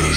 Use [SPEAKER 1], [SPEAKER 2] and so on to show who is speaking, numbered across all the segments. [SPEAKER 1] As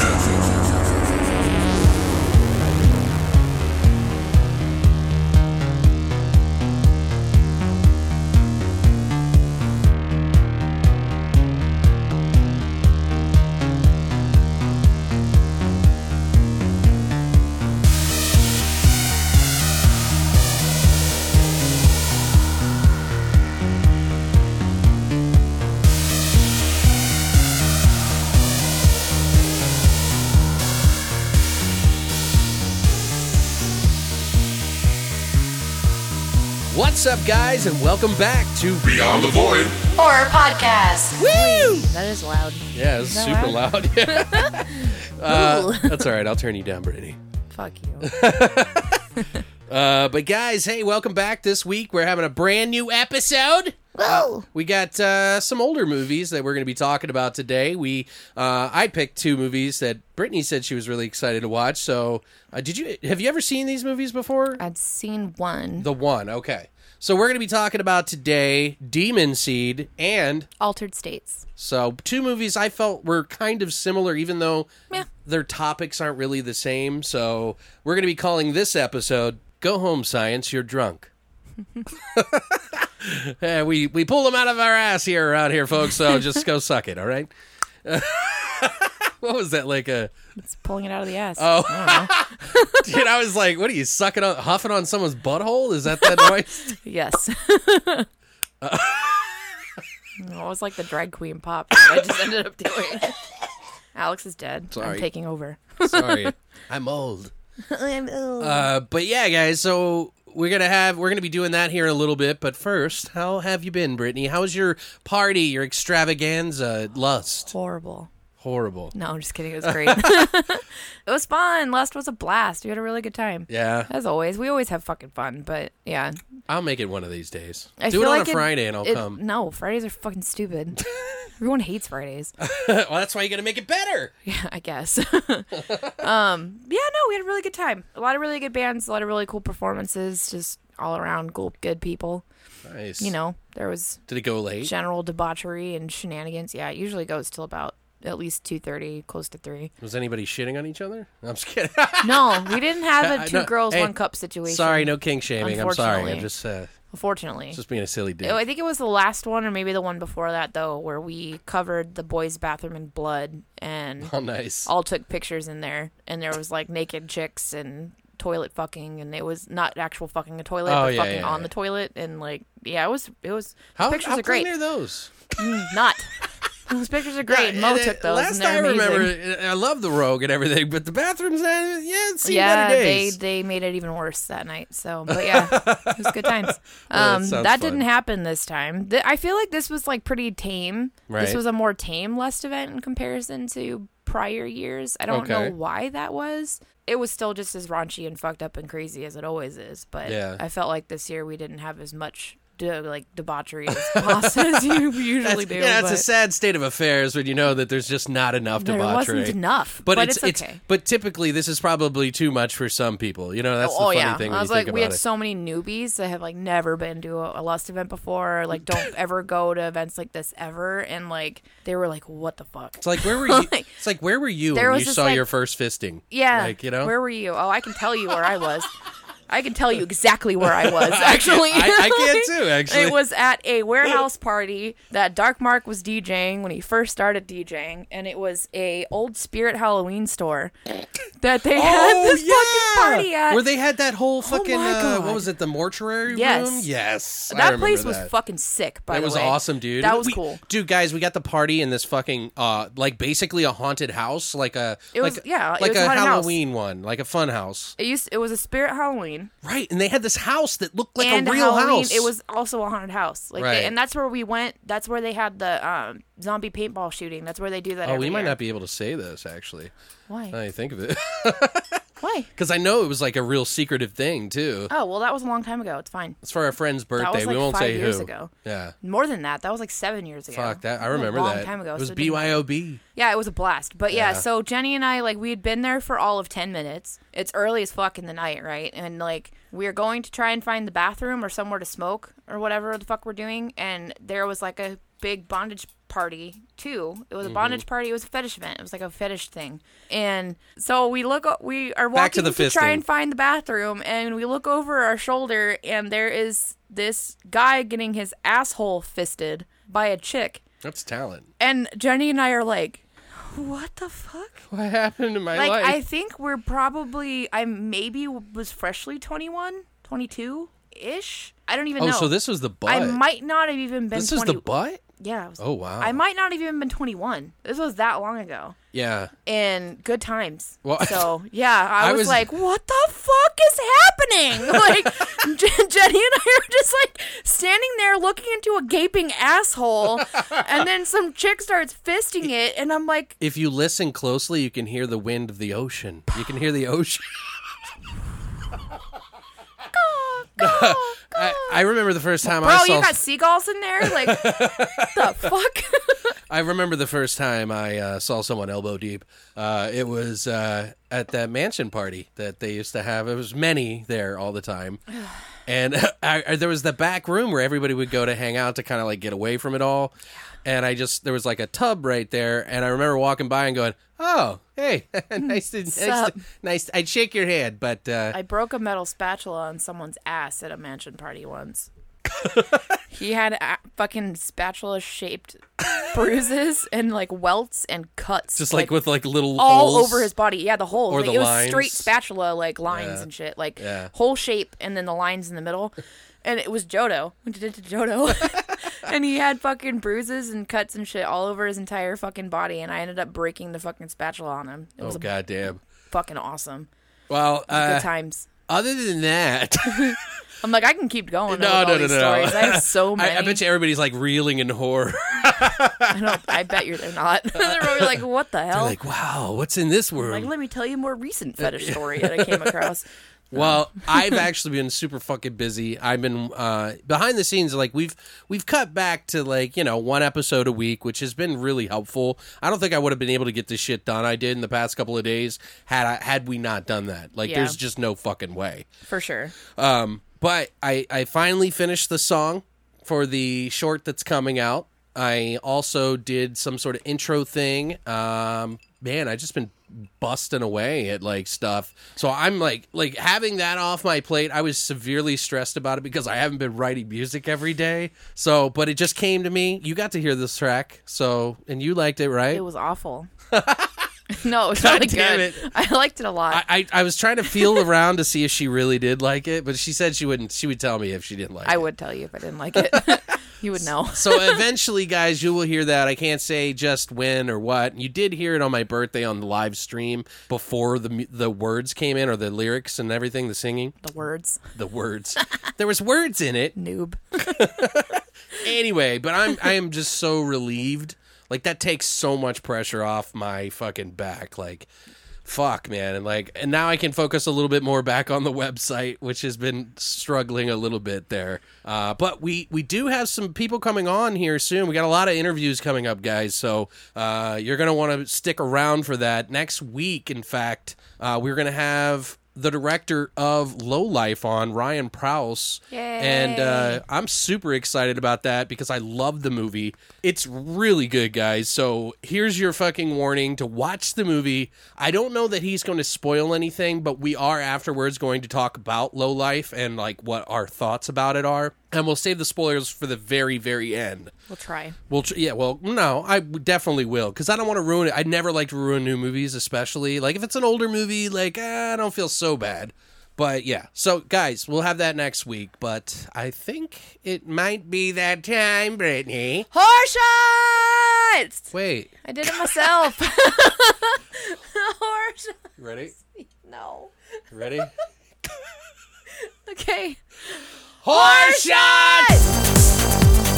[SPEAKER 2] What's up, guys, and welcome back to
[SPEAKER 1] Beyond the void.
[SPEAKER 3] Horror Podcast.
[SPEAKER 2] Woo!
[SPEAKER 4] That is loud.
[SPEAKER 2] Yeah, it's
[SPEAKER 4] that
[SPEAKER 2] super loud. Yeah. Uh,
[SPEAKER 4] Ooh.
[SPEAKER 2] that's all right. I'll turn you down, Brittany.
[SPEAKER 4] Fuck you.
[SPEAKER 2] Uh, but guys, hey, welcome back. This week we're having a brand new episode.
[SPEAKER 4] Whoa!
[SPEAKER 2] We got uh, some older movies that we're going to be talking about today. We uh, I picked two movies that Brittany said she was really excited to watch. So, uh, did you have you ever seen these movies before?
[SPEAKER 4] I'd seen one.
[SPEAKER 2] the one, okay. So we're going to be talking about today Demon Seed and
[SPEAKER 4] Altered States.
[SPEAKER 2] So two movies I felt were kind of similar, even though
[SPEAKER 4] Yeah.
[SPEAKER 2] their topics aren't really the same. So we're going to be calling this episode "Go Home Science." You're drunk. Yeah, we we pull them out of our ass here around here, folks. So just go suck it. All right. what was that like a?
[SPEAKER 4] It's pulling it out of the ass.
[SPEAKER 2] Oh. Dude, I was like, what are you sucking on, huffing on someone's butthole? Is that that noise?
[SPEAKER 4] Yes. I was like the drag queen pop. that I just ended up doing. Alex is dead.
[SPEAKER 2] Sorry.
[SPEAKER 4] I'm taking over.
[SPEAKER 2] Sorry, I'm old.
[SPEAKER 4] I'm ill.
[SPEAKER 2] Uh, but yeah, guys. So we're gonna have we're gonna be doing that here in a little bit. But first, how have you been, Brittany? How's your party? Your extravaganza? Lust?
[SPEAKER 4] Horrible.
[SPEAKER 2] Horrible.
[SPEAKER 4] No, I'm just kidding. It was great. it was fun. Last was a blast. We had a really good time.
[SPEAKER 2] Yeah,
[SPEAKER 4] As always, we always have fucking fun, but yeah.
[SPEAKER 2] I'll make it one of these days.
[SPEAKER 4] I
[SPEAKER 2] Do it
[SPEAKER 4] feel
[SPEAKER 2] on
[SPEAKER 4] like
[SPEAKER 2] a Friday, and I'll
[SPEAKER 4] it-
[SPEAKER 2] come.
[SPEAKER 4] No, Fridays are fucking stupid. Everyone hates Fridays.
[SPEAKER 2] well, that's why you gotta make it better.
[SPEAKER 4] I guess. um, yeah, no, we had a really good time. A lot of really good bands, a lot of really cool performances, just all around cool, good people.
[SPEAKER 2] Nice.
[SPEAKER 4] You know, there was
[SPEAKER 2] Did it go late?
[SPEAKER 4] general debauchery and shenanigans. Yeah, it usually goes till about at least two thirty, close to three.
[SPEAKER 2] Was anybody shitting on each other? I'm just kidding.
[SPEAKER 4] No, we didn't have
[SPEAKER 2] I-
[SPEAKER 4] a two
[SPEAKER 2] no,
[SPEAKER 4] girls
[SPEAKER 2] hey,
[SPEAKER 4] one cup situation.
[SPEAKER 2] sorry, no king shaming. I'm sorry. I'm
[SPEAKER 4] Unfortunately.
[SPEAKER 2] just uh,
[SPEAKER 4] Fortunately,
[SPEAKER 2] just being a silly dude.
[SPEAKER 4] Oh, I think it was the last one or maybe the one before that though, where we covered the boys' bathroom in blood and
[SPEAKER 2] Oh, nice.
[SPEAKER 4] all took pictures in there and there was like naked chicks and toilet fucking and it was not actual fucking a toilet
[SPEAKER 2] Oh,
[SPEAKER 4] but
[SPEAKER 2] yeah,
[SPEAKER 4] fucking
[SPEAKER 2] yeah,
[SPEAKER 4] on
[SPEAKER 2] yeah.
[SPEAKER 4] the toilet and like yeah it was it was
[SPEAKER 2] how
[SPEAKER 4] the pictures
[SPEAKER 2] how
[SPEAKER 4] are great
[SPEAKER 2] clean are those?
[SPEAKER 4] not those pictures are great
[SPEAKER 2] Yeah,
[SPEAKER 4] mo
[SPEAKER 2] and, uh,
[SPEAKER 4] took those
[SPEAKER 2] Last
[SPEAKER 4] and they're
[SPEAKER 2] I
[SPEAKER 4] amazing.
[SPEAKER 2] remember, I love the Rogue and everything, but the bathrooms, uh, yeah, it's seen
[SPEAKER 4] yeah
[SPEAKER 2] better
[SPEAKER 4] they
[SPEAKER 2] days.
[SPEAKER 4] they made it even worse that night so but yeah it was good times um
[SPEAKER 2] sounds fun.
[SPEAKER 4] that, didn't happen this time Th- i feel like this was like pretty tame
[SPEAKER 2] Right.
[SPEAKER 4] this was a more tame lust event in comparison to prior years i don't
[SPEAKER 2] Okay.
[SPEAKER 4] know why that was it was still just as raunchy and fucked up and crazy as it always is but
[SPEAKER 2] Yeah.
[SPEAKER 4] i felt like this year we didn't have as much de- like debauchery as, pos- as you
[SPEAKER 2] That's-
[SPEAKER 4] usually do
[SPEAKER 2] yeah, it's a
[SPEAKER 4] but
[SPEAKER 2] sad state of affairs when you know that there's just not enough
[SPEAKER 4] there
[SPEAKER 2] debauchery.
[SPEAKER 4] wasn't enough
[SPEAKER 2] But,
[SPEAKER 4] but,
[SPEAKER 2] it's,
[SPEAKER 4] it's okay
[SPEAKER 2] but typically this is probably too much for some people. You know, that's the funny thing when
[SPEAKER 4] Oh, I was
[SPEAKER 2] you
[SPEAKER 4] like,
[SPEAKER 2] think
[SPEAKER 4] we
[SPEAKER 2] about
[SPEAKER 4] had
[SPEAKER 2] it.
[SPEAKER 4] so many newbies that have like never been to a, a lust event before. Like, don't ever go to events like this ever. And like, they were like, what the fuck?
[SPEAKER 2] it's like where were you?
[SPEAKER 4] like-
[SPEAKER 2] it's like where were you
[SPEAKER 4] There
[SPEAKER 2] when
[SPEAKER 4] was
[SPEAKER 2] you
[SPEAKER 4] this,
[SPEAKER 2] saw
[SPEAKER 4] like-
[SPEAKER 2] your first fisting?
[SPEAKER 4] yeah,
[SPEAKER 2] like you know,
[SPEAKER 4] where were you? Oh, I can tell you where I was. I can tell you exactly where I was. Actually,
[SPEAKER 2] I- I can too, actually.
[SPEAKER 4] it was at a warehouse party that Dark Mark was DJing when he first started DJing, and it was a old Spirit Halloween store that they had
[SPEAKER 2] Oh
[SPEAKER 4] this
[SPEAKER 2] yeah,
[SPEAKER 4] fucking party at. Oh
[SPEAKER 2] where they had that whole fucking
[SPEAKER 4] my
[SPEAKER 2] uh, what
[SPEAKER 4] God.
[SPEAKER 2] was it? The mortuary
[SPEAKER 4] Yes.
[SPEAKER 2] room? Yes, I
[SPEAKER 4] that
[SPEAKER 2] remember
[SPEAKER 4] place was
[SPEAKER 2] that.
[SPEAKER 4] fucking sick. By
[SPEAKER 2] That
[SPEAKER 4] the
[SPEAKER 2] was
[SPEAKER 4] way.
[SPEAKER 2] awesome, dude.
[SPEAKER 4] That was
[SPEAKER 2] We-
[SPEAKER 4] cool.
[SPEAKER 2] dude. Guys, we got the party in this fucking uh, like basically a haunted house, like a
[SPEAKER 4] It was-
[SPEAKER 2] like,
[SPEAKER 4] yeah, it
[SPEAKER 2] like
[SPEAKER 4] was
[SPEAKER 2] a
[SPEAKER 4] a haunted house.
[SPEAKER 2] Halloween one, like a fun house,
[SPEAKER 4] It used it was a spirit Halloween
[SPEAKER 2] right? And they had this house that looked like
[SPEAKER 4] and
[SPEAKER 2] a real
[SPEAKER 4] Halloween.
[SPEAKER 2] house.
[SPEAKER 4] It was also a haunted house, like they-
[SPEAKER 2] Right.
[SPEAKER 4] and that's where we went. That's where they had the um, zombie paintball shooting. That's where they do that.
[SPEAKER 2] Oh,
[SPEAKER 4] every
[SPEAKER 2] we might
[SPEAKER 4] year.
[SPEAKER 2] not be able to say this actually.
[SPEAKER 4] Why?
[SPEAKER 2] Now you think of it,
[SPEAKER 4] Why?
[SPEAKER 2] Because I know it was like a real secretive thing too.
[SPEAKER 4] Oh well, that was a long time ago. It's fine.
[SPEAKER 2] It's for a friend's birthday.
[SPEAKER 4] was,
[SPEAKER 2] we
[SPEAKER 4] like,
[SPEAKER 2] won't
[SPEAKER 4] five
[SPEAKER 2] say
[SPEAKER 4] years
[SPEAKER 2] who.
[SPEAKER 4] ago.
[SPEAKER 2] Yeah.
[SPEAKER 4] More than that, that was like seven years ago.
[SPEAKER 2] Fuck that. I
[SPEAKER 4] It was
[SPEAKER 2] remember
[SPEAKER 4] a long
[SPEAKER 2] that.
[SPEAKER 4] time ago.
[SPEAKER 2] It was
[SPEAKER 4] so it didn't-
[SPEAKER 2] BYOB.
[SPEAKER 4] Yeah, it was a blast. But yeah,
[SPEAKER 2] Yeah.
[SPEAKER 4] so Jenny and I, like, we had been there for all of 10 minutes. It's early as fuck in the night, right? And, like, we were going to try and find the bathroom or somewhere to smoke or whatever the fuck we're doing. And there was, like, a big bondage party, too. It was
[SPEAKER 2] Mm-hmm.
[SPEAKER 4] a bondage party. It was a fetish event. It was, like, a fetish thing. And so we look, o- we are walking
[SPEAKER 2] Back to the
[SPEAKER 4] try
[SPEAKER 2] fisting.
[SPEAKER 4] and find the bathroom. And we look over our shoulder, and there is this guy getting his asshole fisted by a chick.
[SPEAKER 2] That's talent.
[SPEAKER 4] And Jenny and I are like, what the fuck?
[SPEAKER 2] What happened to my
[SPEAKER 4] Like,
[SPEAKER 2] life?
[SPEAKER 4] I think we're probably, I maybe was freshly 21, 22 ish. I don't even
[SPEAKER 2] oh,
[SPEAKER 4] know.
[SPEAKER 2] so this was the butt.
[SPEAKER 4] I might not have even been
[SPEAKER 2] This
[SPEAKER 4] 20.
[SPEAKER 2] is the butt.
[SPEAKER 4] Yeah. it was-
[SPEAKER 2] Oh, wow.
[SPEAKER 4] I might not have even been 21. This was that long ago.
[SPEAKER 2] Yeah.
[SPEAKER 4] And good times.
[SPEAKER 2] Well-
[SPEAKER 4] so, yeah, I,
[SPEAKER 2] I
[SPEAKER 4] was,
[SPEAKER 2] was-
[SPEAKER 4] like, what the fuck is happening? Like, Jen- Jenny and I are just like standing there looking into a gaping asshole. and then some chick starts fisting it. And I'm like,
[SPEAKER 2] If you listen closely, you can hear the wind of the ocean. You can hear the ocean. I, I remember the first time I
[SPEAKER 4] Bro,
[SPEAKER 2] saw.
[SPEAKER 4] you got seagulls in there? Like, the fuck?
[SPEAKER 2] I remember the first time I uh, saw someone elbow deep. Uh, it was uh, at that mansion party that they used to have. It was many there all the time, and I, I- there was the back room where everybody would go to hang out to kind of like get away from it all. And I just there was like a tub right there, and I remember walking by and going, "Oh, hey, nice to, nice, to,
[SPEAKER 4] Hmm, Sup?
[SPEAKER 2] nice." I'd shake your hand, but uh,
[SPEAKER 4] I broke a metal spatula on someone's ass at a mansion party once. he had a fucking spatula shaped bruises and like welts and cuts.
[SPEAKER 2] just like, with like little
[SPEAKER 4] all
[SPEAKER 2] holes.
[SPEAKER 4] over his body. Yeah, the holes.
[SPEAKER 2] Or
[SPEAKER 4] Like,
[SPEAKER 2] the
[SPEAKER 4] it was
[SPEAKER 2] lines.
[SPEAKER 4] straight spatula like lines and shit. Like
[SPEAKER 2] Yeah.
[SPEAKER 4] whole shape and then the lines in the middle. And it was Jodo. We did it to Jodo. and he had fucking bruises and cuts and shit all over his entire fucking body. And I ended up breaking the fucking spatula on him. It
[SPEAKER 2] Oh
[SPEAKER 4] was
[SPEAKER 2] goddamn!
[SPEAKER 4] fucking awesome.
[SPEAKER 2] Well,
[SPEAKER 4] Good
[SPEAKER 2] uh,
[SPEAKER 4] times.
[SPEAKER 2] other than that.
[SPEAKER 4] I'm like, I can keep going. with
[SPEAKER 2] No,
[SPEAKER 4] all
[SPEAKER 2] no, no,
[SPEAKER 4] these
[SPEAKER 2] no.
[SPEAKER 4] Stories. I have so
[SPEAKER 2] I-
[SPEAKER 4] many.
[SPEAKER 2] I, bet you everybody's like reeling in horror.
[SPEAKER 4] I, don't, I bet you're they're not. they're probably like, what the hell?
[SPEAKER 2] like, Uh, wow, what's in this room?
[SPEAKER 4] Oh. Like, let me tell you a more recent fetish story that I came across.
[SPEAKER 2] well, I've actually been super fucking busy. I've been uh, behind the scenes. Like we've we've cut back to like you know one episode a week, which has been really helpful. I don't think I would have been able to get this shit done I did in the past couple of days had I, had we not done that. Like,
[SPEAKER 4] Yeah.
[SPEAKER 2] there's just no fucking way.
[SPEAKER 4] For sure.
[SPEAKER 2] Um, but I, I finally finished the song for the short that's coming out. I also did some sort of intro thing. Um, man, I just been busting away at like stuff. So I'm like like having that off my plate. I was severely stressed about it because I haven't been writing music every day. So, but it just came to me. You got to hear this track. So, and you liked it, right?
[SPEAKER 4] It was awful. no, it was
[SPEAKER 2] God
[SPEAKER 4] really
[SPEAKER 2] damn
[SPEAKER 4] good.
[SPEAKER 2] it.
[SPEAKER 4] I liked it a lot.
[SPEAKER 2] I,
[SPEAKER 4] I,
[SPEAKER 2] I, I was trying to feel around to see if she really did like it, but she said she wouldn't. She would tell me if she didn't like it.
[SPEAKER 4] would tell you if I didn't like it. you would know.
[SPEAKER 2] so eventually, guys, you will hear that. I can't say just when or what. You did hear it on my birthday on the live stream before the mu- the words came in or the lyrics and everything, the singing,
[SPEAKER 4] The words.
[SPEAKER 2] the words. there was words in it
[SPEAKER 4] Noob.
[SPEAKER 2] anyway. But I'm I am just so relieved. Like that takes so much pressure off my fucking back. Like. Fuck, man, and like, and now I can focus a little bit more back on the website, which has been struggling a little bit there. Uh, but we we do have some people coming on here soon. We got a lot of interviews coming up, guys. So uh, you're gonna want to stick around for that next week. In fact, uh, we're gonna have the director of Low Life on, Ryan Prowse,
[SPEAKER 4] Yay.
[SPEAKER 2] and uh, I'm super excited about that because I love the movie. It's really good, guys. So here's your fucking warning to watch the movie. I don't know that he's going to spoil anything, but we are afterwards going to talk about Low Life and like what our thoughts about it are, and we'll save the spoilers for the very, very end.
[SPEAKER 4] We'll try.
[SPEAKER 2] Well, tr- yeah, well, no, I w- definitely will because I don't want to ruin it. I never like to ruin new movies, especially like if it's an older movie. Like ah, I don't feel so bad, but yeah. So guys, we'll have that next week. But I think it might be that time, Brittany.
[SPEAKER 4] Horseshots!
[SPEAKER 2] Wait,
[SPEAKER 4] I did it myself. Horse.
[SPEAKER 2] you ready?
[SPEAKER 4] No.
[SPEAKER 2] You ready?
[SPEAKER 4] Okay.
[SPEAKER 2] Horse shots!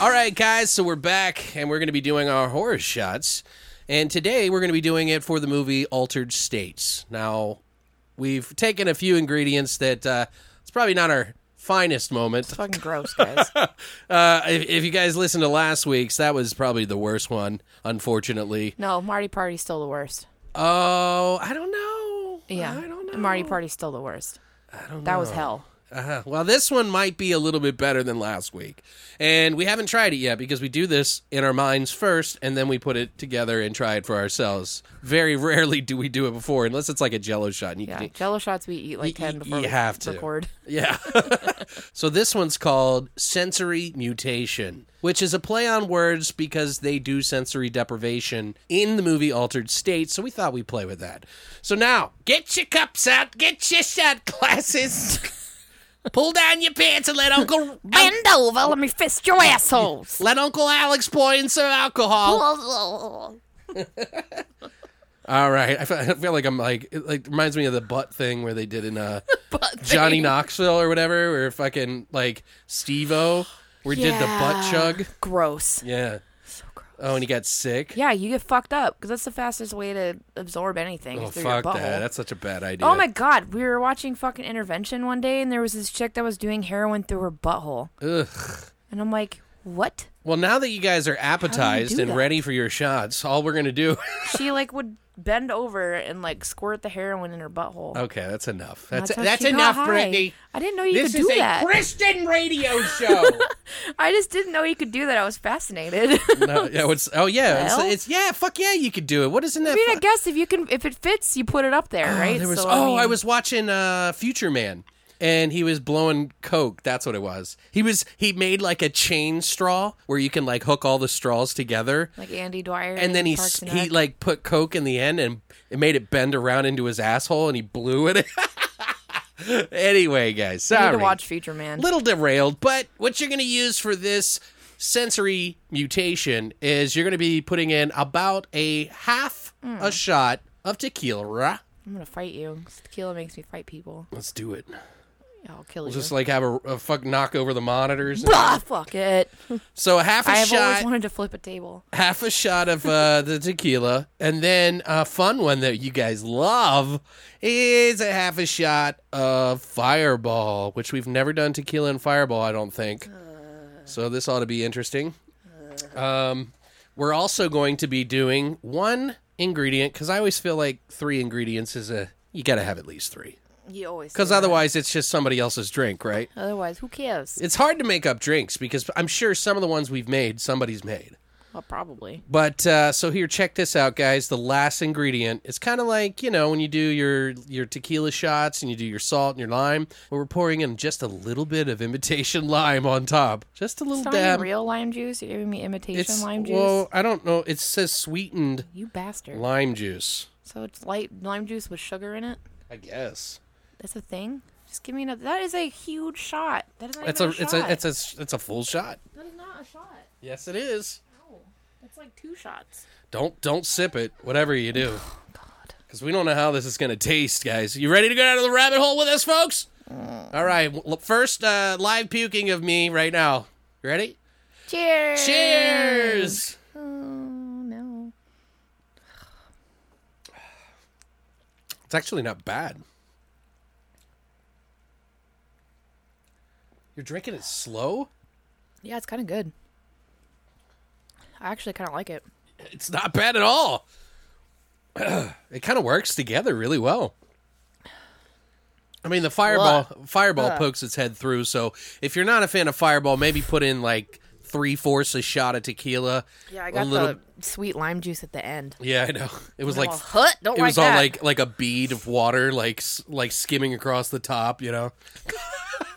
[SPEAKER 2] All right, guys, so we're back and we're going to be doing our horror shots. And today we're going to be doing it for the movie Altered States. Now, we've taken a few ingredients that uh, it's probably not our finest moment.
[SPEAKER 4] Fucking gross, guys.
[SPEAKER 2] Uh, if, if you guys listened to last week's, that was probably the worst one, unfortunately.
[SPEAKER 4] No, Marty Party's still the worst.
[SPEAKER 2] Oh, I don't know.
[SPEAKER 4] Yeah,
[SPEAKER 2] I don't know.
[SPEAKER 4] Marty Party's still the worst. I don't That was hell.
[SPEAKER 2] Uh, well, this one might be a little bit better than last week. And we haven't tried it yet because we do this in our minds first and then we put it together and try it for ourselves. Very rarely do we do it before, unless it's like a jello shot. And you
[SPEAKER 4] Yeah,
[SPEAKER 2] can,
[SPEAKER 4] Jello shots we eat like
[SPEAKER 2] You-
[SPEAKER 4] ten
[SPEAKER 2] you-
[SPEAKER 4] before
[SPEAKER 2] you
[SPEAKER 4] we
[SPEAKER 2] have to.
[SPEAKER 4] record.
[SPEAKER 2] yeah. so this one's called Sensory Mutation, which is a play on words because they do sensory deprivation in the movie Altered States. So we thought we'd play with that. So now, get your cups out, get your shot glasses. Pull down your pants and let Uncle
[SPEAKER 4] Bend over, let me fist your assholes.
[SPEAKER 2] Let Uncle Alex pour in some alcohol. All right, I feel, I feel like I'm like it like reminds me of the butt thing where they did in uh, Johnny Knoxville or whatever, where fucking like Steve-O, where he did the butt
[SPEAKER 4] Yeah.
[SPEAKER 2] chug.
[SPEAKER 4] Gross.
[SPEAKER 2] Yeah. Oh, and he got sick.
[SPEAKER 4] Yeah, you get fucked up because that's the fastest way to absorb anything.
[SPEAKER 2] Oh
[SPEAKER 4] is through your
[SPEAKER 2] fuck
[SPEAKER 4] butthole.
[SPEAKER 2] that! That's such a bad idea.
[SPEAKER 4] Oh my god, we were watching fucking Intervention one day, and there was this chick that was doing heroin through her butthole,
[SPEAKER 2] Ugh.
[SPEAKER 4] and I'm like, what?
[SPEAKER 2] Well, now that you guys are appetized
[SPEAKER 4] do
[SPEAKER 2] and
[SPEAKER 4] that?
[SPEAKER 2] ready for your shots, all we're gonna do.
[SPEAKER 4] She like would bend over and like squirt the heroin in her butthole.
[SPEAKER 2] okay, that's enough. Oh, That's
[SPEAKER 4] how
[SPEAKER 2] that's,
[SPEAKER 4] she got
[SPEAKER 2] enough,
[SPEAKER 4] high.
[SPEAKER 2] Brittany.
[SPEAKER 4] I didn't know you
[SPEAKER 2] this
[SPEAKER 4] could
[SPEAKER 2] is
[SPEAKER 4] do
[SPEAKER 2] a
[SPEAKER 4] that.
[SPEAKER 2] Christian radio show.
[SPEAKER 4] I just didn't know you could do that. I was fascinated.
[SPEAKER 2] No, yeah, it's, oh yeah, it's,
[SPEAKER 4] Well?
[SPEAKER 2] it's yeah, fuck yeah, you could do it. What isn't that?
[SPEAKER 4] I mean, I
[SPEAKER 2] fu-
[SPEAKER 4] guess if you can, if it fits, you put it up there,
[SPEAKER 2] Oh,
[SPEAKER 4] right?
[SPEAKER 2] there was,
[SPEAKER 4] So,
[SPEAKER 2] oh, I,
[SPEAKER 4] mean,
[SPEAKER 2] was watching uh, Future Man, and he was blowing coke. That's what it was. He was he made like a chain straw where you can like hook all the straws together,
[SPEAKER 4] like Andy Dwyer,
[SPEAKER 2] and then he s- he like put coke in the end and it made it bend around into his asshole, and he blew it. anyway, guys,
[SPEAKER 4] I
[SPEAKER 2] sorry.
[SPEAKER 4] need to watch Future Man.
[SPEAKER 2] little derailed, but what you're going to use for this sensory mutation is you're going to be putting in about a half a shot of tequila.
[SPEAKER 4] I'm gonna fight you. 'cause Tequila makes me fight people.
[SPEAKER 2] Let's do it.
[SPEAKER 4] I'll kill you.
[SPEAKER 2] Just like have a, a fuck knock over the monitors.
[SPEAKER 4] Ah, fuck it.
[SPEAKER 2] so half a
[SPEAKER 4] I have
[SPEAKER 2] shot,
[SPEAKER 4] always wanted to flip a table.
[SPEAKER 2] half a shot of uh, the tequila, and then a fun one that you guys love is a half a shot of Fireball, which we've never done tequila and Fireball, I don't think. So this ought to be interesting. Um, we're also going to be doing one ingredient because I always feel like three ingredients is a you got to have at least three
[SPEAKER 4] You always.
[SPEAKER 2] because otherwise it's just somebody else's drink, right?
[SPEAKER 4] Otherwise, who cares?
[SPEAKER 2] It's hard to make up drinks because I'm sure some of the ones we've made, somebody's made.
[SPEAKER 4] Well, probably.
[SPEAKER 2] But uh, so here, check this out, guys. The last ingredient. It's kind of like you know when you do your your tequila shots and you do your salt and your lime. Well, we're pouring in just a little bit of imitation lime on top, just a little
[SPEAKER 4] It's not
[SPEAKER 2] dab.
[SPEAKER 4] even real lime juice. You're giving me imitation
[SPEAKER 2] it's
[SPEAKER 4] lime juice.
[SPEAKER 2] well, I don't know. It says sweetened
[SPEAKER 4] you bastard.
[SPEAKER 2] lime juice.
[SPEAKER 4] so it's light lime juice with sugar in it.
[SPEAKER 2] I guess
[SPEAKER 4] That's a thing. Just give me another. That is a huge shot. That is not
[SPEAKER 2] it's a,
[SPEAKER 4] even a,
[SPEAKER 2] it's
[SPEAKER 4] shot.
[SPEAKER 2] a it's a it's a full shot.
[SPEAKER 4] That is not a shot.
[SPEAKER 2] Yes, it is.
[SPEAKER 4] No, that's like two shots.
[SPEAKER 2] Don't don't sip it. Whatever you do.
[SPEAKER 4] Oh, God.
[SPEAKER 2] Because we don't know how this is going to taste, guys. You ready to go down to the rabbit hole with us, folks?
[SPEAKER 4] Mm.
[SPEAKER 2] All right. Well, first, uh, live puking of me right now. You ready?
[SPEAKER 4] Cheers.
[SPEAKER 2] Cheers!
[SPEAKER 4] Oh no.
[SPEAKER 2] It's actually not bad. You're drinking it slow?
[SPEAKER 4] Yeah, it's kind of good. I actually kind of like it.
[SPEAKER 2] It's not bad at all. it kind of works together really well. I mean, the fireball fireball pokes its head through. So if you're not a fan of fireball, maybe put in like three fourths a shot of tequila.
[SPEAKER 4] Yeah, I
[SPEAKER 2] a
[SPEAKER 4] got
[SPEAKER 2] little-
[SPEAKER 4] the sweet lime juice at the end.
[SPEAKER 2] Yeah, I know. It was like
[SPEAKER 4] all hot. Don't
[SPEAKER 2] it was
[SPEAKER 4] like
[SPEAKER 2] all
[SPEAKER 4] that.
[SPEAKER 2] like like a bead of water, like s- like skimming across the top. You know.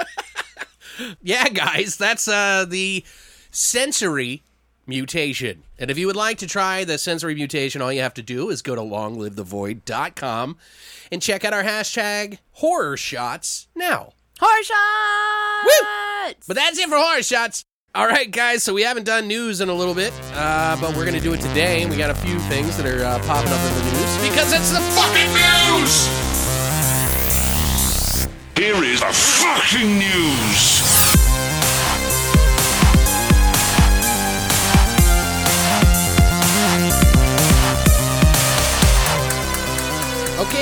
[SPEAKER 2] yeah, guys, that's uh the sensory mutation. And if you would like to try the sensory mutation, all you have to do is go to longlivethevoid.com and check out our hashtag horror shots now.
[SPEAKER 4] Horse shots.
[SPEAKER 2] But that's it for horror shots. All right, guys. So we haven't done news in a little bit, uh, but we're gonna do it today. And we got a few things that are uh, popping up in the news because it's the fucking news.
[SPEAKER 1] Here is the fucking news.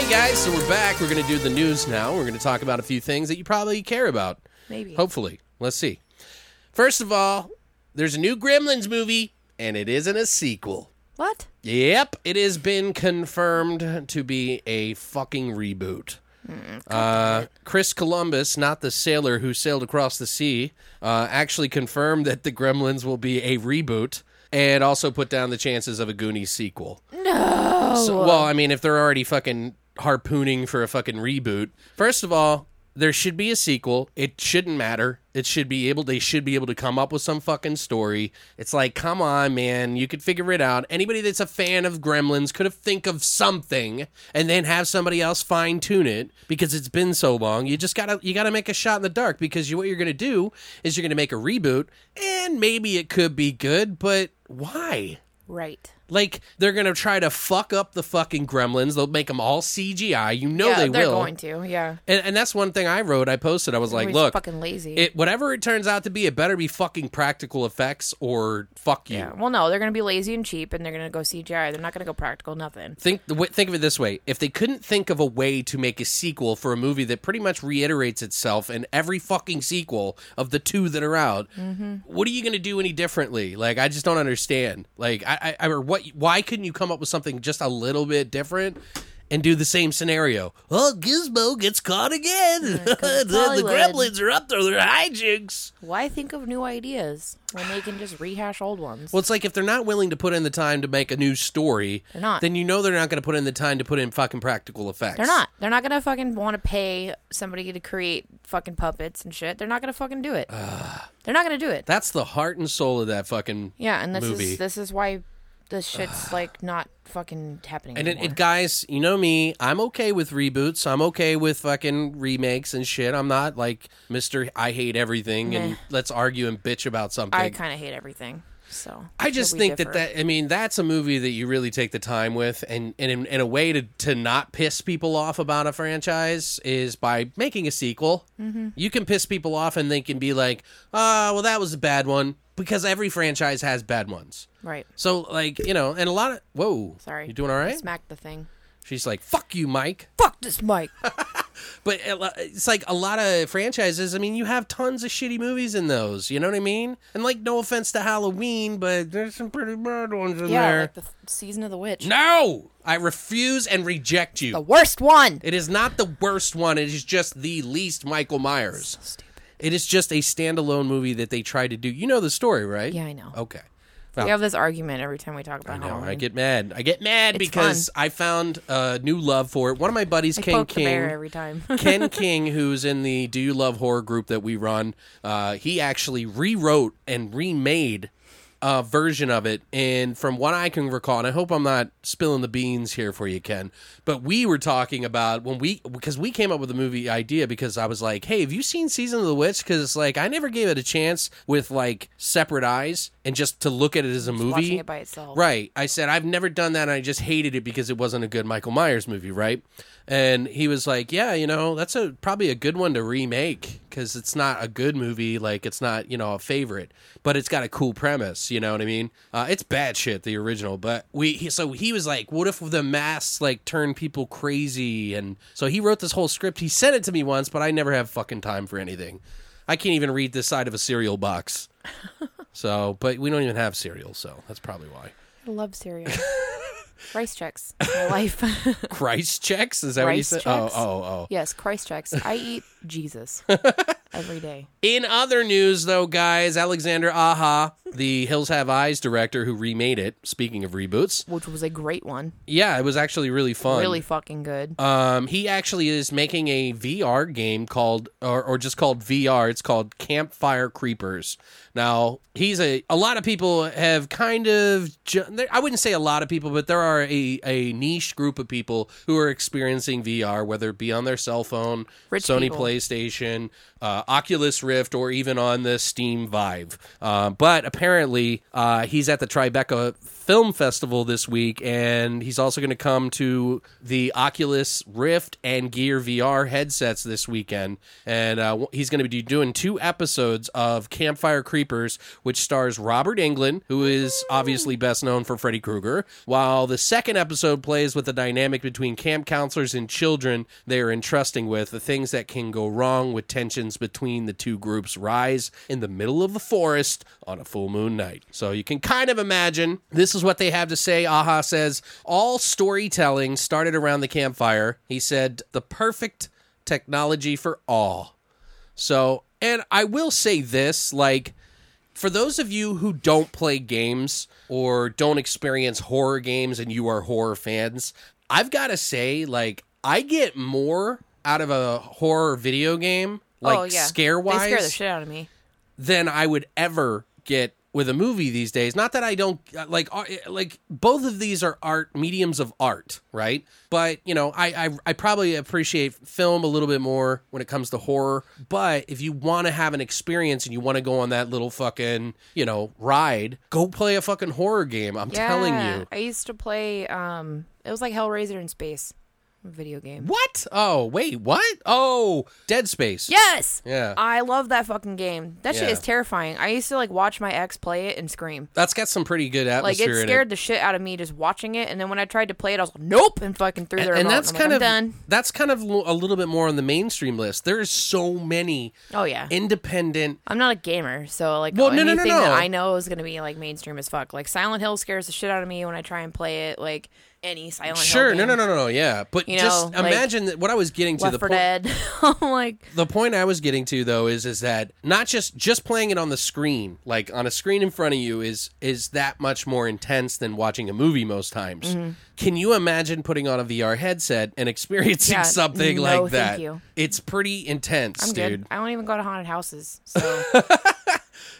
[SPEAKER 2] guys, so we're back. We're going to do the news now. We're going to talk about a few things that you probably care about.
[SPEAKER 5] Maybe.
[SPEAKER 2] Hopefully. Let's see. First of all, there's a new Gremlins movie, and it isn't a sequel.
[SPEAKER 5] What?
[SPEAKER 2] Yep, it has been confirmed to be a fucking reboot. Uh, Chris Columbus, not the sailor who sailed across the sea, uh, actually confirmed that the Gremlins will be a reboot and also put down the chances of a Goonies sequel. No. well, I mean, if they're already fucking harpooning for a fucking reboot, first of all, there should be a sequel. It shouldn't matter. It should be able. They should be able to come up with some fucking story. It's like, come on, man, you could figure it out. Anybody that's a fan of Gremlins could have think of something, and then have somebody else fine tune it because it's been so long. You just gotta you gotta make a shot in the dark because you, what you're gonna do is you're gonna make a reboot, and maybe it could be good, but why?
[SPEAKER 5] Right.
[SPEAKER 2] Like they're gonna try to fuck up the fucking Gremlins. They'll make them all CGI. You know
[SPEAKER 5] yeah,
[SPEAKER 2] they
[SPEAKER 5] they're
[SPEAKER 2] will.
[SPEAKER 5] going to. Yeah.
[SPEAKER 2] And, and that's one thing I wrote. I posted. I was like,
[SPEAKER 5] We're just
[SPEAKER 2] "Look,
[SPEAKER 5] fucking lazy.
[SPEAKER 2] It whatever it turns out to be, it better be fucking practical effects or fuck you."
[SPEAKER 5] yeah. Well, no, they're gonna be lazy and cheap, and they're gonna go CGI. They're not gonna go practical. Nothing.
[SPEAKER 2] Think the way- think of it this way: if they couldn't think of a way to make a sequel for a movie that pretty much reiterates itself in every fucking sequel of the two that are out,
[SPEAKER 5] Mm-hmm.
[SPEAKER 2] what are you going to do any differently? Like, I just don't understand. Like, I, I, I or what? Why couldn't you come up with something just a little bit different? And do the same scenario. Well, Gizmo gets caught again. the, the
[SPEAKER 5] Hollywood.
[SPEAKER 2] gremlins are up to their hijinks.
[SPEAKER 5] Why think of new ideas when they can just rehash old ones?
[SPEAKER 2] Well, it's like if they're not willing to put in the time to make a new story,
[SPEAKER 5] They're not.
[SPEAKER 2] then you know they're not going to put in the time to put in fucking practical effects.
[SPEAKER 5] They're not. They're not gonna fucking want to pay somebody to create fucking puppets and shit. They're not gonna fucking do it. They're not gonna do it.
[SPEAKER 2] That's the heart and soul of that fucking
[SPEAKER 5] yeah, and this
[SPEAKER 2] movie.
[SPEAKER 5] is this is why this shit's like not fucking happening.
[SPEAKER 2] and it,
[SPEAKER 5] anymore.
[SPEAKER 2] it, guys, you know me. I'm okay with reboots. I'm okay with fucking remakes and shit. I'm not like Mister. I hate everything, and
[SPEAKER 5] Meh.
[SPEAKER 2] let's argue and bitch about something.
[SPEAKER 5] I kind of hate everything. So
[SPEAKER 2] I just
[SPEAKER 5] we
[SPEAKER 2] think
[SPEAKER 5] differ.
[SPEAKER 2] that that I mean that's a movie that you really take the time with, and and in, in a way to to not piss people off about a franchise is by making a sequel. Mm-hmm. You can piss people off, and they can be like, "Ah, well, that was a bad one," because every franchise has bad ones.
[SPEAKER 5] right.
[SPEAKER 2] So like you know, and a lot of whoa,
[SPEAKER 5] Sorry,
[SPEAKER 2] you doing all right?
[SPEAKER 5] Smack the thing.
[SPEAKER 2] She's like, "Fuck you, Mike."
[SPEAKER 5] Fuck this mic.
[SPEAKER 2] But it- it's like a lot of franchises. I mean, you have tons of shitty movies in those. You know what I mean? And like, no offense to Halloween, but there's some pretty bad ones in
[SPEAKER 5] yeah,
[SPEAKER 2] there.
[SPEAKER 5] like the th- season of the witch.
[SPEAKER 2] No, I refuse and reject
[SPEAKER 5] The
[SPEAKER 2] you.
[SPEAKER 5] worst one.
[SPEAKER 2] It is not the worst one. It is just the least Michael Myers.
[SPEAKER 5] Stupid.
[SPEAKER 2] It is just a standalone movie that they tried to do. You know the story, right?
[SPEAKER 5] Yeah, I know.
[SPEAKER 2] Okay.
[SPEAKER 5] We have this argument every time we talk about
[SPEAKER 2] No,
[SPEAKER 5] Halloween.
[SPEAKER 2] I get mad. I get mad
[SPEAKER 5] It's
[SPEAKER 2] because I found a new love for it. One of my buddies,
[SPEAKER 5] I
[SPEAKER 2] Ken
[SPEAKER 5] poke
[SPEAKER 2] King.
[SPEAKER 5] the bear every time.
[SPEAKER 2] Ken King, who's in the Do You Love Horror group that we run, uh, he actually rewrote and remade a version of it. And from what I can recall, and I hope I'm not spilling the beans here for you, Ken, but we were talking about when we, because we came up with the movie idea because I was like, hey, have you seen Season of the Witch? Because, like, I never gave it a chance with, like, separate eyes and just to look at it as a movie.
[SPEAKER 5] watching it by itself.
[SPEAKER 2] Right. I said, I've never done that. And I just hated it because it wasn't a good Michael Myers movie, right? And he was like, Yeah, you know, that's a probably a good one to remake because it's not a good movie. Like, it's not, you know, a favorite, but it's got a cool premise. You know what I mean? Uh, it's bad shit, the original. But we, he, so he was like, What if the masks like turn people crazy? And so he wrote this whole script. He sent it to me once, but I never have fucking time for anything. I can't even read this side of a cereal box. So, but we don't even have cereal, so that's probably why.
[SPEAKER 5] I love cereal. Rice checks. My life.
[SPEAKER 2] Christ checks? Is that what you
[SPEAKER 5] Rice
[SPEAKER 2] said?
[SPEAKER 5] checks?
[SPEAKER 2] Oh, oh, oh.
[SPEAKER 5] yes, Christ checks. I eat Jesus every day.
[SPEAKER 2] In other news, though, guys, Alexander Aha, the Hills Have Eyes director who remade it, speaking of reboots,
[SPEAKER 5] Which was a great one.
[SPEAKER 2] yeah, it was actually really fun.
[SPEAKER 5] Really fucking good.
[SPEAKER 2] Um, he actually is making a VR game called, or, or just called VR. It's called Campfire Creepers. Now, he's a, a lot of people have kind of, ju- there- I wouldn't say a lot of people, but there are a, a niche group of people who are experiencing VR, whether it be on their cell phone,
[SPEAKER 5] Rich
[SPEAKER 2] Sony
[SPEAKER 5] people.
[SPEAKER 2] PlayStation, uh, uh, Oculus Rift or even on the Steam Vive. Uh, but apparently, uh, he's at the Tribeca Film Festival this week, and he's also going to come to the Oculus Rift and Gear VR headsets this weekend. And uh, wh- he's going to be doing two episodes of Campfire Creepers, which stars Robert Englund, who is obviously best known for Freddy Krueger, while the second episode plays with the dynamic between camp counselors and children they are entrusting with, the things that can go wrong with tensions between the two groups rise in the middle of the forest on a full moon night. So you can kind of imagine this is what they have to say. Aha says all storytelling started around the campfire. He said the perfect technology for all. So, and I will say this like, for those of you who don't play games or don't experience horror games and you are horror fans, I've got to say, like, I get more out of a horror video game, like
[SPEAKER 4] oh yeah,
[SPEAKER 2] scare wise,
[SPEAKER 4] they scare the shit out of me.
[SPEAKER 2] than I would ever get with a movie these days. Not that I don't like ar- like both of these are art mediums of art, right? But you know, I I, I probably appreciate film a little bit more when it comes to horror. But if you want to have an experience and you want to go on that little fucking you know ride, go play a fucking horror game. I'm telling you.
[SPEAKER 4] I used to play. Um, it was like Hellraiser in space, video game.
[SPEAKER 2] What? Oh wait, what? Oh, Dead Space.
[SPEAKER 4] Yes.
[SPEAKER 2] Yeah.
[SPEAKER 4] I love that fucking game. That shit
[SPEAKER 2] Yeah.
[SPEAKER 4] is terrifying. I used to like watch my ex play it and scream.
[SPEAKER 2] That's got some pretty good
[SPEAKER 4] Like
[SPEAKER 2] atmosphere
[SPEAKER 4] it
[SPEAKER 2] in it.
[SPEAKER 4] scared the shit out of me just watching it, and then when I tried to play it, I was like, "Nope," and fucking threw the remote.
[SPEAKER 2] and that's
[SPEAKER 4] I'm
[SPEAKER 2] kind
[SPEAKER 4] like,
[SPEAKER 2] of
[SPEAKER 4] "I'm done.
[SPEAKER 2] that's kind of lo- a little bit more on the mainstream list. There is so many
[SPEAKER 4] Oh yeah,
[SPEAKER 2] independent.
[SPEAKER 4] I'm not a gamer, so like
[SPEAKER 2] Well, no,
[SPEAKER 4] anything
[SPEAKER 2] no, no,
[SPEAKER 4] that
[SPEAKER 2] no.
[SPEAKER 4] I know is gonna be like mainstream as fuck. Like Silent Hill scares the shit out of me when I try and play it. Like any Silent Hill.
[SPEAKER 2] Sure, no,
[SPEAKER 4] game.
[SPEAKER 2] no, no, no, no, yeah. But
[SPEAKER 4] You
[SPEAKER 2] just
[SPEAKER 4] know, like,
[SPEAKER 2] imagine that what I was getting to
[SPEAKER 4] Left
[SPEAKER 2] the
[SPEAKER 4] 4
[SPEAKER 2] point.
[SPEAKER 4] Dead. I'm like,
[SPEAKER 2] The point I was getting to though is is that not just just playing it on the screen, like on a screen in front of you, is is that much more intense than watching a movie most times.
[SPEAKER 4] Mm-hmm.
[SPEAKER 2] Can you imagine putting on a VR headset and experiencing
[SPEAKER 4] Yeah,
[SPEAKER 2] something
[SPEAKER 4] no,
[SPEAKER 2] like
[SPEAKER 4] thank
[SPEAKER 2] that?
[SPEAKER 4] you.
[SPEAKER 2] It's pretty intense,
[SPEAKER 4] I'm
[SPEAKER 2] dude.
[SPEAKER 4] good. I don't even go to haunted houses. So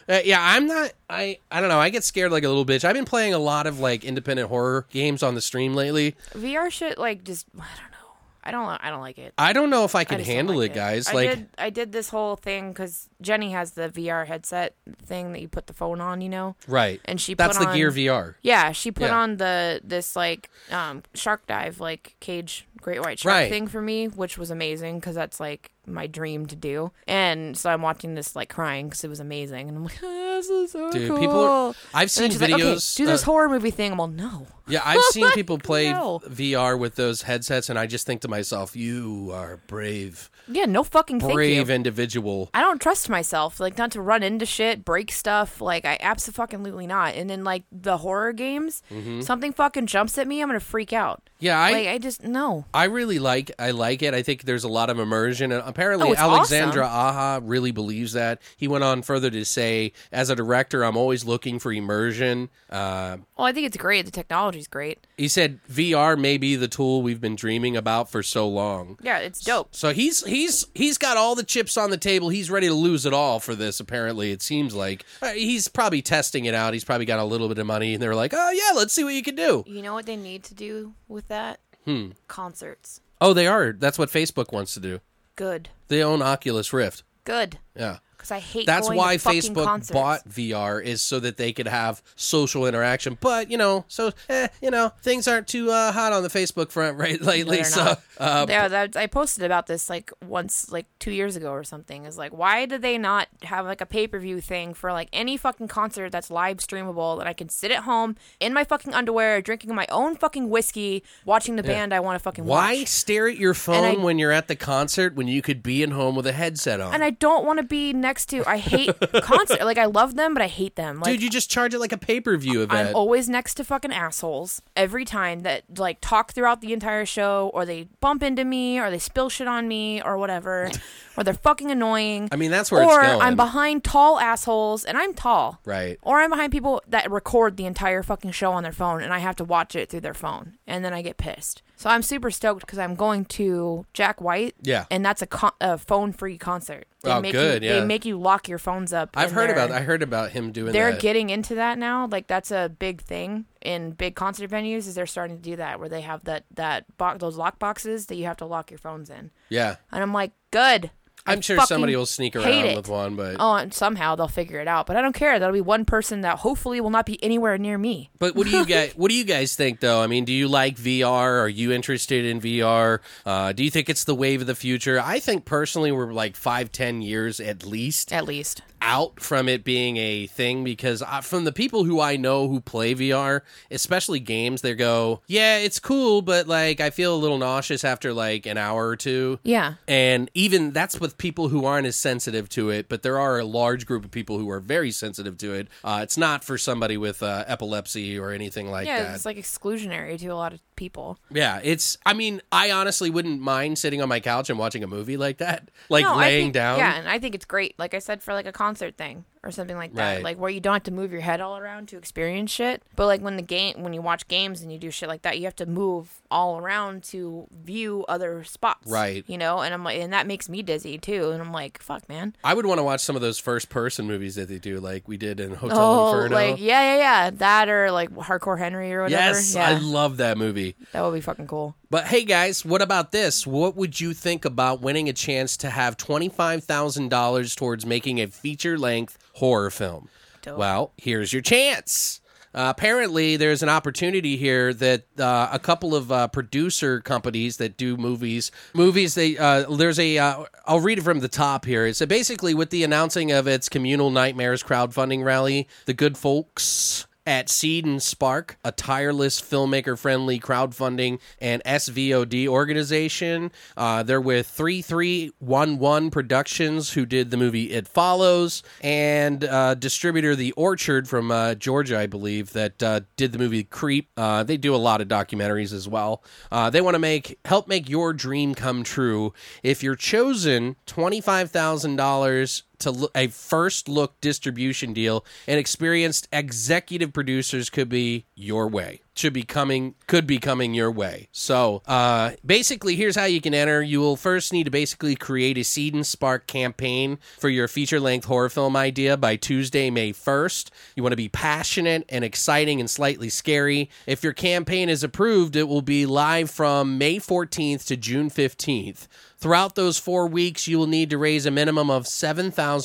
[SPEAKER 2] Uh, yeah, I'm not. I I don't know. I get scared like a little bitch. I've been playing a lot of like independent horror games on the stream lately.
[SPEAKER 4] VR shit, like, just I don't know. I don't. I don't like it.
[SPEAKER 2] I don't know if I
[SPEAKER 4] I
[SPEAKER 2] can
[SPEAKER 4] just don't
[SPEAKER 2] handle
[SPEAKER 4] like
[SPEAKER 2] it, guys.
[SPEAKER 4] I
[SPEAKER 2] like,
[SPEAKER 4] did, I did this whole thing because Jenny has the VR headset thing that you put the phone on, you know.
[SPEAKER 2] right?
[SPEAKER 4] And she
[SPEAKER 2] that's
[SPEAKER 4] put
[SPEAKER 2] the Gear
[SPEAKER 4] on-
[SPEAKER 2] VR.
[SPEAKER 4] Yeah, she put
[SPEAKER 2] Yeah.
[SPEAKER 4] on the this like um, shark dive like cage great white shark
[SPEAKER 2] Right.
[SPEAKER 4] thing for me, which was amazing because that's like my dream to do. And so I'm watching this like crying because it was amazing, and I'm like, "Ah, this is so
[SPEAKER 2] Dude,
[SPEAKER 4] cool.
[SPEAKER 2] people are- I've
[SPEAKER 4] And then
[SPEAKER 2] seen
[SPEAKER 4] she's like, okay,
[SPEAKER 2] videos,
[SPEAKER 4] do this
[SPEAKER 2] uh,
[SPEAKER 4] horror movie thing. I'm all no.
[SPEAKER 2] Yeah, I've seen people play
[SPEAKER 4] No.
[SPEAKER 2] VR with those headsets, and I just think to myself, "You are brave,
[SPEAKER 4] Yeah, no fucking thank you.
[SPEAKER 2] brave individual."
[SPEAKER 4] I don't trust myself, like not to run into shit, break stuff. Like I absolutely not. And then like the horror games, something fucking jumps at me, I'm gonna freak out.
[SPEAKER 2] Mm-hmm. Yeah, I
[SPEAKER 4] like I just no.
[SPEAKER 2] I really like I like it. I think there's a lot of immersion, and apparently
[SPEAKER 4] Oh, it's
[SPEAKER 2] Alexandra Aha really believes that. He went on further to say, "As a director, I'm always looking for immersion." Uh,
[SPEAKER 4] Well, I think it's great. The technology's great.
[SPEAKER 2] He said VR may be the tool we've been dreaming about for so long.
[SPEAKER 4] Yeah, it's dope.
[SPEAKER 2] So he's he's he's got all the chips on the table. He's ready to lose it all for this. Apparently, it seems like Uh, he's probably testing it out. He's probably got a little bit of money, and they're like, "Oh yeah, let's see what you can do."
[SPEAKER 4] You know what they need to do with that?
[SPEAKER 2] Hmm.
[SPEAKER 4] Concerts.
[SPEAKER 2] Oh, they are. That's what Facebook wants to do.
[SPEAKER 4] Good.
[SPEAKER 2] They own Oculus Rift.
[SPEAKER 4] Good.
[SPEAKER 2] Yeah.
[SPEAKER 4] Because I hate.
[SPEAKER 2] That's
[SPEAKER 4] going
[SPEAKER 2] why
[SPEAKER 4] to fucking
[SPEAKER 2] Facebook
[SPEAKER 4] concerts.
[SPEAKER 2] bought VR is so that they could have social interaction. But you know, so eh, you know, things aren't too uh, hot on the Facebook front right lately.
[SPEAKER 4] they're
[SPEAKER 2] so
[SPEAKER 4] not.
[SPEAKER 2] uh,
[SPEAKER 4] yeah, that, I posted about this like once, like two years ago or something. Is like, why do they not have like a pay per view thing for like any fucking concert that's live streamable that I can sit at home in my fucking underwear, drinking my own fucking whiskey, watching the band I want to fucking
[SPEAKER 2] Why
[SPEAKER 4] watch?
[SPEAKER 2] stare at your phone
[SPEAKER 4] I-
[SPEAKER 2] when you're at the concert when you could be at home with a headset on?
[SPEAKER 4] And I don't want to be next to. I hate concert. Like I love them, but I hate them. Like,
[SPEAKER 2] Dude, you just charge it like a pay per view event.
[SPEAKER 4] I'm always next to fucking assholes every time that like talk throughout the entire show, or they bump into me, or they spill shit on me, or whatever, or they're fucking annoying.
[SPEAKER 2] I mean, that's where it's
[SPEAKER 4] or
[SPEAKER 2] going.
[SPEAKER 4] I'm behind tall assholes, and I'm tall.
[SPEAKER 2] Right.
[SPEAKER 4] Or I'm behind people that record the entire fucking show on their phone, and I have to watch it through their phone, and then I get pissed. So I'm super stoked because I'm going to Jack White.
[SPEAKER 2] Yeah.
[SPEAKER 4] And that's a, con- a phone free concert. They
[SPEAKER 2] Oh,
[SPEAKER 4] make
[SPEAKER 2] good,
[SPEAKER 4] You,
[SPEAKER 2] yeah.
[SPEAKER 4] They make you lock your phones up.
[SPEAKER 2] I've
[SPEAKER 4] in
[SPEAKER 2] heard
[SPEAKER 4] there.
[SPEAKER 2] about. I heard about him doing
[SPEAKER 4] They're
[SPEAKER 2] that.
[SPEAKER 4] getting into that now. Like that's a big thing in big concert venues. Is they're starting to do that where they have that that box, those lock boxes that you have to lock your phones in.
[SPEAKER 2] yeah,
[SPEAKER 4] And I'm like, good.
[SPEAKER 2] I'm sure
[SPEAKER 5] fucking
[SPEAKER 2] somebody will sneak
[SPEAKER 5] hate
[SPEAKER 2] around
[SPEAKER 5] it.
[SPEAKER 2] with one, but
[SPEAKER 5] Oh, and somehow they'll figure it out. But I don't care. That'll be one person that hopefully will not be anywhere near me.
[SPEAKER 2] But what do you guys what do you guys think though? I mean, do you like VR? Are you interested in VR? Uh, do you think it's the wave of the future? I think personally, we're like five, ten years at least
[SPEAKER 5] At least.
[SPEAKER 2] out from it being a thing because I, from the people who I know who play VR, especially games, they go, "Yeah, it's cool, but like I feel a little nauseous after like an hour or two.
[SPEAKER 5] Yeah.
[SPEAKER 2] And even that's with people who aren't as sensitive to it, but there are a large group of people who are very sensitive to it. Uh, it's not for somebody with uh, epilepsy or anything like
[SPEAKER 5] Yeah,
[SPEAKER 2] that.
[SPEAKER 5] it's like exclusionary to a lot of people.
[SPEAKER 2] yeah, it's. I mean, I honestly wouldn't mind sitting on my couch and watching a movie like that, like
[SPEAKER 5] No, I
[SPEAKER 2] laying
[SPEAKER 5] think-
[SPEAKER 2] down.
[SPEAKER 5] Yeah, and I think it's great. Like I said, for like a concert thing or something like that,
[SPEAKER 2] Right.
[SPEAKER 5] like where you don't have to move your head all around to experience shit. But like when the game, when you watch games and you do shit like that, you have to move all around to view other spots.
[SPEAKER 2] Right.
[SPEAKER 5] You know, and I'm like, and that makes me dizzy too. And I'm like, fuck, man.
[SPEAKER 2] I would want to watch some of those first person movies that they do, like we did in Hotel
[SPEAKER 5] Oh,
[SPEAKER 2] Inferno.
[SPEAKER 5] like yeah, yeah, yeah, that or like Hardcore Henry or whatever.
[SPEAKER 2] yes,
[SPEAKER 5] yeah,
[SPEAKER 2] I love that movie.
[SPEAKER 5] that would be fucking cool.
[SPEAKER 2] But hey, guys, what about this? What would you think about winning a chance to have $25,000 towards making a feature length horror film?
[SPEAKER 5] Dope.
[SPEAKER 2] Well, here's your chance. Uh, apparently, there's an opportunity here that uh, a couple of uh, producer companies that do movies, movies. They uh, there's a. Uh, I'll read it from the top here. So basically, with the announcing of its communal nightmares crowdfunding rally, the good folks at Seed and Spark, a tireless filmmaker friendly crowdfunding and SVOD organization. Uh, they're with 3311 Productions, who did the movie It Follows, and uh, distributor The Orchard from uh, Georgia, I believe, that uh, did the movie Creep. Uh, they do a lot of documentaries as well. Uh, they want to make help make your dream come true. If you're chosen, $25,000 to lo- a first look distribution deal and experienced executive producers could be your way should be coming could be coming your way so uh basically here's how you can enter you will first need to basically create a seed and spark campaign for your feature-length horror film idea by tuesday may 1st you want to be passionate and exciting and slightly scary if your campaign is approved it will be live from may 14th to june 15th Throughout those four weeks, you will need to raise a minimum of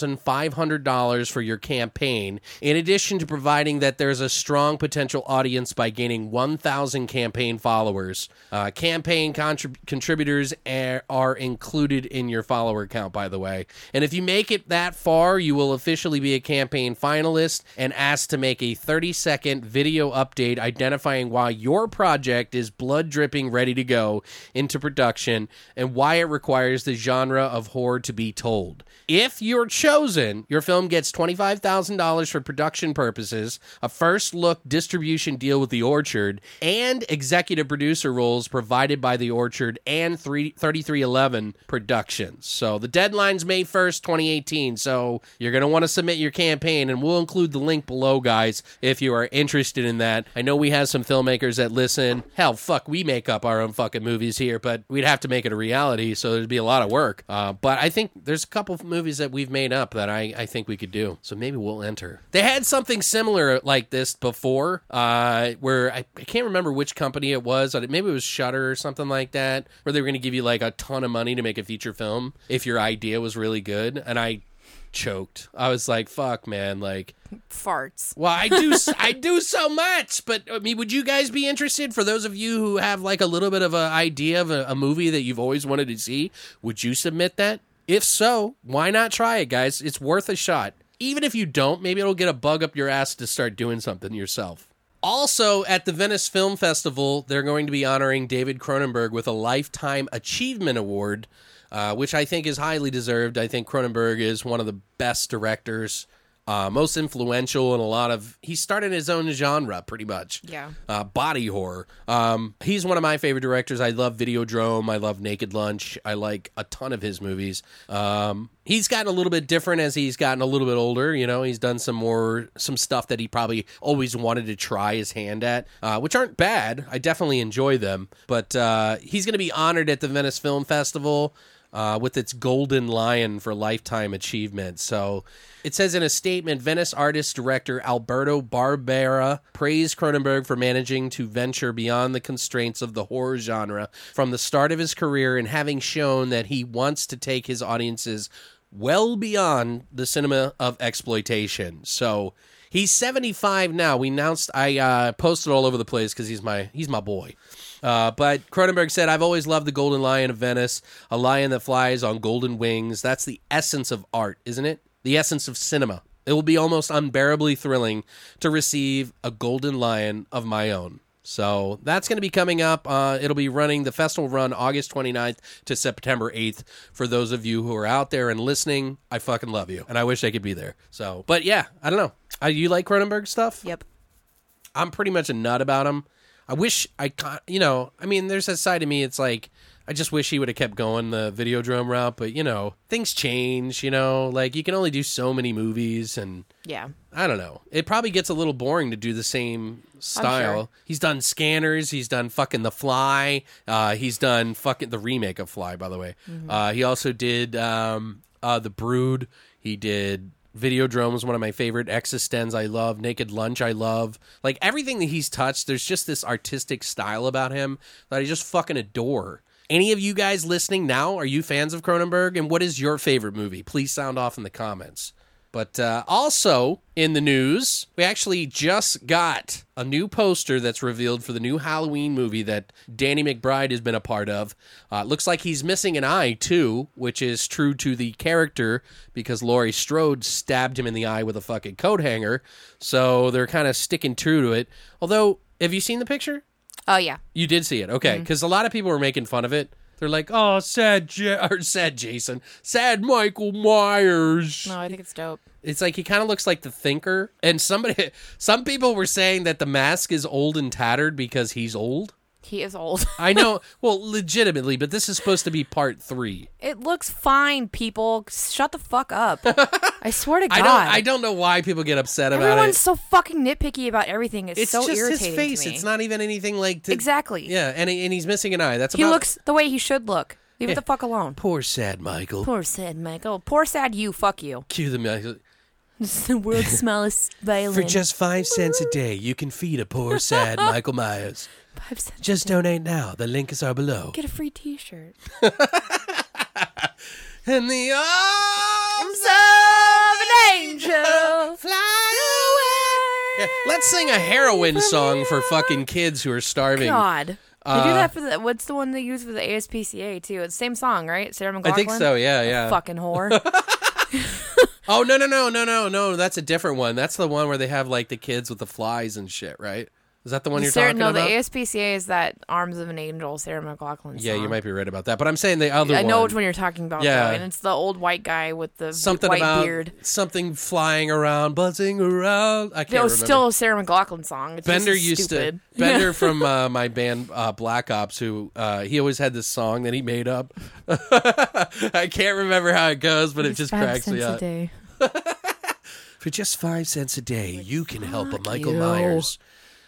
[SPEAKER 2] $7,500 for your campaign, in addition to providing that there's a strong potential audience by gaining 1,000 campaign followers. Uh, campaign contrib- contributors are, are included in your follower count, by the way. And if you make it that far, you will officially be a campaign finalist and asked to make a 30 second video update identifying why your project is blood dripping ready to go into production and why it requires the genre of horror to be told. If you're chosen, your film gets $25,000 for production purposes, a first look distribution deal with The Orchard, and executive producer roles provided by The Orchard and 3- 3311 Productions. So the deadline's May 1st, 2018. So you're going to want to submit your campaign, and we'll include the link below, guys, if you are interested in that. I know we have some filmmakers that listen. Hell, fuck, we make up our own fucking movies here, but we'd have to make it a reality, so there'd be a lot of work. Uh, but I think there's a couple of movies that we've made up that I, I think we could do. So maybe we'll enter. They had something similar like this before, uh, where I, I can't remember which company it was. I- Maybe it was Shutter or something like that, where they were going to give you like a ton of money to make a feature film if your idea was really good. And I choked. I was like, fuck, man. Like,
[SPEAKER 5] Farts.
[SPEAKER 2] well, I do, I do so much, but I mean, would you guys be interested? For those of you who have like a little bit of an idea of a, a movie that you've always wanted to see, would you submit that? If so, why not try it, guys? It's worth a shot. Even if you don't, maybe it'll get a bug up your ass to start doing something yourself. Also, at the Venice Film Festival, they're going to be honoring David Cronenberg with a Lifetime Achievement Award, uh, which I think is highly deserved. I think Cronenberg is one of the best directors uh, most influential in a lot of. He started his own genre, pretty much.
[SPEAKER 5] Yeah.
[SPEAKER 2] Uh, body horror. Um, he's one of my favorite directors. I love Videodrome. I love Naked Lunch. I like a ton of his movies. Um, he's gotten a little bit different as he's gotten a little bit older. You know, he's done some more some stuff that he probably always wanted to try his hand at, uh, which aren't bad. I definitely enjoy them. But uh, he's going to be honored at the Venice Film Festival. uh, with its Golden Lion for Lifetime Achievement. So it says in a statement Venice artist director Alberto Barbera praised Cronenberg for managing to venture beyond the constraints of the horror genre from the start of his career and having shown that he wants to take his audiences well beyond the cinema of exploitation. So. He's 75 now. We announced I uh, posted all over the place because he's my he's my boy. Uh, but Cronenberg said, "I've always loved the Golden Lion of Venice, a lion that flies on golden wings. That's the essence of art, isn't it? The essence of cinema. It will be almost unbearably thrilling to receive a Golden Lion of my own." So that's going to be coming up. Uh, it'll be running the festival run August 29th to September 8th. For those of you who are out there and listening, I fucking love you, and I wish I could be there. So, but yeah, I don't know. Uh, you like Cronenberg stuff?
[SPEAKER 5] Yep.
[SPEAKER 2] I'm pretty much a nut about him. I wish I, con- you know, I mean, there's that side of me. It's like I just wish he would have kept going the video drum route, but you know, things change. You know, like you can only do so many movies, and
[SPEAKER 5] Yeah.
[SPEAKER 2] I don't know. It probably gets a little boring to do the same style.
[SPEAKER 5] sure.
[SPEAKER 2] He's done Scanners. He's done fucking The Fly. Uh, he's done fucking the remake of Fly, by the way. Uh, he also did um, uh, The Brood. He did Videodrome was one of my favorite. Existenz I love. Naked Lunch I love. Like everything that he's touched, there's just this artistic style about him that I just fucking adore. Any of you guys listening now, are you fans of Cronenberg? And what is your favorite movie? Please sound off in the comments. But uh, also in the news, we actually just got a new poster that's revealed for the new Halloween movie that Danny McBride has been a part of. Uh, it looks like he's missing an eye too, which is true to the character because Laurie Strode stabbed him in the eye with a fucking coat hanger. So they're kind of sticking true to it. Although, have you seen the picture?
[SPEAKER 5] Oh yeah.
[SPEAKER 2] You did see it, okay? Because a lot of people were making fun of it. They're like, "Oh, sad, ja- or sad Jason, sad Michael Myers."
[SPEAKER 4] Oh,
[SPEAKER 5] No, I think it's dope.
[SPEAKER 2] It's like he kind of looks like the thinker. And somebody some people were saying that the mask is old and tattered because he's old.
[SPEAKER 5] He is old.
[SPEAKER 2] I know, well, legitimately, but this is supposed to be part 3.
[SPEAKER 5] It looks fine, people. Shut the fuck up. I swear to God.
[SPEAKER 2] I don't I don't know why people get upset about
[SPEAKER 5] Everyone's
[SPEAKER 2] it.
[SPEAKER 5] so fucking nitpicky about everything. It's,
[SPEAKER 2] It's
[SPEAKER 5] so
[SPEAKER 2] just his
[SPEAKER 5] irritating. to
[SPEAKER 2] face.
[SPEAKER 5] me.
[SPEAKER 2] It's not even anything like to,
[SPEAKER 5] Exactly.
[SPEAKER 2] Yeah, and he- and he's missing an eye. That's
[SPEAKER 5] He
[SPEAKER 2] about
[SPEAKER 5] looks the way he should look. Leave it the fuck alone.
[SPEAKER 2] poor sad Michael.
[SPEAKER 5] Poor sad Michael. Poor sad you. Fuck you.
[SPEAKER 2] Cue the music.
[SPEAKER 5] It's the world's smallest violin.
[SPEAKER 2] For just 5 cents a day, you can feed a poor sad Michael Myers.
[SPEAKER 5] Five cents.
[SPEAKER 2] Just donate now. The links are below.
[SPEAKER 5] Get a free T-shirt.
[SPEAKER 2] In the arms
[SPEAKER 5] Of an angel.
[SPEAKER 2] Fly away. Let's sing a heroin song for fucking kids who are starving.
[SPEAKER 5] God. they do that for the. What's the one they use for the ASPCA too? It's the same song, right? Sarah
[SPEAKER 2] I
[SPEAKER 5] McLaughlin.
[SPEAKER 2] think so, yeah, yeah.
[SPEAKER 5] Fucking whore.
[SPEAKER 2] Oh no no no no no no, that's a different one. That's the one where they have like the kids with the flies and shit, right? Is that the one you're
[SPEAKER 5] Sarah,
[SPEAKER 2] talking
[SPEAKER 5] no,
[SPEAKER 2] about?
[SPEAKER 5] the ASPCA is that "Arms of an Angel" Sarah McLaughlin.
[SPEAKER 2] yeah,
[SPEAKER 5] song.
[SPEAKER 2] you might be right about that. But I'm saying the other
[SPEAKER 5] I
[SPEAKER 2] one.
[SPEAKER 5] know which one you're talking about.
[SPEAKER 2] Yeah.
[SPEAKER 5] though, and it's the old white guy with the
[SPEAKER 2] something
[SPEAKER 5] white
[SPEAKER 2] about
[SPEAKER 5] beard.
[SPEAKER 2] something flying around, buzzing around. I can't
[SPEAKER 5] It was
[SPEAKER 2] remember.
[SPEAKER 5] still a Sarah McLaughlin song. It's
[SPEAKER 2] Bender
[SPEAKER 5] just
[SPEAKER 2] used
[SPEAKER 5] stupid.
[SPEAKER 2] to Bender from uh, my band uh, Black Ops, who uh, he always had this song that he made up. I can't remember how it goes, but it just cracks me up. For just five cents a day, you can help a Michael
[SPEAKER 5] you.
[SPEAKER 2] Myers.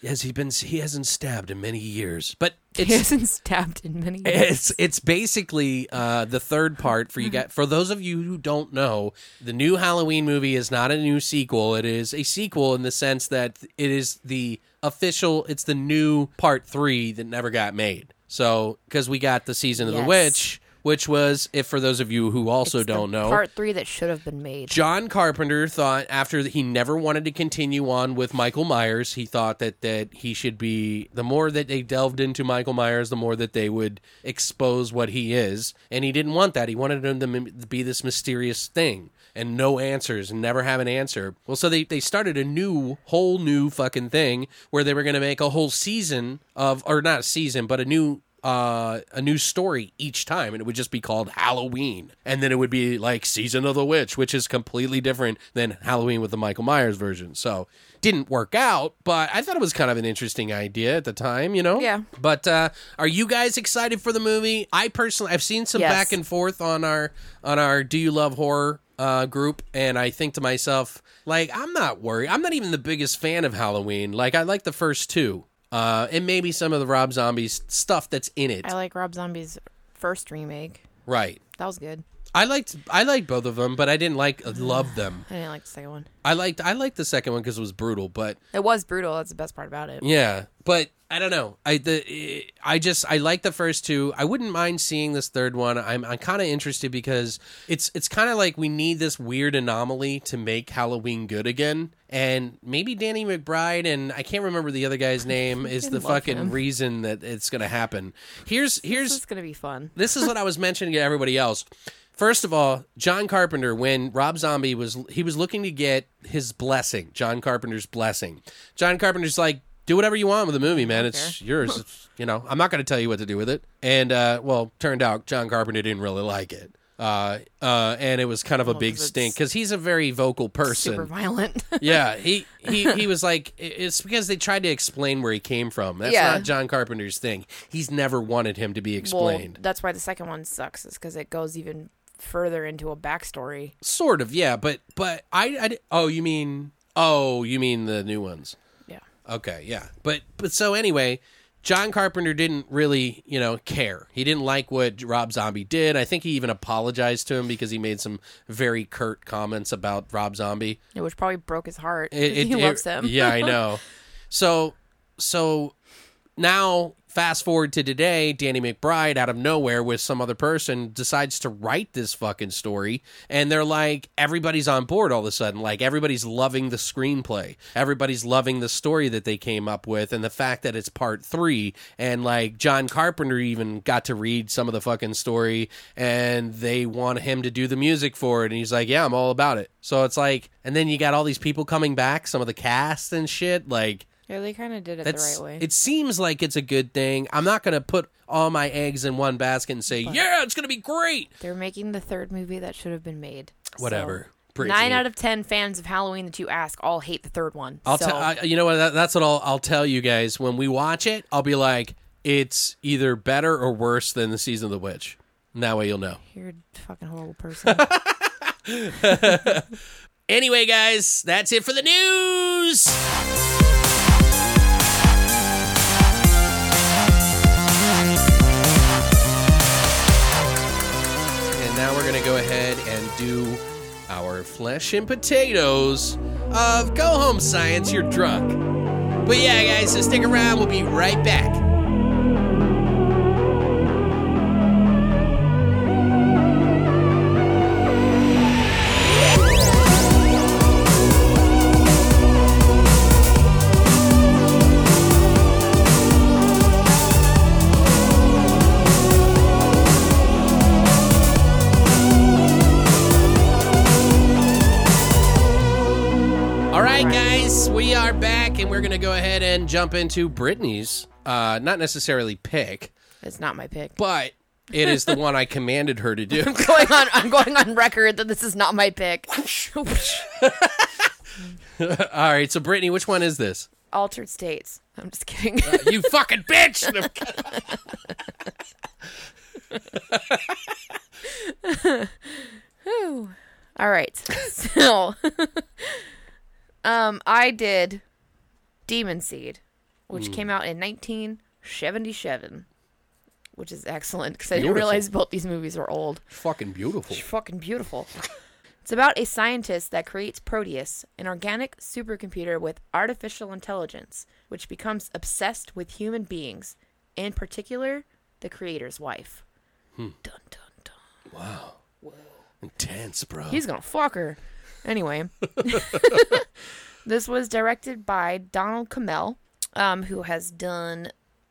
[SPEAKER 2] Has he been? He hasn't stabbed in many years, but
[SPEAKER 5] He
[SPEAKER 2] it's
[SPEAKER 5] hasn't stabbed in many. Years.
[SPEAKER 2] it's it's basically uh, the third part for you
[SPEAKER 5] Mm-hmm.
[SPEAKER 2] guys. For those of you who don't know, the new Halloween movie is not a new sequel. It is a sequel in the sense that it is the official. It's the new part three that never got made. So because we got the season of the
[SPEAKER 5] Yes.
[SPEAKER 2] witch, which was if for those of you who also
[SPEAKER 5] It's the
[SPEAKER 2] don't know,
[SPEAKER 5] part three that should have been made.
[SPEAKER 2] John Carpenter thought after that he never wanted to continue on with Michael Myers, he thought that that he should be the more that they delved into Michael Myers, the more that they would expose what he is, and he didn't want that. He wanted him to m- be this mysterious thing and no answers and never have an answer. Well, so they they started a new whole new fucking thing where they were going to make a whole season of or not a season, but a new uh, a new story each time, and it would just be called Halloween. And then it would be like Season of the Witch, which is completely different than Halloween with the Michael Myers version. So didn't work out, but I thought it was kind of an interesting idea at the time, you know?
[SPEAKER 5] Yeah.
[SPEAKER 2] But uh, are you guys excited for the movie? I personally, I've seen some
[SPEAKER 5] Yes.
[SPEAKER 2] back and forth on our on our Do You Love Horror uh, group, and I think to myself, like, I'm not worried. I'm not even the biggest fan of Halloween. Like, I like the first two. Uh, and maybe some of the Rob Zombie's stuff that's in it.
[SPEAKER 5] I like Rob Zombie's first remake.
[SPEAKER 2] Right.
[SPEAKER 4] That was good.
[SPEAKER 2] I liked I liked both of them, but I didn't like uh, love them.
[SPEAKER 4] I didn't like the second one.
[SPEAKER 2] I liked I liked the second one because it was brutal, but
[SPEAKER 4] It was brutal. That's the best part about it.
[SPEAKER 2] yeah, but I don't know. I the I just I like the first two. I wouldn't mind seeing this third one. I'm I'm kind of interested because it's it's kind of like we need this weird anomaly to make Halloween good again, and maybe Danny McBride and I can't remember the other guy's name is the
[SPEAKER 4] love
[SPEAKER 2] fucking
[SPEAKER 4] him.
[SPEAKER 2] reason that it's gonna happen. Here's
[SPEAKER 4] This
[SPEAKER 2] here's
[SPEAKER 4] is gonna be fun.
[SPEAKER 2] this is what I was mentioning to everybody else. First of all, John Carpenter, when Rob Zombie was, he was looking to get his blessing, John Carpenter's blessing. John Carpenter's like, do whatever you want with the movie, man. It's yours. It's, you know, I'm not going to tell you what to do with it. And uh, well, turned out John Carpenter didn't really like it. Uh, uh, and it was kind of a big
[SPEAKER 4] 'cause it's
[SPEAKER 2] stink because he's a very vocal person
[SPEAKER 4] Super violent.
[SPEAKER 2] yeah, he, he he was like i- it's because they tried to explain where he came from. That's
[SPEAKER 4] Yeah.
[SPEAKER 2] not John Carpenter's thing. He's never wanted him to be explained.
[SPEAKER 4] Well, that's why the second one sucks, is because it goes even further into a backstory.
[SPEAKER 2] sort of, yeah, but but I, I di- oh you mean oh you mean the new ones?
[SPEAKER 4] Yeah.
[SPEAKER 2] Okay, yeah, but but so anyway. John Carpenter didn't really, you know, care. He didn't like what Rob Zombie did. I think he even apologized to him because he made some very curt comments about Rob Zombie.
[SPEAKER 4] Which probably broke his heart.
[SPEAKER 2] It-
[SPEAKER 4] 'cause
[SPEAKER 2] it-
[SPEAKER 4] he
[SPEAKER 2] it-
[SPEAKER 4] loves him.
[SPEAKER 2] yeah, I know. So, so now fast forward to today, Danny McBride out of nowhere with some other person decides to write this fucking story, and they're like, everybody's on board all of a sudden. Like everybody's loving the screenplay, everybody's loving the story that they came up with, and the fact that it's part three, and like John Carpenter even got to read some of the fucking story, and they want him to do the music for it, and he's like, yeah, I'm all about it. So it's like, and then you got all these people coming back, some of the cast and shit, like.
[SPEAKER 4] Yeah, they kind of did it
[SPEAKER 2] That's,
[SPEAKER 4] the right way.
[SPEAKER 2] It seems like it's a good thing. I'm not going to put all my eggs in one basket and say, yeah, it's going to be great.
[SPEAKER 4] They're making the third movie that should have been made. So,
[SPEAKER 2] Whatever. Praise
[SPEAKER 4] nine
[SPEAKER 2] you.
[SPEAKER 4] out of ten fans of Halloween that you ask all hate the third one.
[SPEAKER 2] I'll
[SPEAKER 4] so,
[SPEAKER 2] tell I- you know what that, that's what I'll, I'll tell you guys when we watch it. I'll be like, it's either better or worse than the season of the witch. And that way you'll know.
[SPEAKER 4] you're a fucking horrible person.
[SPEAKER 2] Anyway, guys, that's it for the news. And now we're going to go ahead and do our flesh and potatoes of Go Home Science, You're Drunk. But yeah, guys, so stick around. We'll be right back. All right, guys, we are back, and we're going to go ahead and jump into Brittany's, uh, not necessarily pick,
[SPEAKER 4] it's not my pick.
[SPEAKER 2] but it is the one I commanded her to do.
[SPEAKER 4] going on, I'm going on record that this is not my pick.
[SPEAKER 2] All right, so Brittany, which one is this?
[SPEAKER 4] Altered states. I'm just kidding.
[SPEAKER 2] You fucking bitch! No, I'm kidding.
[SPEAKER 4] All right. So, um, I did Demon Seed, which
[SPEAKER 2] Mm.
[SPEAKER 4] came out in 1977, which is excellent because I didn't
[SPEAKER 2] Beautiful.
[SPEAKER 4] realize both these movies were old.
[SPEAKER 2] fucking beautiful.
[SPEAKER 4] Fucking beautiful. it's about a scientist that creates Proteus, an organic supercomputer with artificial intelligence, which becomes obsessed with human beings, in particular, the creator's wife. Dun dun dun.
[SPEAKER 2] Intense, bro.
[SPEAKER 4] He's gonna fuck her. Anyway, this was directed by Donald Kamel, um, who has done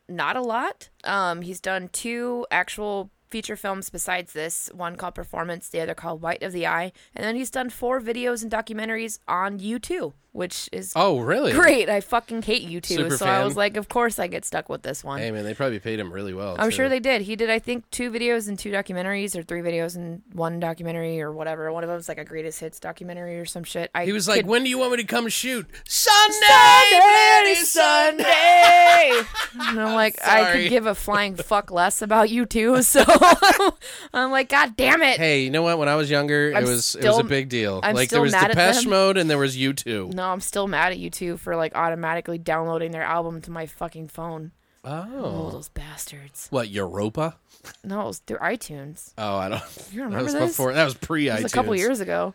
[SPEAKER 4] not a lot. Um, he's done two actual feature films besides this one called Performance, the other called White of the Eye, and then he's done four videos and documentaries on U2, which is
[SPEAKER 2] oh, really?
[SPEAKER 4] great. I fucking hate U2,
[SPEAKER 2] Super
[SPEAKER 4] so
[SPEAKER 2] fan.
[SPEAKER 4] I was like, of course I get stuck with this one.
[SPEAKER 2] Hey, man, they probably paid him really well.
[SPEAKER 4] I'm
[SPEAKER 2] too.
[SPEAKER 4] sure they did. He did, I think, two videos and two documentaries, or three videos and one documentary, or whatever. One of them was like a greatest hits documentary or some shit. I
[SPEAKER 2] He was like, "When do you want me to come shoot?" Sunday,
[SPEAKER 4] Sunday,
[SPEAKER 2] bloody
[SPEAKER 4] Sunday.
[SPEAKER 2] Sunday.
[SPEAKER 4] and I'm like, I
[SPEAKER 2] Sorry.
[SPEAKER 4] could give a flying fuck less about you two. So I'm like, God damn it.
[SPEAKER 2] Hey, you know what? When I was younger,
[SPEAKER 4] I'm
[SPEAKER 2] it was it was
[SPEAKER 4] still-
[SPEAKER 2] a big deal.
[SPEAKER 4] I'm
[SPEAKER 2] like
[SPEAKER 4] still
[SPEAKER 2] there was
[SPEAKER 4] mad at
[SPEAKER 2] Depeche
[SPEAKER 4] them.
[SPEAKER 2] Mode and there was U two.
[SPEAKER 4] No, I'm still mad at you two for like automatically downloading their album to my fucking phone. Oh,
[SPEAKER 2] Oh.
[SPEAKER 4] those bastards.
[SPEAKER 2] What, Europa?
[SPEAKER 4] No, it was through iTunes.
[SPEAKER 2] Oh, I don't.
[SPEAKER 4] You
[SPEAKER 2] that
[SPEAKER 4] remember
[SPEAKER 2] was
[SPEAKER 4] this?
[SPEAKER 2] before. That was pre
[SPEAKER 4] It
[SPEAKER 2] iTunes.
[SPEAKER 4] was a couple years ago.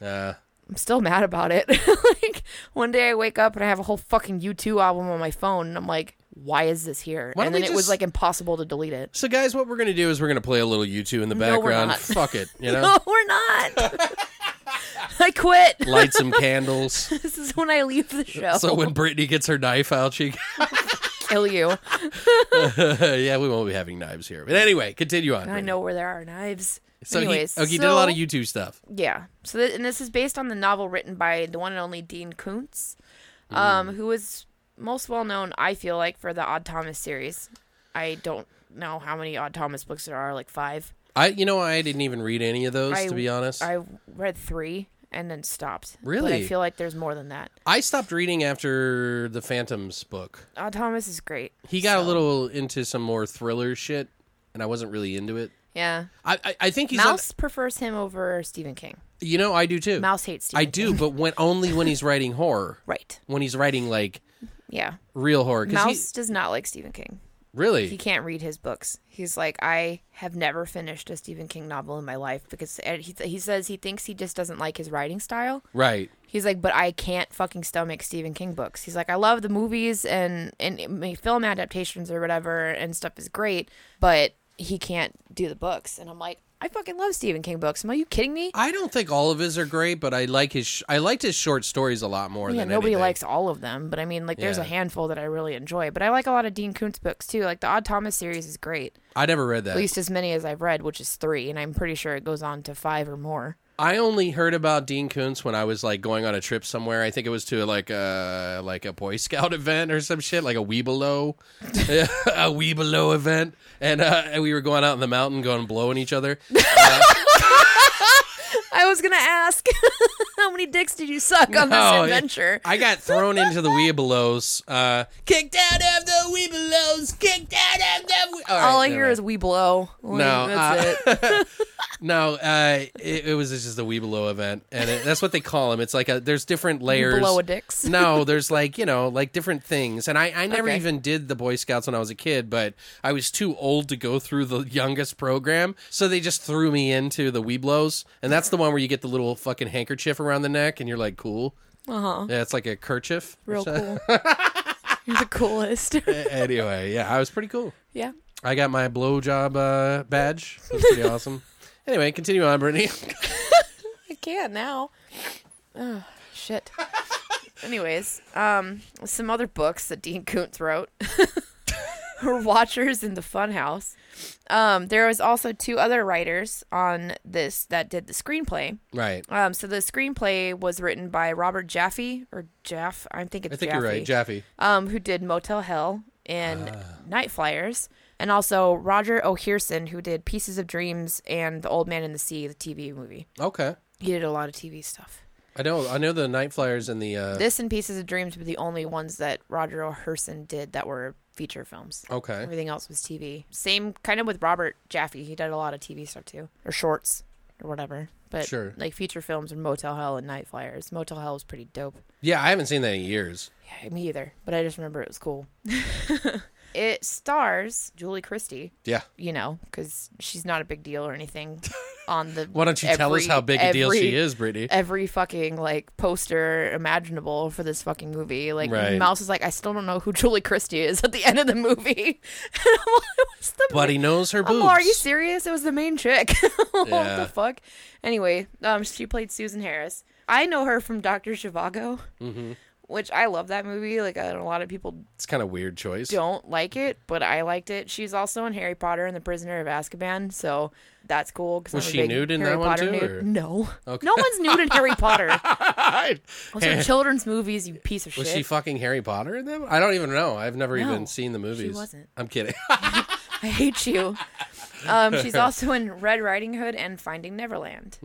[SPEAKER 2] Uh,
[SPEAKER 4] I'm still mad about it. like one day I wake up and I have a whole fucking U2 album on my phone, and I'm like, why is this here?
[SPEAKER 2] Why don't
[SPEAKER 4] and then
[SPEAKER 2] we
[SPEAKER 4] it was
[SPEAKER 2] just-
[SPEAKER 4] like impossible to delete it.
[SPEAKER 2] so, guys, what we're gonna do is we're gonna play a little U2 in the
[SPEAKER 4] No, we're
[SPEAKER 2] background.
[SPEAKER 4] not.
[SPEAKER 2] Fuck it, you know.
[SPEAKER 4] No, we're not. I quit.
[SPEAKER 2] Light some candles.
[SPEAKER 4] This is when I leave the show.
[SPEAKER 2] So when Brittany gets her knife out, she.
[SPEAKER 4] Kill you.
[SPEAKER 2] yeah, we won't be having knives here. But anyway, continue on.
[SPEAKER 4] I
[SPEAKER 2] Brittany.
[SPEAKER 4] know where there are knives.
[SPEAKER 2] So
[SPEAKER 4] Anyways,
[SPEAKER 2] he, okay, he did a lot of
[SPEAKER 4] so-
[SPEAKER 2] U2 stuff.
[SPEAKER 4] Yeah. So th- and this is based on the novel written by the one and only Dean Koontz,
[SPEAKER 2] Mm.
[SPEAKER 4] um, who is most well known, I feel like, for the Odd Thomas series. I don't know how many Odd Thomas books there are, like five.
[SPEAKER 2] I, you know, I didn't even read any of those
[SPEAKER 4] I,
[SPEAKER 2] to be honest. I,
[SPEAKER 4] I read three and then stopped. But I
[SPEAKER 2] Really?
[SPEAKER 4] feel like there's more than that.
[SPEAKER 2] stopped reading after the Phantoms book.
[SPEAKER 4] Odd Thomas is great.
[SPEAKER 2] He got a
[SPEAKER 4] so-
[SPEAKER 2] little into some more thriller shit, and I wasn't really into it.
[SPEAKER 4] Yeah.
[SPEAKER 2] I, I, I think he's on-
[SPEAKER 4] Mouse prefers him over Stephen King.
[SPEAKER 2] you know, I do too.
[SPEAKER 4] Mouse hates Stephen
[SPEAKER 2] I
[SPEAKER 4] King.
[SPEAKER 2] do, but when only when he's writing horror.
[SPEAKER 4] Right.
[SPEAKER 2] When he's writing like
[SPEAKER 4] Yeah.
[SPEAKER 2] real horror,
[SPEAKER 4] Mouse
[SPEAKER 2] because
[SPEAKER 4] does not like Stephen King.
[SPEAKER 2] really,
[SPEAKER 4] he can't read his books. He's like, I have never finished a Stephen King novel in my life because and he, he says he thinks he just doesn't like his writing style.
[SPEAKER 2] right?
[SPEAKER 4] He's like, but I can't fucking stomach Stephen King books. He's like, I love the movies and and I mean, film adaptations or whatever and stuff is great, but he can't do the books. And I'm like, I fucking love Stephen King books. Am I- you kidding me?
[SPEAKER 2] I don't think all of his are great, but I like his. Sh- I liked his short stories a lot more
[SPEAKER 4] Yeah,
[SPEAKER 2] than
[SPEAKER 4] nobody
[SPEAKER 2] anything.
[SPEAKER 4] likes all of them, but I mean, like, there's a
[SPEAKER 2] Yeah.
[SPEAKER 4] handful that I really enjoy. But I like a lot of Dean Koontz books too. Like the Odd Thomas series is great.
[SPEAKER 2] I never read that.
[SPEAKER 4] at least as many as I've read, which is three, and I'm pretty sure it goes on to five or more.
[SPEAKER 2] I only heard about Dean Koontz when I was like going on a trip somewhere. I think it was to like a like a Boy Scout event or some shit, like a Weebelo, a Weebelo event, and uh, and we were going out in the mountain, going blowing each other.
[SPEAKER 4] I was gonna ask, how many dicks did you suck on
[SPEAKER 2] Oh,
[SPEAKER 4] this adventure?
[SPEAKER 2] I got thrown into the Weebelos, uh, kicked out of the Weebelos, kicked out of the. We- All, right,
[SPEAKER 4] All I
[SPEAKER 2] never
[SPEAKER 4] hear
[SPEAKER 2] mind.
[SPEAKER 4] is we blow. Like,
[SPEAKER 2] No, uh,
[SPEAKER 4] that's it.
[SPEAKER 2] No, uh, it, it was just a Weebelo event, and it, that's what they call them. It's like a there's different layers.
[SPEAKER 4] Blow a dicks.
[SPEAKER 2] no, there's like you know like different things, and I I never
[SPEAKER 4] Okay.
[SPEAKER 2] even did the Boy Scouts when I was a kid, but I was too old to go through the youngest program, so they just threw me into the Weeblos, and that's the one where you get the little fucking handkerchief around the neck, and you're like cool.
[SPEAKER 4] Uh-huh.
[SPEAKER 2] Uh huh. Yeah, it's like a kerchief. or
[SPEAKER 4] Real
[SPEAKER 2] so-
[SPEAKER 4] cool. You're the coolest.
[SPEAKER 2] anyway, yeah, I was pretty cool.
[SPEAKER 4] yeah.
[SPEAKER 2] I got my blowjob uh, badge. It was pretty awesome. Anyway, continue on, Brittany.
[SPEAKER 4] I can now. Oh, shit. Anyways, um, some other books that Dean Koontz wrote were Watchers in the Funhouse. Um, there was also two other writers on this that did the screenplay.
[SPEAKER 2] right.
[SPEAKER 4] Um, so the screenplay was written by Robert Jaffe or Jaff. I think it's
[SPEAKER 2] I think
[SPEAKER 4] Jaffe,
[SPEAKER 2] you're right, Jaffe. Ah.
[SPEAKER 4] um, who did Motel Hell and Night Flyers, and also Roger O'Hearson, who did Pieces of Dreams and The Old Man in the Sea, the TV movie.
[SPEAKER 2] Okay.
[SPEAKER 4] He did a lot of TV stuff.
[SPEAKER 2] I know. I know the night flyers and the. Uh,
[SPEAKER 4] This and Pieces of Dreams were the only ones that Roger O'Herson did that were feature films.
[SPEAKER 2] okay.
[SPEAKER 4] Everything else was TV. Same kind of with Robert Jaffe. He did a lot of TV stuff too, or shorts, or whatever. But
[SPEAKER 2] Sure.
[SPEAKER 4] like feature films and Motel Hell and Night Flyers. Motel Hell was pretty dope.
[SPEAKER 2] Yeah, I haven't seen that in years.
[SPEAKER 4] Yeah, me either. But I just remember it was cool. it stars Julie Christie.
[SPEAKER 2] Yeah.
[SPEAKER 4] You know, because she's not a big deal or anything. On the
[SPEAKER 2] Why don't you tell us
[SPEAKER 4] every-
[SPEAKER 2] how big a deal she
[SPEAKER 4] every-
[SPEAKER 2] is, Brittany?
[SPEAKER 4] every fucking like poster imaginable for this fucking movie. Like
[SPEAKER 2] Right.
[SPEAKER 4] Mouse is like, I still don't know who Julie Christie is at the end of the movie. And I'm like, "What's the
[SPEAKER 2] But he
[SPEAKER 4] main-
[SPEAKER 2] knows her
[SPEAKER 4] I'm
[SPEAKER 2] boobs.
[SPEAKER 4] like, are you serious? It was the main chick. what
[SPEAKER 2] Yeah.
[SPEAKER 4] the fuck? Anyway, um, she played Susan Harris. I know her from Doctor Zhivago,
[SPEAKER 2] Mm-hmm.
[SPEAKER 4] which I love that movie. Like I know a lot of people
[SPEAKER 2] It's kind of weird choice.
[SPEAKER 4] don't like it, but I liked it. She's also in Harry Potter and the Prisoner of Azkaban, so that's cool. Cause
[SPEAKER 2] Was
[SPEAKER 4] I'm a
[SPEAKER 2] she
[SPEAKER 4] big
[SPEAKER 2] nude in
[SPEAKER 4] Harry
[SPEAKER 2] that one
[SPEAKER 4] Potter
[SPEAKER 2] too,
[SPEAKER 4] nude.
[SPEAKER 2] or-
[SPEAKER 4] No, no one's nude in Harry Potter. Those are
[SPEAKER 2] Har-
[SPEAKER 4] children's movies, you piece of
[SPEAKER 2] was
[SPEAKER 4] shit.
[SPEAKER 2] she fucking Harry Potter in them? I don't even know. I've never
[SPEAKER 4] No,
[SPEAKER 2] even seen the movies.
[SPEAKER 4] wasn't.
[SPEAKER 2] I'm kidding.
[SPEAKER 4] I hate you. Um, she's also in Red Riding Hood and Finding Neverland.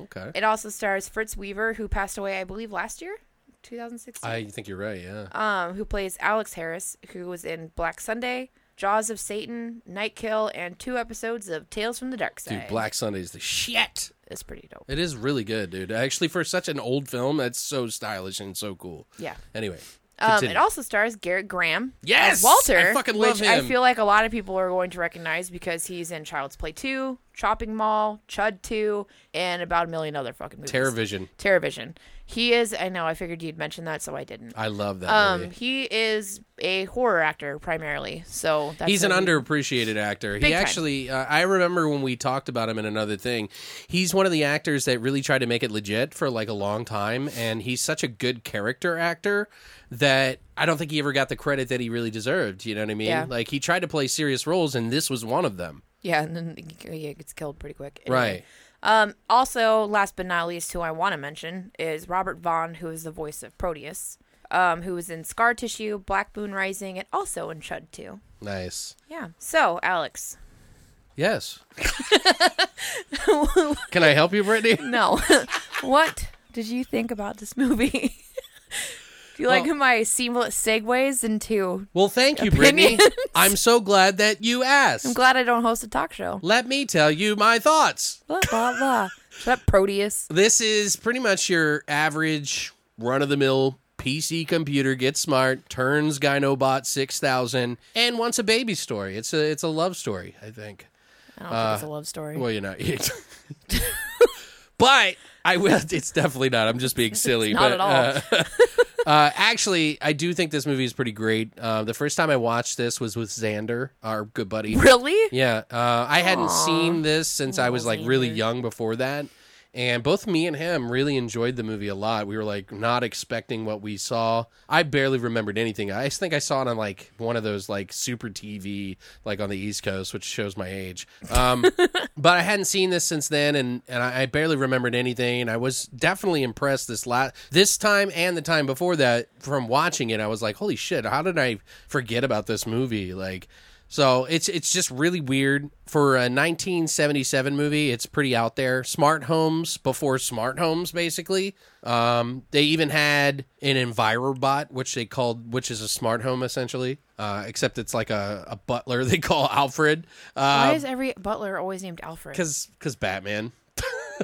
[SPEAKER 2] okay.
[SPEAKER 4] It also stars Fritz Weaver, who passed away, I believe, last year, 2016.
[SPEAKER 2] I think you're right. Yeah.
[SPEAKER 4] um, who plays Alex Harris, who was in Black Sunday, Jaws of Satan, Night Kill, and two episodes of Tales from the Dark Side.
[SPEAKER 2] dude, Black Sunday's the shit.
[SPEAKER 4] It's pretty dope.
[SPEAKER 2] It is really good, dude. Actually, for such an old film, that's so stylish and so cool.
[SPEAKER 4] Yeah.
[SPEAKER 2] Anyway,
[SPEAKER 4] Um,
[SPEAKER 2] Continue.
[SPEAKER 4] it also stars Garrett Graham
[SPEAKER 2] Yes!
[SPEAKER 4] as Walter,
[SPEAKER 2] I fucking love
[SPEAKER 4] which I
[SPEAKER 2] him.
[SPEAKER 4] feel like a lot of people are going to recognize because he's in Child's Play 2, Chopping Mall, Chud 2, and about a million other fucking movies.
[SPEAKER 2] Terrorvision.
[SPEAKER 4] Terrorvision. He is. I know. I figured you'd mention that, so I didn't.
[SPEAKER 2] I love that
[SPEAKER 4] Um,
[SPEAKER 2] movie.
[SPEAKER 4] he is a horror actor primarily, so that's
[SPEAKER 2] He's an
[SPEAKER 4] what he-
[SPEAKER 2] underappreciated actor.
[SPEAKER 4] Big
[SPEAKER 2] he
[SPEAKER 4] time.
[SPEAKER 2] actually, uh, I remember when we talked about him in another thing. He's one of the actors that really tried to make it legit for like a long time, and he's such a good character actor that I don't think he ever got the credit that he really deserved. You know what I mean?
[SPEAKER 4] Yeah.
[SPEAKER 2] Like he tried to play serious roles, and this was one of them.
[SPEAKER 4] Yeah, and then he gets killed pretty quick. Anyway.
[SPEAKER 2] Right.
[SPEAKER 4] Um, also, last but not least, who I want to mention is Robert Vaughn, who is the voice of Proteus, um, who was in Scar Tissue, Black Moon Rising, and also in Chud 2.
[SPEAKER 2] Nice.
[SPEAKER 4] Yeah. So, Alex.
[SPEAKER 2] Yes. Can I help you, Brittany?
[SPEAKER 4] No. what did you think about this movie? Do you like
[SPEAKER 2] Well-
[SPEAKER 4] my seamless segues into.
[SPEAKER 2] Well, thank you, Brittany. I'm so glad that you asked.
[SPEAKER 4] I'm glad I don't host a talk show.
[SPEAKER 2] Let me tell you my thoughts.
[SPEAKER 4] Blah, blah, blah. Shut up, Proteus.
[SPEAKER 2] This is pretty much your average run of the mill PC computer gets smart, turns Gynobot 6000, and wants a baby story. It's a it's a love story, I think.
[SPEAKER 4] I don't think it's a love story.
[SPEAKER 2] Uh, Well, you're not. but I will. It's definitely not. I'm just being silly.
[SPEAKER 4] not
[SPEAKER 2] but,
[SPEAKER 4] at all.
[SPEAKER 2] uh, uh, actually, I do think this movie is pretty great. Uh, the first time I watched this was with Xander, our good buddy.
[SPEAKER 4] really?
[SPEAKER 2] Yeah, uh, I hadn't seen this since I was like really young before that, and both me and him really enjoyed the movie a lot. We were like not expecting what we saw. I barely remembered anything. I just think I saw it on like one of those like super TV, like on the East Coast, which shows my age. Um, but I hadn't seen this since then, and and I, I barely remembered anything. And I was definitely impressed this last this time and the time before that from watching it. I was like, holy shit, how did I forget about this movie? Like. So it's it's just really weird for a 1977 movie. It's pretty out there. Smart homes before smart homes, basically. Um, they even had an EnviroBot, which they called, which is a smart home essentially, uh, except it's like a, a butler they call Alfred, Uh,
[SPEAKER 4] Why
[SPEAKER 2] because
[SPEAKER 4] is every butler always named Alfred?
[SPEAKER 2] because Batman.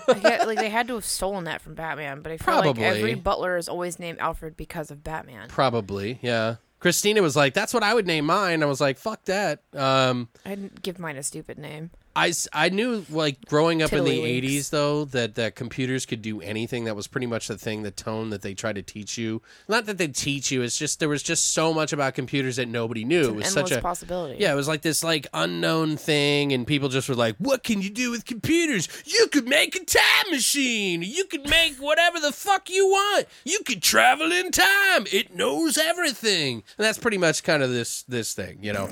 [SPEAKER 4] I get- like they had to have stolen that from Batman, but I feel
[SPEAKER 2] Probably.
[SPEAKER 4] like every butler is always named Alfred because of Batman.
[SPEAKER 2] Probably, yeah. Christina was like, "That's what I would name mine." I was like, "Fuck that." Um,
[SPEAKER 4] I'd give mine a stupid name.
[SPEAKER 2] I, s- I knew like growing up in the
[SPEAKER 4] Tiddlywinks.
[SPEAKER 2] 80s though that that computers could do anything that was pretty much the thing the tone that they tried to teach you not that they teach you it's just there was just so much about computers that nobody knew it was such
[SPEAKER 4] Endless
[SPEAKER 2] a
[SPEAKER 4] possibility.
[SPEAKER 2] yeah it was like this like unknown thing and people just were like what can you do with computers you could make a time machine you could make whatever the fuck you want you could travel in time it knows everything and that's pretty much kind of this this thing you know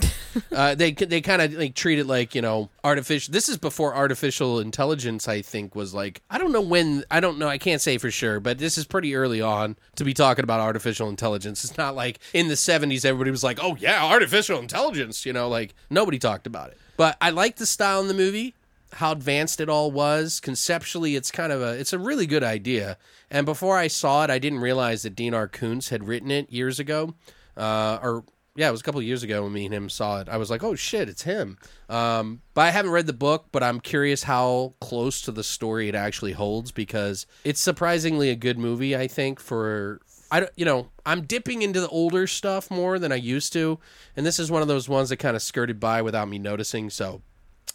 [SPEAKER 2] uh, they they kind of like treat it like you know artificial. This is before artificial intelligence. I think was like I don't know when I don't know I can't say for sure, but this is pretty early on to be talking about artificial intelligence. It's not like in the seventies everybody was like, oh yeah, artificial intelligence. You know, like nobody talked about it. But I like the style in the movie how advanced it all was conceptually it's kind of a it's a really good idea and before i saw it i didn't realize that dean r Koontz had written it years ago uh, or yeah it was a couple years ago when me and him saw it i was like oh shit it's him um, but i haven't read the book but i'm curious how close to the story it actually holds because it's surprisingly a good movie i think for I don't, you know, I'm dipping into the older stuff more than I used to, and this is one of those ones that kind of skirted by without me noticing. So,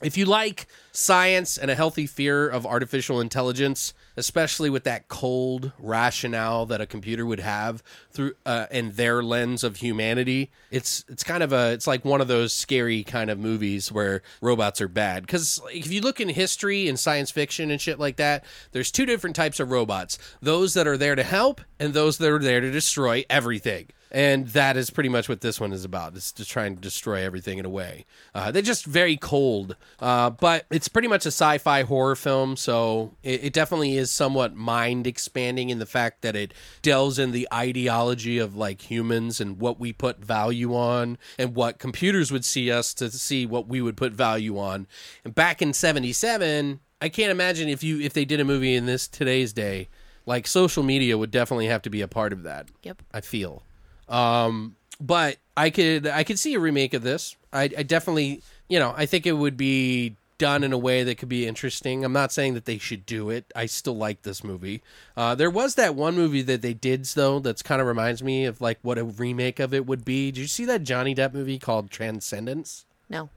[SPEAKER 2] if you like science and a healthy fear of artificial intelligence, especially with that cold rationale that a computer would have through uh, and their lens of humanity, it's it's kind of a it's like one of those scary kind of movies where robots are bad. Because if you look in history and science fiction and shit like that, there's two different types of robots: those that are there to help and those that are there to destroy everything. And that is pretty much what this one is about. It's just trying to destroy everything in a way. Uh, they're just very cold, uh, but it's pretty much a sci-fi horror film, so it, it definitely is somewhat mind-expanding in the fact that it delves in the ideology of like humans and what we put value on, and what computers would see us to see what we would put value on. And back in '77, I can't imagine if you if they did a movie in this today's day, like social media would definitely have to be a part of that.
[SPEAKER 4] Yep.
[SPEAKER 2] I feel. Um, but I could I could see a remake of this. I, I definitely you know I think it would be done in a way that could be interesting. I'm not saying that they should do it. I still like this movie. Uh, there was that one movie that they did though that's kind of reminds me of like what a remake of it would be. Did you see that Johnny Depp movie called Transcendence?
[SPEAKER 4] No.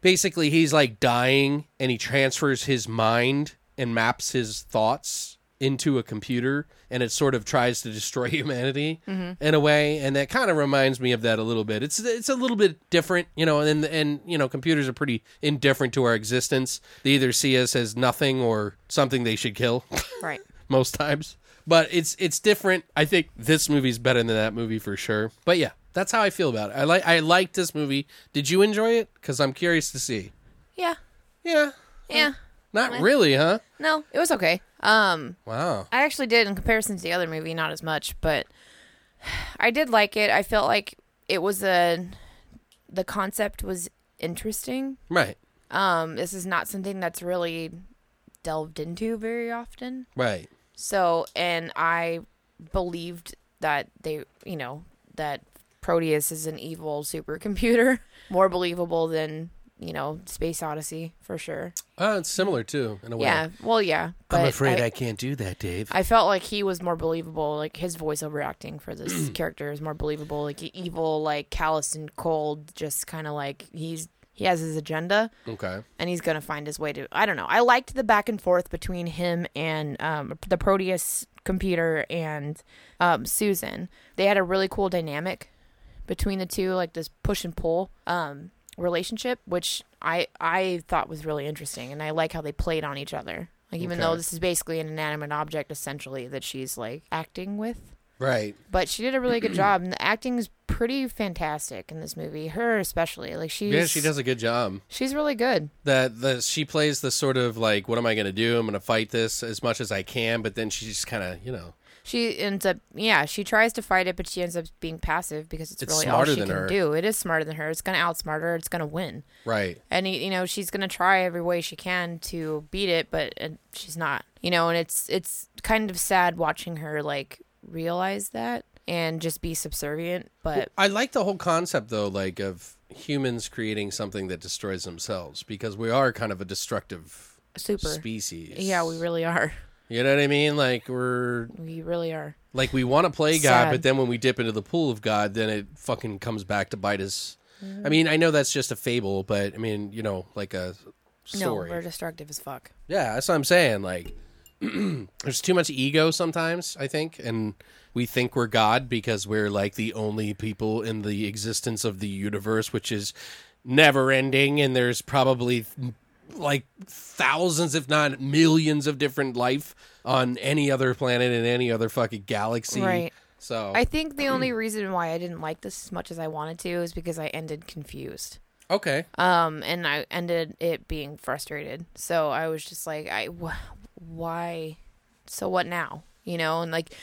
[SPEAKER 2] Basically, he's like dying and he transfers his mind and maps his thoughts into a computer and it sort of tries to destroy humanity in a way and that kind of reminds me of that a little bit it's it's a little bit different you know and and you know computers are pretty indifferent to our existence they either see us as nothing or something they should kill
[SPEAKER 4] Right.
[SPEAKER 2] most times. But it's it's different. I think this movie's better than that movie for sure. But yeah, that's how I feel about it. I like I liked this movie. Did you enjoy it? Because I'm curious to see.
[SPEAKER 4] Yeah.
[SPEAKER 2] Yeah,
[SPEAKER 4] Yeah.
[SPEAKER 2] not really, huh?
[SPEAKER 4] No, it was okay. Um,
[SPEAKER 2] Wow.
[SPEAKER 4] I actually did in comparison to the other movie, not as much, but I did like it. I felt like it was a the concept was interesting.
[SPEAKER 2] Right,
[SPEAKER 4] Um, this is not something that's really delved into very often.
[SPEAKER 2] right,
[SPEAKER 4] So, and I believed that they, you know, that Proteus is an evil supercomputer, more believable than you know Space Odyssey for sure.
[SPEAKER 2] uh, it's similar too in a way.
[SPEAKER 4] Yeah, well, yeah.
[SPEAKER 2] I'm
[SPEAKER 4] but
[SPEAKER 2] afraid I, can't do that, Dave.
[SPEAKER 4] I felt like he was more believable. Like his voiceover acting for this character is more believable. Like e- evil, like callous and cold, just kind of like he's he has his agenda
[SPEAKER 2] okay,
[SPEAKER 4] and he's gonna find his way to. I don't know. I liked the back and forth between him and um, the Proteus computer and um, Susan. They had a really cool dynamic between the two, like this push and pull um, relationship, which I I thought was really interesting, and I like how they played on each other. Like even though
[SPEAKER 2] Okay.
[SPEAKER 4] this is basically an inanimate object essentially that she's like acting with,
[SPEAKER 2] right.
[SPEAKER 4] but she did a really good job, and the acting is pretty fantastic in this movie. Her especially, like she's
[SPEAKER 2] Yeah, she does a good job.
[SPEAKER 4] She's really good.
[SPEAKER 2] That the she plays the sort of like, what am I going to do? I'm going to fight this as much as I can, but then she just kind of, you know,
[SPEAKER 4] she ends up yeah she tries to fight it but she ends up being passive because it's,
[SPEAKER 2] It's
[SPEAKER 4] really all
[SPEAKER 2] smarter
[SPEAKER 4] she
[SPEAKER 2] than
[SPEAKER 4] can
[SPEAKER 2] her.
[SPEAKER 4] do it is smarter than her it's gonna outsmart her it's gonna win
[SPEAKER 2] right,
[SPEAKER 4] and y- you know she's gonna try every way she can to beat it but uh, she's not you know and it's it's kind of sad watching her like realize that and just be subservient but
[SPEAKER 2] I like the whole concept though, like of humans creating something that destroys themselves because we are kind of a destructive
[SPEAKER 4] super
[SPEAKER 2] species.
[SPEAKER 4] yeah we really are
[SPEAKER 2] You know what I mean? Like we're
[SPEAKER 4] we really are
[SPEAKER 2] like we want to play God,
[SPEAKER 4] Sad.
[SPEAKER 2] but then when we dip into the pool of God, then it fucking comes back to bite us.
[SPEAKER 4] Mm-hmm.
[SPEAKER 2] I mean, I know that's just a fable, but I mean, you know, like a story.
[SPEAKER 4] no we're destructive as fuck
[SPEAKER 2] Yeah, that's what I'm saying. Like, there's too much ego sometimes, I think, and we think we're God because we're like the only people in the existence of the universe, which is never ending, and there's probably like thousands, if not millions, of different life on any other planet in any other fucking galaxy.
[SPEAKER 4] Right.
[SPEAKER 2] So,
[SPEAKER 4] i think the only reason why i didn't like this as much as i wanted to is because i ended confused
[SPEAKER 2] okay,
[SPEAKER 4] um and i ended it being frustrated so i was just like i wh- why so what now you know and like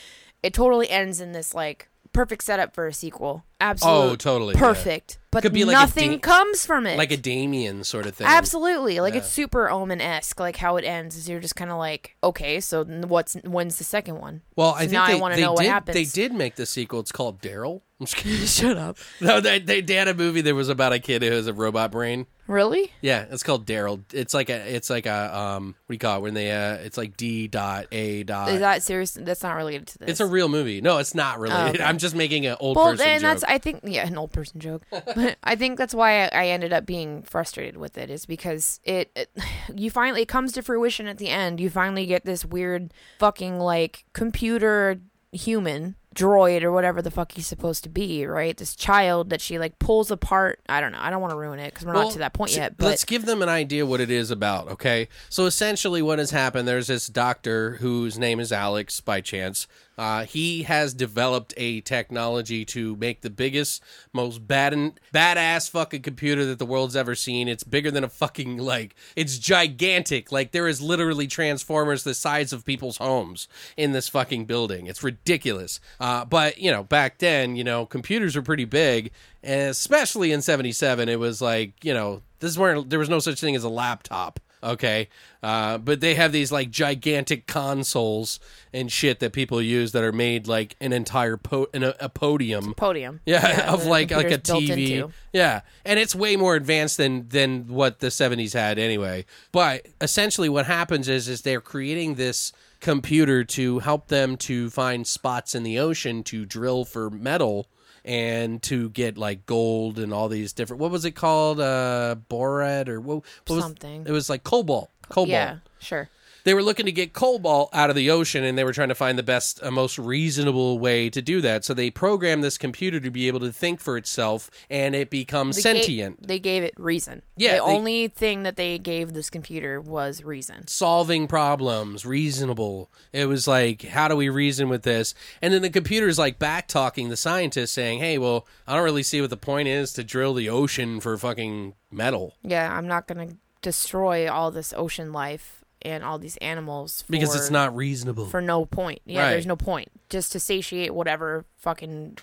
[SPEAKER 4] it totally ends in this like perfect setup for a sequel absolutely
[SPEAKER 2] Oh, totally, yeah.
[SPEAKER 4] perfect but
[SPEAKER 2] Could be like a
[SPEAKER 4] nothing
[SPEAKER 2] Dan-
[SPEAKER 4] comes from it
[SPEAKER 2] like a Damien sort of thing.
[SPEAKER 4] absolutely like it's super omen-esque like how it ends is you're just kind of like okay so n- what's when's the second one
[SPEAKER 2] Well,
[SPEAKER 4] So
[SPEAKER 2] I think
[SPEAKER 4] now
[SPEAKER 2] they,
[SPEAKER 4] i want to
[SPEAKER 2] they
[SPEAKER 4] know
[SPEAKER 2] did,
[SPEAKER 4] what happens
[SPEAKER 2] They did make the sequel. It's called Daryl. I'm just kidding.
[SPEAKER 4] shut up
[SPEAKER 2] No, they, they, they had a movie that was about a kid who has a robot brain.
[SPEAKER 4] really
[SPEAKER 2] Yeah, it's called Daryl. It's like a, it's like a, um, what do you call it when they, uh, it's like D dot A dot.
[SPEAKER 4] is that serious that's not related to this
[SPEAKER 2] it's a real movie. No, it's not really.
[SPEAKER 4] Oh, okay.
[SPEAKER 2] I'm just making an old
[SPEAKER 4] Well,
[SPEAKER 2] person
[SPEAKER 4] then that's
[SPEAKER 2] joke.
[SPEAKER 4] I think yeah, an old person joke. But I think that's why I, I ended up being frustrated with it is because it, it you finally it comes to fruition at the end. You finally get this weird fucking like computer human droid or whatever the fuck he's supposed to be, right? This child that she like pulls apart. I don't know. I don't want to ruin it because we're
[SPEAKER 2] Well,
[SPEAKER 4] not to that point
[SPEAKER 2] t-
[SPEAKER 4] yet. But
[SPEAKER 2] let's give them an idea what it is about, okay? So essentially, what has happened? There's this doctor whose name is Alex by chance. Uh, he has developed a technology to make the biggest, most bad badass fucking computer that the world's ever seen. It's bigger than a fucking like. It's gigantic. Like there is literally transformers the size of people's homes in this fucking building. It's ridiculous. Uh, but you know, back then, you know, computers were pretty big, and especially in '77, it was like you know this weren't there was no such thing as a laptop Okay. Uh, but they have these like gigantic consoles and shit that people use that are made like an entire po- an, a podium.
[SPEAKER 4] Podium.
[SPEAKER 2] Yeah, of
[SPEAKER 4] the
[SPEAKER 2] like like a
[SPEAKER 4] computer's built
[SPEAKER 2] TV.
[SPEAKER 4] into.
[SPEAKER 2] Yeah, and it's way more advanced than than what the '70s had anyway. But essentially, what happens is is they're creating this computer to help them to find spots in the ocean to drill for metal and to get like gold and all these different. What was it called? Uh, borat or what? what was,
[SPEAKER 4] Something.
[SPEAKER 2] It was like cobalt. Cobalt
[SPEAKER 4] Yeah, sure.
[SPEAKER 2] they were looking to get cobalt out of the ocean and they were trying to find the best uh, most reasonable way to do that so they programmed this computer to be able to think for itself and it becomes
[SPEAKER 4] They gave-
[SPEAKER 2] sentient
[SPEAKER 4] they gave it reason.
[SPEAKER 2] Yeah,
[SPEAKER 4] The
[SPEAKER 2] they-
[SPEAKER 4] only thing that they gave this computer was reason.
[SPEAKER 2] solving problems reasonable it was like how do we reason with this and then the computer's like back talking the scientist saying hey well i don't really see what the point is to drill the ocean for fucking metal
[SPEAKER 4] Yeah, I'm not gonna destroy all this ocean life and all these animals for,
[SPEAKER 2] because it's not reasonable
[SPEAKER 4] for no point. Yeah, there's
[SPEAKER 2] Right.
[SPEAKER 4] no point. Just to satiate whatever fucking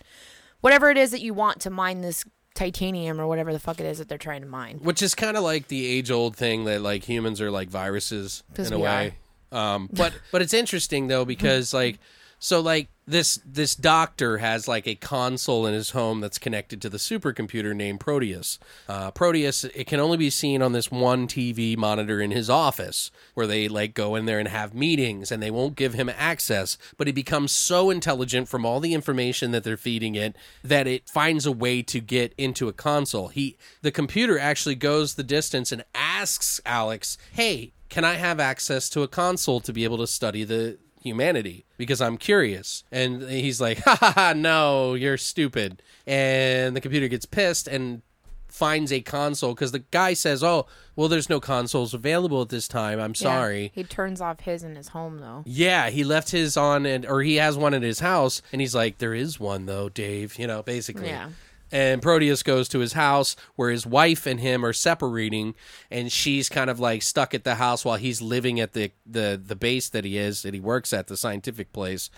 [SPEAKER 4] whatever it is that you want to mine this titanium or whatever the fuck it is that they're trying to mine.
[SPEAKER 2] which is kind of like the age old thing that like humans are like viruses
[SPEAKER 4] 'Cause
[SPEAKER 2] in a
[SPEAKER 4] we
[SPEAKER 2] way. Um, but but it's interesting though because like so like this this doctor has like a console in his home that's connected to the supercomputer named Proteus. Uh, Proteus it can only be seen on this one TV monitor in his office where they like go in there and have meetings and they won't give him access. But he becomes so intelligent from all the information that they're feeding it that it finds a way to get into a console. He the computer actually goes the distance and asks Alex, "Hey, can I have access to a console to be able to study the humanity because I'm curious. And he's like, ha ha ha, no, you're stupid. And the computer gets pissed and finds a console because the guy says, oh, well, there's no consoles available at this time. I'm
[SPEAKER 4] Yeah.
[SPEAKER 2] sorry.
[SPEAKER 4] He turns off his in his home though.
[SPEAKER 2] Yeah, he left his on and or he has one at his house and he's like, There is one though, Dave, you know, basically.
[SPEAKER 4] Yeah.
[SPEAKER 2] And Proteus goes to his house where his wife and him are separating and she's kind of like stuck at the house while he's living at the the, the base that he is that he works at, the scientific place.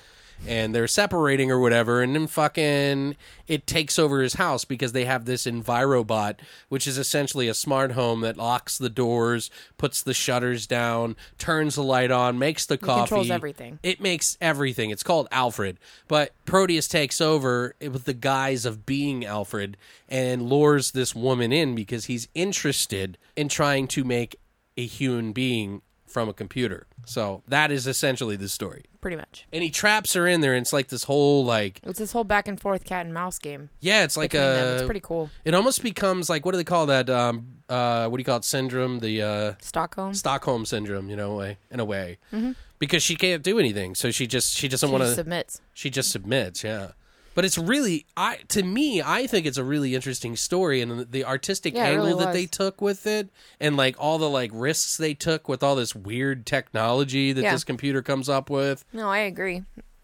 [SPEAKER 2] And they're separating or whatever, and then fucking it takes over his house because they have this EnviroBot, which is essentially a smart home that locks the doors, puts the shutters down, turns the light on, makes the coffee,
[SPEAKER 4] controls everything.
[SPEAKER 2] it makes everything. It's called Alfred, but Proteus takes over with the guise of being Alfred and lures this woman in because he's interested in trying to make a human being from a computer. So that is essentially the story.
[SPEAKER 4] Pretty much.
[SPEAKER 2] And he traps her in there, and it's like this whole like
[SPEAKER 4] It's this whole back and forth cat and mouse game.
[SPEAKER 2] yeah, it's like
[SPEAKER 4] between them.
[SPEAKER 2] a
[SPEAKER 4] It's pretty cool.
[SPEAKER 2] It almost becomes like what do they call that? Um, uh, what do you call it? Syndrome. The uh,
[SPEAKER 4] Stockholm.
[SPEAKER 2] Stockholm syndrome. You know, way- in a way, because she can't do anything, so she just she doesn't
[SPEAKER 4] Mm-hmm. She
[SPEAKER 2] want to.
[SPEAKER 4] submits.
[SPEAKER 2] She just submits, yeah. But it's really, I to me, I think it's a really interesting story, and the artistic
[SPEAKER 4] Yeah, it
[SPEAKER 2] angle
[SPEAKER 4] really
[SPEAKER 2] that they
[SPEAKER 4] was.
[SPEAKER 2] took with it, and like all the like risks they took with all this weird technology that
[SPEAKER 4] Yeah.
[SPEAKER 2] this computer comes up with.
[SPEAKER 4] No, I agree.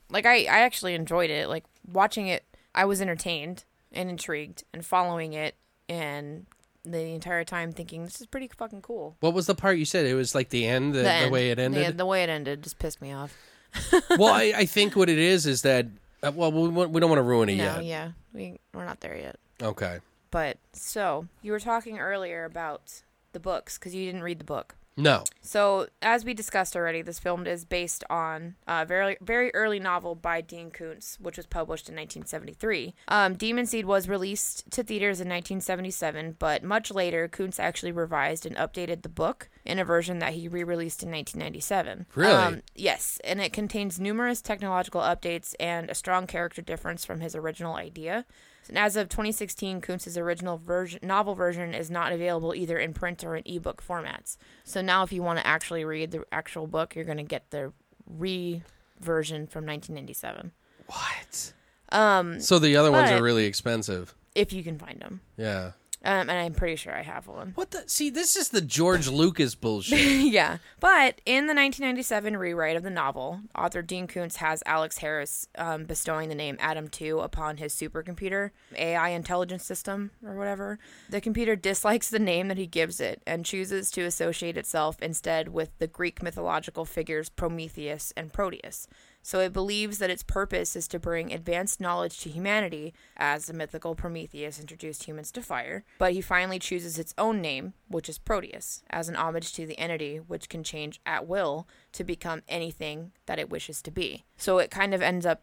[SPEAKER 4] Like I, I actually enjoyed it. Like watching it, I was entertained and intrigued and following it and the entire time thinking this is pretty fucking cool.
[SPEAKER 2] What was the part you said? It was like the end, the, the,
[SPEAKER 4] end-
[SPEAKER 2] way it ended.
[SPEAKER 4] The, the way it ended just pissed me off.
[SPEAKER 2] well, I, I think what it is is that. Uh, well, we, won't- we don't want to ruin it
[SPEAKER 4] No,
[SPEAKER 2] yet.
[SPEAKER 4] yeah, we we're not there yet.
[SPEAKER 2] Okay.
[SPEAKER 4] But so you were talking earlier about the books because you didn't read the book.
[SPEAKER 2] No.
[SPEAKER 4] So, as we discussed already, this film is based on a very, very early novel by Dean Koontz, which was published in 1973. Um, Demon Seed was released to theaters in 1977, but much later, Koontz actually revised and updated the book in a version that he re released in Um, 1997.
[SPEAKER 2] Really?
[SPEAKER 4] yes, and it contains numerous technological updates and a strong character difference from his original idea. And as of 2016, Kuntz's original version, novel version is not available either in print or in ebook formats. So now, if you want to actually read the actual book, you're going to get the re version from 1997
[SPEAKER 2] What? Um. So the other ones
[SPEAKER 4] but-
[SPEAKER 2] are really expensive.
[SPEAKER 4] if you can find them.
[SPEAKER 2] Yeah.
[SPEAKER 4] Um, and I'm pretty sure I have one.
[SPEAKER 2] What the? See, this is the George Lucas bullshit.
[SPEAKER 4] yeah. But in the 1997 rewrite of the novel, author Dean Koontz has Alex Harris um, bestowing the name Adam 2 upon his supercomputer, AI intelligence system, or whatever. The computer dislikes the name that he gives it and chooses to associate itself instead with the Greek mythological figures Prometheus and Proteus. so it believes that its purpose is to bring advanced knowledge to humanity, as the mythical Prometheus introduced humans to fire. But he finally chooses its own name, which is Proteus, as an homage to the entity, which can change at will to become anything that it wishes to be. So it kind of ends up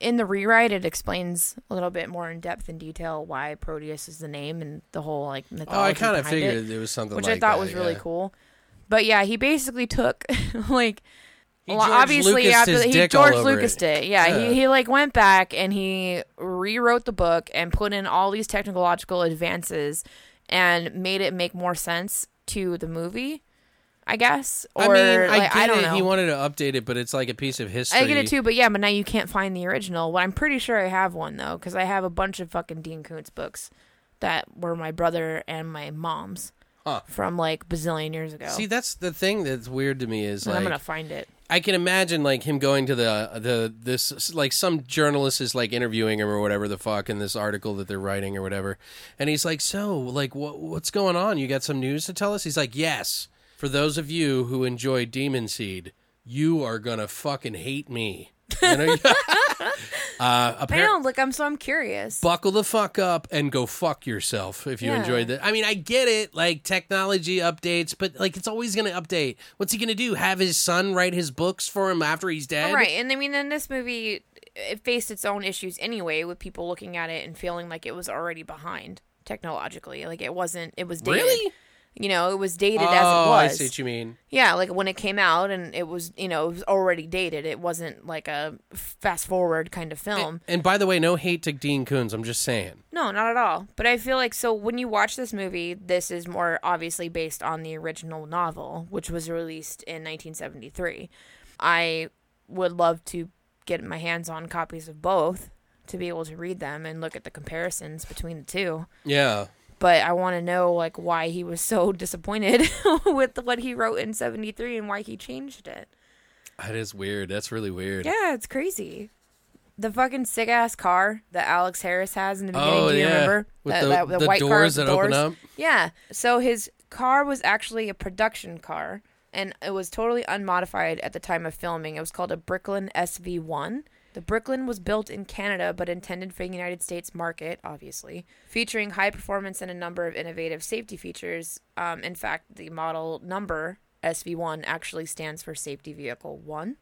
[SPEAKER 4] in the rewrite it explains a little bit more in depth and detail why Proteus is the name and the whole like mythology.
[SPEAKER 2] Oh, I kind of
[SPEAKER 4] behind it
[SPEAKER 2] figured it. was something
[SPEAKER 4] which
[SPEAKER 2] like
[SPEAKER 4] I thought
[SPEAKER 2] that,
[SPEAKER 4] was really
[SPEAKER 2] yeah.
[SPEAKER 4] cool. But yeah, he basically took like
[SPEAKER 2] He
[SPEAKER 4] well,
[SPEAKER 2] George
[SPEAKER 4] obviously
[SPEAKER 2] Lucased
[SPEAKER 4] after
[SPEAKER 2] his
[SPEAKER 4] he
[SPEAKER 2] dick all
[SPEAKER 4] George
[SPEAKER 2] over
[SPEAKER 4] Lucas
[SPEAKER 2] it.
[SPEAKER 4] did. Yeah,
[SPEAKER 2] Yeah.
[SPEAKER 4] He, he like went back and he rewrote the book and put in all these technological advances and made it make more sense to the movie. I guess, or
[SPEAKER 2] I mean, I
[SPEAKER 4] like,
[SPEAKER 2] get
[SPEAKER 4] I, don't
[SPEAKER 2] it.
[SPEAKER 4] know.
[SPEAKER 2] He wanted to update it, but it's like a piece of history.
[SPEAKER 4] I get it too, but yeah, but now you can't find the original. Well, I'm pretty sure I have one though, because I have a bunch of fucking Dean Koontz books that were my brother and my mom's
[SPEAKER 2] Huh.
[SPEAKER 4] from like bazillion years ago.
[SPEAKER 2] See, that's the thing that's weird to me is
[SPEAKER 4] And
[SPEAKER 2] like
[SPEAKER 4] I'm gonna find it.
[SPEAKER 2] I can imagine like him going to the the this like some journalist is like interviewing him or whatever the fuck in this article that they're writing or whatever, and he's like, "So, like, what what's going on? You got some news to tell us?" He's like, "Yes, for those of you who enjoy Demon Seed, you are gonna fucking hate me." You know? uh,
[SPEAKER 4] I
[SPEAKER 2] apparently,
[SPEAKER 4] know. Look, I'm so I'm curious.
[SPEAKER 2] buckle the fuck up and go fuck yourself if you
[SPEAKER 4] Yeah.
[SPEAKER 2] enjoyed that. I mean, I get it, like technology updates, but like it's always going to update. What's he going to do? Have his son write his books for him after he's dead?
[SPEAKER 4] right, and I mean, then this movie it faced its own issues anyway, with people looking at it and feeling like it was already behind technologically. Like it wasn't. It was dated.
[SPEAKER 2] Really?
[SPEAKER 4] You know, it was dated
[SPEAKER 2] Oh,
[SPEAKER 4] as it was.
[SPEAKER 2] I see what you mean.
[SPEAKER 4] Yeah, like when it came out and it was, you know, it was already dated. It wasn't like a fast forward kind of film.
[SPEAKER 2] And by the way, no hate to Dean Koontz. I'm just saying.
[SPEAKER 4] no, not at all. But I feel like so when you watch this movie, this is more obviously based on the original novel, which was released in 1973. I would love to get my hands on copies of both to be able to read them and look at the comparisons between the two.
[SPEAKER 2] Yeah.
[SPEAKER 4] but I want to know like why he was so disappointed with what he wrote in 73 and why he changed it.
[SPEAKER 2] That is weird. That's really weird.
[SPEAKER 4] Yeah, it's crazy. The fucking sick ass car that Alex Harris has in the beginning,
[SPEAKER 2] Oh,
[SPEAKER 4] do you
[SPEAKER 2] yeah.
[SPEAKER 4] remember?
[SPEAKER 2] With
[SPEAKER 4] that,
[SPEAKER 2] the-
[SPEAKER 4] that-
[SPEAKER 2] the
[SPEAKER 4] white car
[SPEAKER 2] doors
[SPEAKER 4] with the
[SPEAKER 2] that open
[SPEAKER 4] doors.
[SPEAKER 2] up?
[SPEAKER 4] Yeah. So his car was actually a production car and it was totally unmodified at the time of filming. It was called a Bricklin SV1. The Bricklin was built in Canada but intended for the United States market, obviously, featuring high performance and a number of innovative safety features. Um, in fact, the model number SV1 actually stands for Safety Vehicle 1,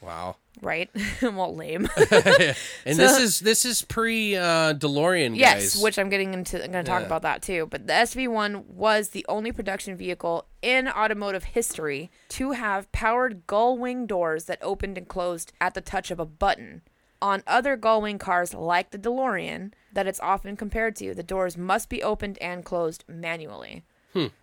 [SPEAKER 2] Wow.
[SPEAKER 4] right? well, lame.
[SPEAKER 2] And this is this is pre uh, DeLorean guys.
[SPEAKER 4] Yes, which I'm getting into. I'm going to talk
[SPEAKER 2] Yeah.
[SPEAKER 4] about that too. But the SV1 was the only production vehicle in automotive history to have powered gull wing doors that opened and closed at the touch of a button. On other gull wing cars like the DeLorean that it's often compared to, the doors must be opened and closed manually.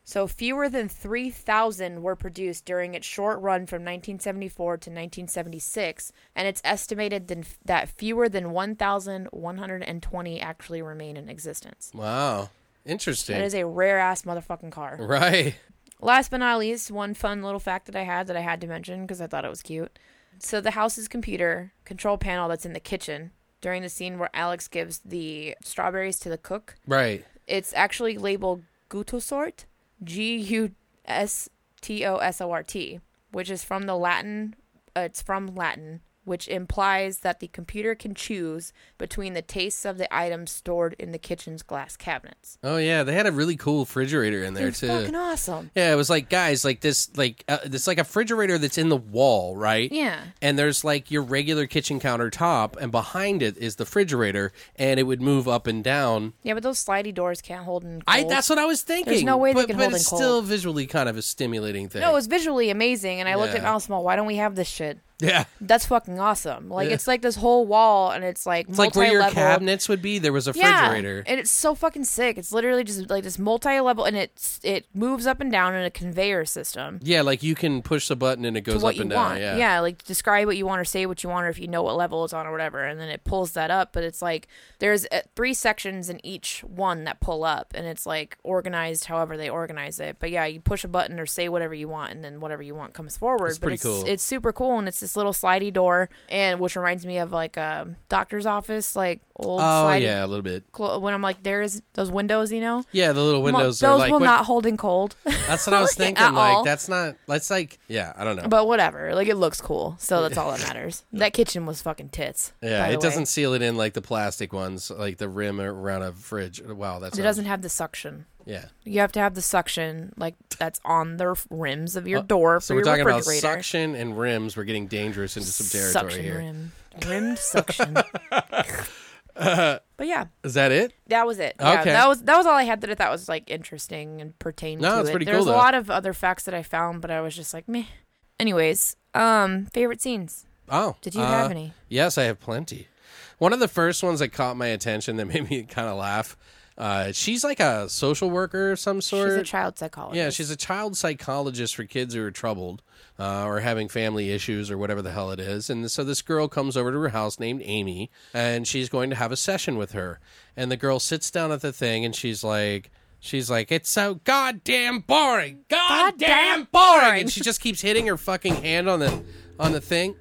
[SPEAKER 4] So fewer than 3,000 were produced during its short run from 1974 to 1976, and it's estimated than, that fewer than 1,120 actually remain in existence.
[SPEAKER 2] wow, interesting.
[SPEAKER 4] That is a rare ass motherfucking car.
[SPEAKER 2] right.
[SPEAKER 4] Last but not least, one fun little fact that I had that I had to mention because I thought it was cute. So the house's computer control panel that's in the kitchen during the scene where Alex gives the strawberries to the cook
[SPEAKER 2] Right.
[SPEAKER 4] it's actually labeled Gutosort, G U S T O S O R T, which is from the Latin. Uh, it's from Latin, which implies that the computer can choose between the tastes of the items stored in the kitchen's glass cabinets.
[SPEAKER 2] Oh yeah, they had a really cool refrigerator in there
[SPEAKER 4] It's
[SPEAKER 2] too.
[SPEAKER 4] fucking awesome.
[SPEAKER 2] Yeah, it was like guys, like this, like uh, it's like a refrigerator that's in the wall, right?
[SPEAKER 4] Yeah.
[SPEAKER 2] And there's like your regular kitchen countertop, and behind it is the refrigerator, and it would move up and down.
[SPEAKER 4] Yeah, but those slidey doors can't hold in. Cold.
[SPEAKER 2] I that's what I was thinking.
[SPEAKER 4] no way they
[SPEAKER 2] but,
[SPEAKER 4] can
[SPEAKER 2] but
[SPEAKER 4] hold
[SPEAKER 2] it's
[SPEAKER 4] in cold.
[SPEAKER 2] still visually kind of a stimulating thing.
[SPEAKER 4] no, it was visually amazing, and I looked at
[SPEAKER 2] Yeah.
[SPEAKER 4] Mouse Mall. Why don't we have this shit?
[SPEAKER 2] yeah.
[SPEAKER 4] That's fucking awesome. Like
[SPEAKER 2] Yeah.
[SPEAKER 4] it's like this whole wall, and it's like
[SPEAKER 2] It's like where your
[SPEAKER 4] multi-level.
[SPEAKER 2] cabinets would be. There was a refrigerator.
[SPEAKER 4] Yeah, and it's so fucking sick. It's literally just like this multi-level, and it's it moves up and down in a conveyor system
[SPEAKER 2] Yeah, like you can push the button and it
[SPEAKER 4] to
[SPEAKER 2] goes
[SPEAKER 4] what
[SPEAKER 2] up
[SPEAKER 4] you
[SPEAKER 2] and down.
[SPEAKER 4] want.
[SPEAKER 2] Yeah.
[SPEAKER 4] like describe what you want or say what you want, or if you know what level it's on or whatever, and then it pulls that up. But it's like there's uh, three sections in each one that pull up, and it's like organized however they organize it. But yeah, you push a button or say whatever you want, and then whatever you want comes forward.
[SPEAKER 2] It's
[SPEAKER 4] but
[SPEAKER 2] pretty
[SPEAKER 4] it's,
[SPEAKER 2] cool.
[SPEAKER 4] It's super cool, and it's the this little slidey door, and which reminds me of like a doctor's office, like old
[SPEAKER 2] Oh
[SPEAKER 4] slidey.
[SPEAKER 2] yeah, a little bit.
[SPEAKER 4] clo- When I'm like, there's those windows, you know.
[SPEAKER 2] Yeah, the little
[SPEAKER 4] Mo-
[SPEAKER 2] windows
[SPEAKER 4] those
[SPEAKER 2] are like
[SPEAKER 4] will
[SPEAKER 2] what-
[SPEAKER 4] not hold in cold.
[SPEAKER 2] That's what I was
[SPEAKER 4] at
[SPEAKER 2] thinking. Like
[SPEAKER 4] all.
[SPEAKER 2] that's not. That's like yeah. I don't know.
[SPEAKER 4] But whatever, like it looks cool, so that's all that matters. That kitchen was fucking tits.
[SPEAKER 2] yeah,
[SPEAKER 4] by the
[SPEAKER 2] it
[SPEAKER 4] way.
[SPEAKER 2] doesn't seal it in like the plastic ones, like the rim around a fridge. Wow, that's
[SPEAKER 4] It
[SPEAKER 2] a-
[SPEAKER 4] doesn't have the suction.
[SPEAKER 2] Yeah.
[SPEAKER 4] You have to have the suction, like that's on the r- rims of your
[SPEAKER 2] Uh,
[SPEAKER 4] door for
[SPEAKER 2] So we're
[SPEAKER 4] your
[SPEAKER 2] talking about
[SPEAKER 4] refrigerator.
[SPEAKER 2] suction and rims. We're getting dangerous into some territory
[SPEAKER 4] suction
[SPEAKER 2] here. Is
[SPEAKER 4] rim, rimmed suction. but yeah,
[SPEAKER 2] that it?
[SPEAKER 4] that was it. Yeah,
[SPEAKER 2] Okay.
[SPEAKER 4] that was that was all I had that I thought was like interesting and pertained
[SPEAKER 2] No,
[SPEAKER 4] to
[SPEAKER 2] it's
[SPEAKER 4] it.
[SPEAKER 2] pretty
[SPEAKER 4] There's
[SPEAKER 2] cool,
[SPEAKER 4] a
[SPEAKER 2] though.
[SPEAKER 4] lot of other facts that I found, but I was just like meh. Anyways, um, favorite scenes.
[SPEAKER 2] Oh.
[SPEAKER 4] Did you have
[SPEAKER 2] uh,
[SPEAKER 4] any?
[SPEAKER 2] Yes, I have plenty. One of the first ones that caught my attention that made me kind of laugh. Uh, she's like a social worker of some sort.
[SPEAKER 4] She's a child psychologist.
[SPEAKER 2] Yeah, she's a child psychologist for kids who are troubled uh, or having family issues or whatever the hell it is. And so this girl comes over to her house named Amy, and she's going to have a session with her. And the girl sits down at the thing, and she's like. She's like, it's so goddamn boring, goddamn boring, and she just keeps hitting her fucking hand on the on the thing.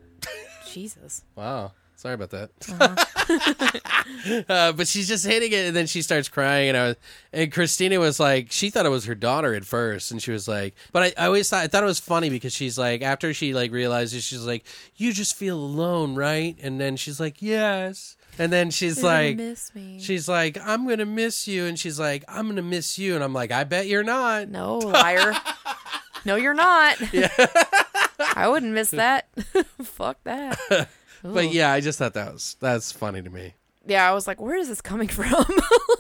[SPEAKER 4] Jesus.
[SPEAKER 2] Wow. Oh, Sorry about that.
[SPEAKER 4] Uh-huh.
[SPEAKER 2] uh, but she's just hitting it, and then she starts crying. And I was, and Christina was like, she thought it was her daughter at first, and she was like, but I, I always thought I thought it was funny because she's like, after she like realizes, she's like, you just feel alone, right? And then she's like, yes. And then she's like,
[SPEAKER 4] miss me.
[SPEAKER 2] she's like, I'm gonna miss you, and she's like, I'm gonna miss you, and I'm like, I bet you're not.
[SPEAKER 4] No, liar. no, you're not. I wouldn't miss that. Fuck that.
[SPEAKER 2] But yeah, I just thought that was that's funny to me.
[SPEAKER 4] Yeah, I was like, where is this coming from?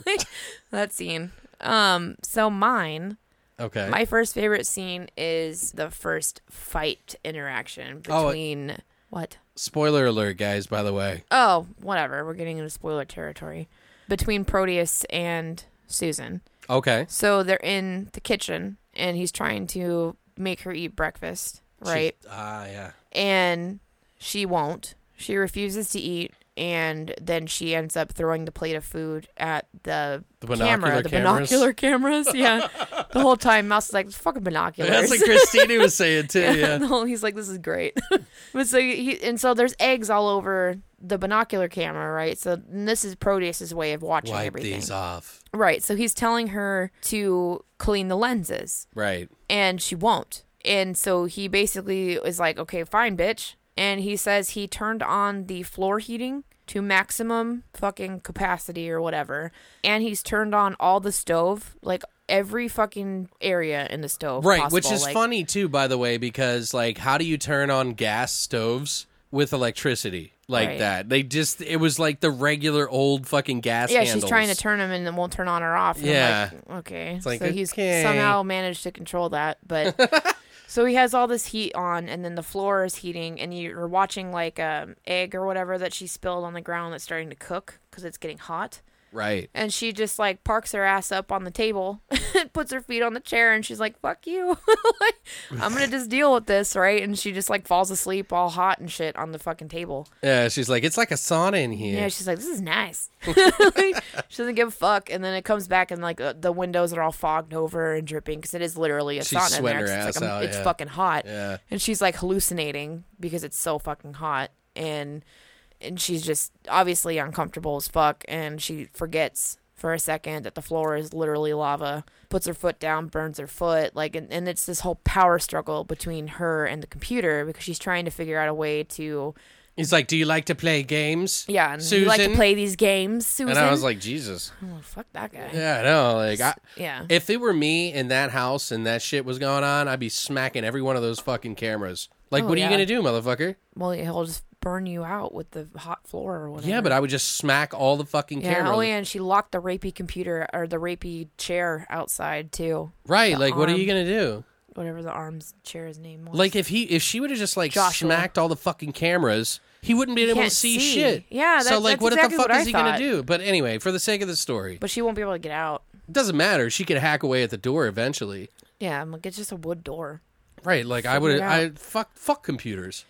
[SPEAKER 4] like, that scene. Um, so mine,
[SPEAKER 2] Okay.
[SPEAKER 4] my first favorite scene is the first fight interaction
[SPEAKER 2] Oh, it-
[SPEAKER 4] between what?
[SPEAKER 2] Spoiler alert, guys. By the way.
[SPEAKER 4] Oh, whatever. We're getting into spoiler territory. Between Proteus and Susan.
[SPEAKER 2] Okay.
[SPEAKER 4] So they're in the kitchen and he's trying to make her eat breakfast, right?
[SPEAKER 2] She- Ah, yeah.
[SPEAKER 4] and she won't. She refuses to eat, and then she ends up throwing the plate of food at the,
[SPEAKER 2] The binocular
[SPEAKER 4] camera, the
[SPEAKER 2] cameras.
[SPEAKER 4] binocular cameras. Yeah, the whole time Mouse is like, "It's "Fucking
[SPEAKER 2] That's
[SPEAKER 4] binoculars."
[SPEAKER 2] what Christina was saying too. Yeah.
[SPEAKER 4] The whole- he's like, "This is great." but so he and so there's eggs all over the binocular camera, right? So and this is Proteus's way of watching
[SPEAKER 2] Wipe
[SPEAKER 4] everything,
[SPEAKER 2] these off.
[SPEAKER 4] right? So he's telling her to clean the lenses,
[SPEAKER 2] Right.
[SPEAKER 4] and she won't. And so he basically is like, okay, fine, bitch. And he says he turned on the floor heating to maximum fucking capacity or whatever. And he's turned on all the stove, like every fucking area in the stove.
[SPEAKER 2] Right,
[SPEAKER 4] possible.
[SPEAKER 2] which is
[SPEAKER 4] like,
[SPEAKER 2] funny too, by the way, because like, how do you turn on gas stoves with electricity like
[SPEAKER 4] Right.
[SPEAKER 2] that? They just it was like the regular old fucking gas.
[SPEAKER 4] Yeah,
[SPEAKER 2] handles.
[SPEAKER 4] she's trying to turn them and then won't turn on or off. And I'm
[SPEAKER 2] Yeah.
[SPEAKER 4] like, okay.
[SPEAKER 2] like,
[SPEAKER 4] so he's
[SPEAKER 2] okay.
[SPEAKER 4] somehow managed to control that, but so he has all this heat on, and then the floor is heating, and you're watching like um, egg or whatever that she spilled on the ground that's starting to cook because it's getting hot.
[SPEAKER 2] Right.
[SPEAKER 4] And she just like parks her ass up on the table, puts her feet on the chair, and she's like, "Fuck you, like, I'm gonna just deal with this, right?" And she just like falls asleep all hot and shit on the fucking table.
[SPEAKER 2] Yeah, she's like, it's like a sauna in
[SPEAKER 4] Yeah,
[SPEAKER 2] here.
[SPEAKER 4] she's like, this is nice. she doesn't give a fuck. And then it comes back and like uh, the windows are all fogged over and dripping because it is literally a
[SPEAKER 2] She's
[SPEAKER 4] sauna in there.
[SPEAKER 2] sweating her
[SPEAKER 4] 'cause it's
[SPEAKER 2] ass
[SPEAKER 4] like, um,
[SPEAKER 2] out,
[SPEAKER 4] it's
[SPEAKER 2] yeah.
[SPEAKER 4] fucking hot.
[SPEAKER 2] Yeah.
[SPEAKER 4] And she's like hallucinating because it's so fucking hot and and she's just obviously uncomfortable as fuck and she forgets for a second that the floor is literally lava puts her foot down burns her foot like and, and it's this whole power struggle between her and the computer because she's trying to figure out a way to
[SPEAKER 2] He's like, do you like to play games?
[SPEAKER 4] yeah and
[SPEAKER 2] Susan.
[SPEAKER 4] you like to play these games Susan
[SPEAKER 2] And I was like, Jesus.
[SPEAKER 4] Oh, fuck that guy.
[SPEAKER 2] Yeah, I know. Like, I,
[SPEAKER 4] Yeah.
[SPEAKER 2] if it were me in that house and that shit was going on, I'd be smacking every one of those fucking cameras. Like,
[SPEAKER 4] Oh,
[SPEAKER 2] what are
[SPEAKER 4] yeah.
[SPEAKER 2] you gonna do, motherfucker?
[SPEAKER 4] Well, he'll just burn you out with the hot floor or whatever.
[SPEAKER 2] Yeah, but I would just smack all the fucking
[SPEAKER 4] Yeah,
[SPEAKER 2] cameras.
[SPEAKER 4] oh, yeah, and she locked the rapey computer or the rapey chair outside too.
[SPEAKER 2] Right, like what are you
[SPEAKER 4] arm.
[SPEAKER 2] gonna do?
[SPEAKER 4] Whatever the arm's chair's name was.
[SPEAKER 2] Like if he if she would have just like
[SPEAKER 4] Joshua.
[SPEAKER 2] smacked all the fucking cameras, he wouldn't be able to
[SPEAKER 4] can't
[SPEAKER 2] see,
[SPEAKER 4] see.
[SPEAKER 2] shit.
[SPEAKER 4] Yeah,
[SPEAKER 2] so
[SPEAKER 4] that's-
[SPEAKER 2] like
[SPEAKER 4] that's
[SPEAKER 2] what
[SPEAKER 4] exactly
[SPEAKER 2] the fuck
[SPEAKER 4] what
[SPEAKER 2] is
[SPEAKER 4] I
[SPEAKER 2] he
[SPEAKER 4] thought.
[SPEAKER 2] gonna do? But anyway, for the sake of the story,
[SPEAKER 4] but she won't be able to get out.
[SPEAKER 2] it doesn't matter. She could hack away at the door eventually.
[SPEAKER 4] Yeah, I'm like it's just a wood door.
[SPEAKER 2] Right, like I would
[SPEAKER 4] it out.
[SPEAKER 2] I fuck fuck computers.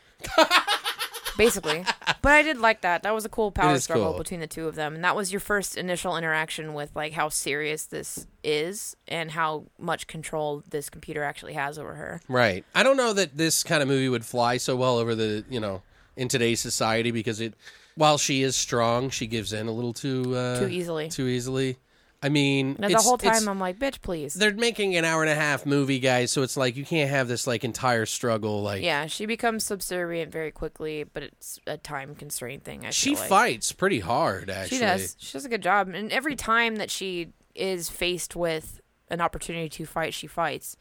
[SPEAKER 4] basically. but I did like that. That was a cool power
[SPEAKER 2] is
[SPEAKER 4] struggle
[SPEAKER 2] cool.
[SPEAKER 4] between the two of them, and that was your first initial interaction with like how serious this is and how much control this computer actually has over her.
[SPEAKER 2] Right. I don't know that this kind of movie would fly so well over the, you know, in today's society because it, while she is strong, she gives in a little too uh,
[SPEAKER 4] Too easily.
[SPEAKER 2] Too easily. I mean,
[SPEAKER 4] And the
[SPEAKER 2] it's-
[SPEAKER 4] whole
[SPEAKER 2] it's-
[SPEAKER 4] time I'm like, bitch, please.
[SPEAKER 2] they're making an hour and a half movie, guys, so it's like you can't have this like entire struggle. Like,
[SPEAKER 4] Yeah, she becomes subservient very quickly, but it's a time constraint thing. I
[SPEAKER 2] she
[SPEAKER 4] feel like.
[SPEAKER 2] fights pretty hard. Actually,
[SPEAKER 4] She does. She does a good job. And every time that she is faced with an opportunity to fight, she fights.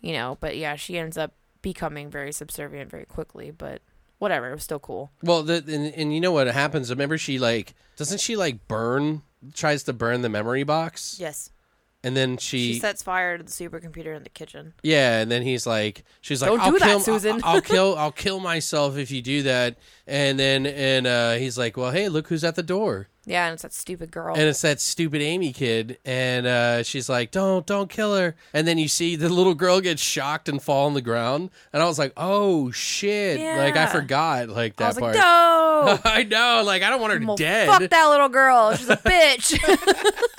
[SPEAKER 4] You know, but yeah, she ends up becoming very subservient very quickly, but whatever, it was still cool.
[SPEAKER 2] Well, the, and, and you know what happens? Remember, she like doesn't she like burn? Tries to burn the memory box,
[SPEAKER 4] Yes.
[SPEAKER 2] and then she,
[SPEAKER 4] She sets fire to the supercomputer in the kitchen.
[SPEAKER 2] yeah, and then he's like, she's like,
[SPEAKER 4] Don't
[SPEAKER 2] I'll
[SPEAKER 4] do that,
[SPEAKER 2] kill,
[SPEAKER 4] Susan."
[SPEAKER 2] I'll, I'll kill, I'll kill myself if you do that. And then and uh, he's like, well, hey, look who's at the door,
[SPEAKER 4] Yeah, and it's that stupid girl.
[SPEAKER 2] and it's that stupid Amy kid, and uh, she's like, don't, don't kill her. And then you see the little girl get shocked and fall on the ground, and I was like, oh shit, like I
[SPEAKER 4] Yeah.
[SPEAKER 2] forgot like that
[SPEAKER 4] I was
[SPEAKER 2] part.
[SPEAKER 4] like, no.
[SPEAKER 2] I know, like I don't want her
[SPEAKER 4] Well,
[SPEAKER 2] dead.
[SPEAKER 4] Fuck that little girl. She's a bitch.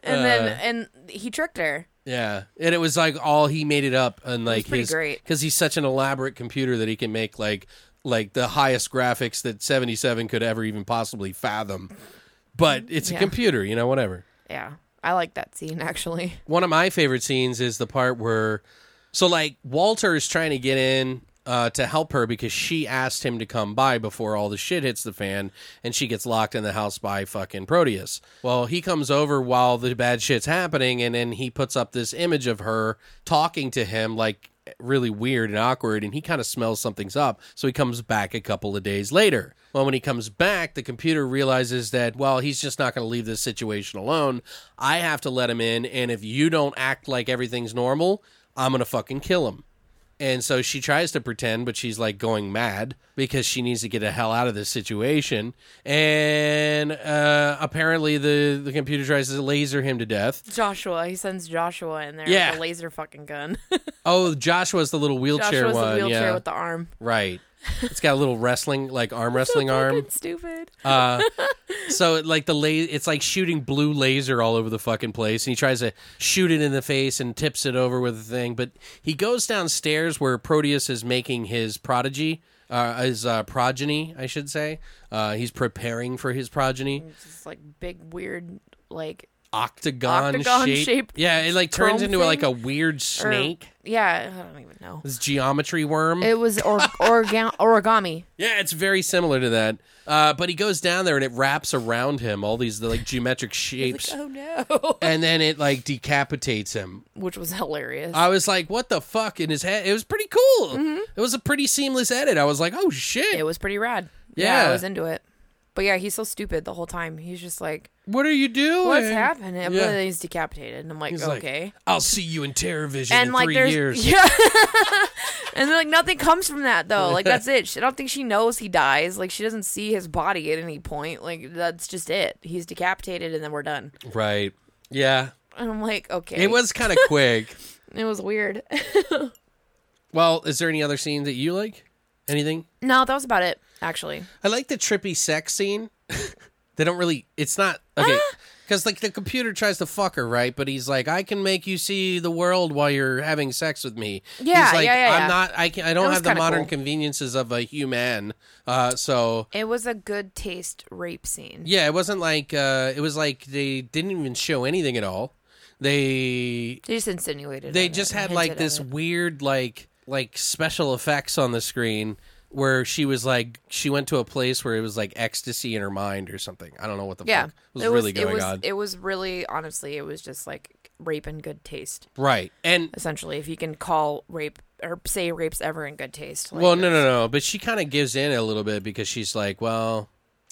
[SPEAKER 4] and
[SPEAKER 2] Uh.
[SPEAKER 4] then and he tricked her.
[SPEAKER 2] Yeah, and it was like all he made it up, and like
[SPEAKER 4] pretty
[SPEAKER 2] his
[SPEAKER 4] great.
[SPEAKER 2] because he's such an elaborate computer that he can make like like the highest graphics that seventy seven could ever even possibly fathom. But it's a
[SPEAKER 4] Yeah.
[SPEAKER 2] computer, you know, whatever.
[SPEAKER 4] Yeah. I like that scene actually.
[SPEAKER 2] One of my favorite scenes is the part where, so like Walter is trying to get in. Uh, to help her because she asked him to come by before all the shit hits the fan and she gets locked in the house by fucking Proteus. Well, he comes over while the bad shit's happening and then he puts up this image of her talking to him like really weird and awkward and he kind of smells something's up so he comes back a couple of days later well when he comes back the computer realizes that well he's just not going to leave this situation alone i have to let him in and if you don't act like everything's normal i'm going to fucking kill him and so she tries to pretend, but she's like going mad because she needs to get the hell out of this situation. And uh, apparently, the, the computer tries to laser him to death.
[SPEAKER 4] Joshua, he sends Joshua in there
[SPEAKER 2] Yeah.
[SPEAKER 4] with a laser fucking gun.
[SPEAKER 2] Oh, Joshua's the little wheelchair
[SPEAKER 4] Joshua's
[SPEAKER 2] one.
[SPEAKER 4] the wheelchair
[SPEAKER 2] yeah.
[SPEAKER 4] with the arm.
[SPEAKER 2] Right. It's got a little wrestling, like arm wrestling arm.
[SPEAKER 4] Fucking stupid.
[SPEAKER 2] Uh, so like the la- it's like shooting blue laser all over the fucking place, and he tries to shoot it in the face and tips it over with a thing. But he goes downstairs where Proteus is making his prodigy, uh, his uh, progeny, I should say. Uh, he's preparing for his progeny,
[SPEAKER 4] It's just like big weird like
[SPEAKER 2] octagon,
[SPEAKER 4] Octagon
[SPEAKER 2] shape.
[SPEAKER 4] shaped
[SPEAKER 2] Yeah, it like turns
[SPEAKER 4] chrome
[SPEAKER 2] into
[SPEAKER 4] thing?
[SPEAKER 2] like a weird
[SPEAKER 4] or-
[SPEAKER 2] snake.
[SPEAKER 4] yeah, I don't even know.
[SPEAKER 2] this geometry worm.
[SPEAKER 4] It was or, orga- origami.
[SPEAKER 2] Yeah, it's very similar to that. Uh, but he goes down there and it wraps around him all these like geometric shapes,
[SPEAKER 4] Oh no.
[SPEAKER 2] and then it like decapitates him.
[SPEAKER 4] Which was hilarious.
[SPEAKER 2] I was like, "What the fuck?" In his head, it was pretty cool. It was a pretty seamless edit. I was like, "Oh shit,
[SPEAKER 4] Mm-hmm. it was pretty rad.
[SPEAKER 2] Yeah.
[SPEAKER 4] I was into it. But yeah, he's so stupid the whole time. He's just like,
[SPEAKER 2] what are you doing?
[SPEAKER 4] "What's happening?"
[SPEAKER 2] Yeah.
[SPEAKER 4] But then he's decapitated, and I'm like,
[SPEAKER 2] He's like,
[SPEAKER 4] "Okay."
[SPEAKER 2] I'll see you in Terrorvision
[SPEAKER 4] and
[SPEAKER 2] in
[SPEAKER 4] like
[SPEAKER 2] three
[SPEAKER 4] there's
[SPEAKER 2] years.
[SPEAKER 4] yeah and like nothing comes from that though like that's it She- i don't think she knows he dies like she doesn't see his body at any point like that's just it he's decapitated and then we're done
[SPEAKER 2] Right? Yeah.
[SPEAKER 4] and i'm like okay
[SPEAKER 2] It was kind of quick.
[SPEAKER 4] it was weird
[SPEAKER 2] well, is there any other scene that you like? Anything?
[SPEAKER 4] no that was about it actually
[SPEAKER 2] I like the trippy sex scene. they don't really. It's not okay
[SPEAKER 4] Ah.
[SPEAKER 2] because like the computer tries to fuck her, right? But he's like, I can make you see the world while you're having sex with me.
[SPEAKER 4] Yeah,
[SPEAKER 2] he's like,
[SPEAKER 4] yeah, yeah,
[SPEAKER 2] I'm
[SPEAKER 4] yeah.
[SPEAKER 2] not. I can. I don't
[SPEAKER 4] was
[SPEAKER 2] have the
[SPEAKER 4] kinda
[SPEAKER 2] modern
[SPEAKER 4] cool.
[SPEAKER 2] conveniences of a human. Uh, so
[SPEAKER 4] it was a good taste rape scene
[SPEAKER 2] yeah, it wasn't like. Uh, it was like they didn't even show anything at all. They
[SPEAKER 4] they just insinuated
[SPEAKER 2] they
[SPEAKER 4] on it
[SPEAKER 2] just
[SPEAKER 4] and
[SPEAKER 2] had like
[SPEAKER 4] hinted at
[SPEAKER 2] this
[SPEAKER 4] it.
[SPEAKER 2] weird like like special effects on the screen where she was like she went to a place where it was like ecstasy in her mind or something. I don't know what the
[SPEAKER 4] yeah
[SPEAKER 2] fuck was
[SPEAKER 4] it
[SPEAKER 2] really
[SPEAKER 4] was,
[SPEAKER 2] going
[SPEAKER 4] it was,
[SPEAKER 2] on.
[SPEAKER 4] it was really honestly it was just like rape and good taste
[SPEAKER 2] right. And
[SPEAKER 4] essentially if you can call rape or say rapes ever in good taste like,
[SPEAKER 2] well, no no no, but she kind of gives in a little bit because she's like, well,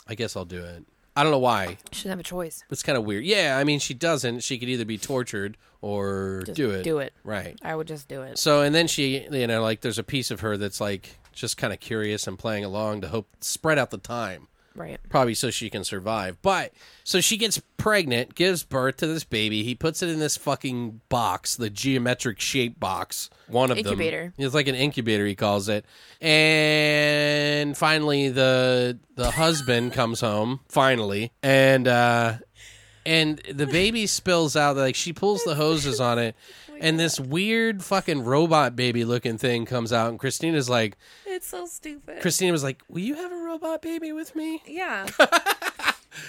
[SPEAKER 2] I guess I'll do it. I don't know why.
[SPEAKER 4] she doesn't have a choice
[SPEAKER 2] It's kind of weird. Yeah, I mean, she doesn't. She could either be tortured or do it.
[SPEAKER 4] do it.
[SPEAKER 2] Right.
[SPEAKER 4] I would just do it.
[SPEAKER 2] So, and then she, you know, like there's a piece of her that's like just kind of curious and playing along to hope spread out the time.
[SPEAKER 4] Right.
[SPEAKER 2] probably so she can survive. But so she gets pr- pregnant, gives birth to this baby. He puts it in this fucking box, the geometric shape box. One of
[SPEAKER 4] Incubator.
[SPEAKER 2] them. It's like an incubator, he calls it. And finally, the the husband comes home. Finally, and uh, and the baby spills out. Like she pulls the hoses on it, and this weird fucking robot baby looking thing comes out. And Christina's like,
[SPEAKER 4] It's so stupid.
[SPEAKER 2] Christina was like, "Will you have a robot baby with me?"
[SPEAKER 4] yeah.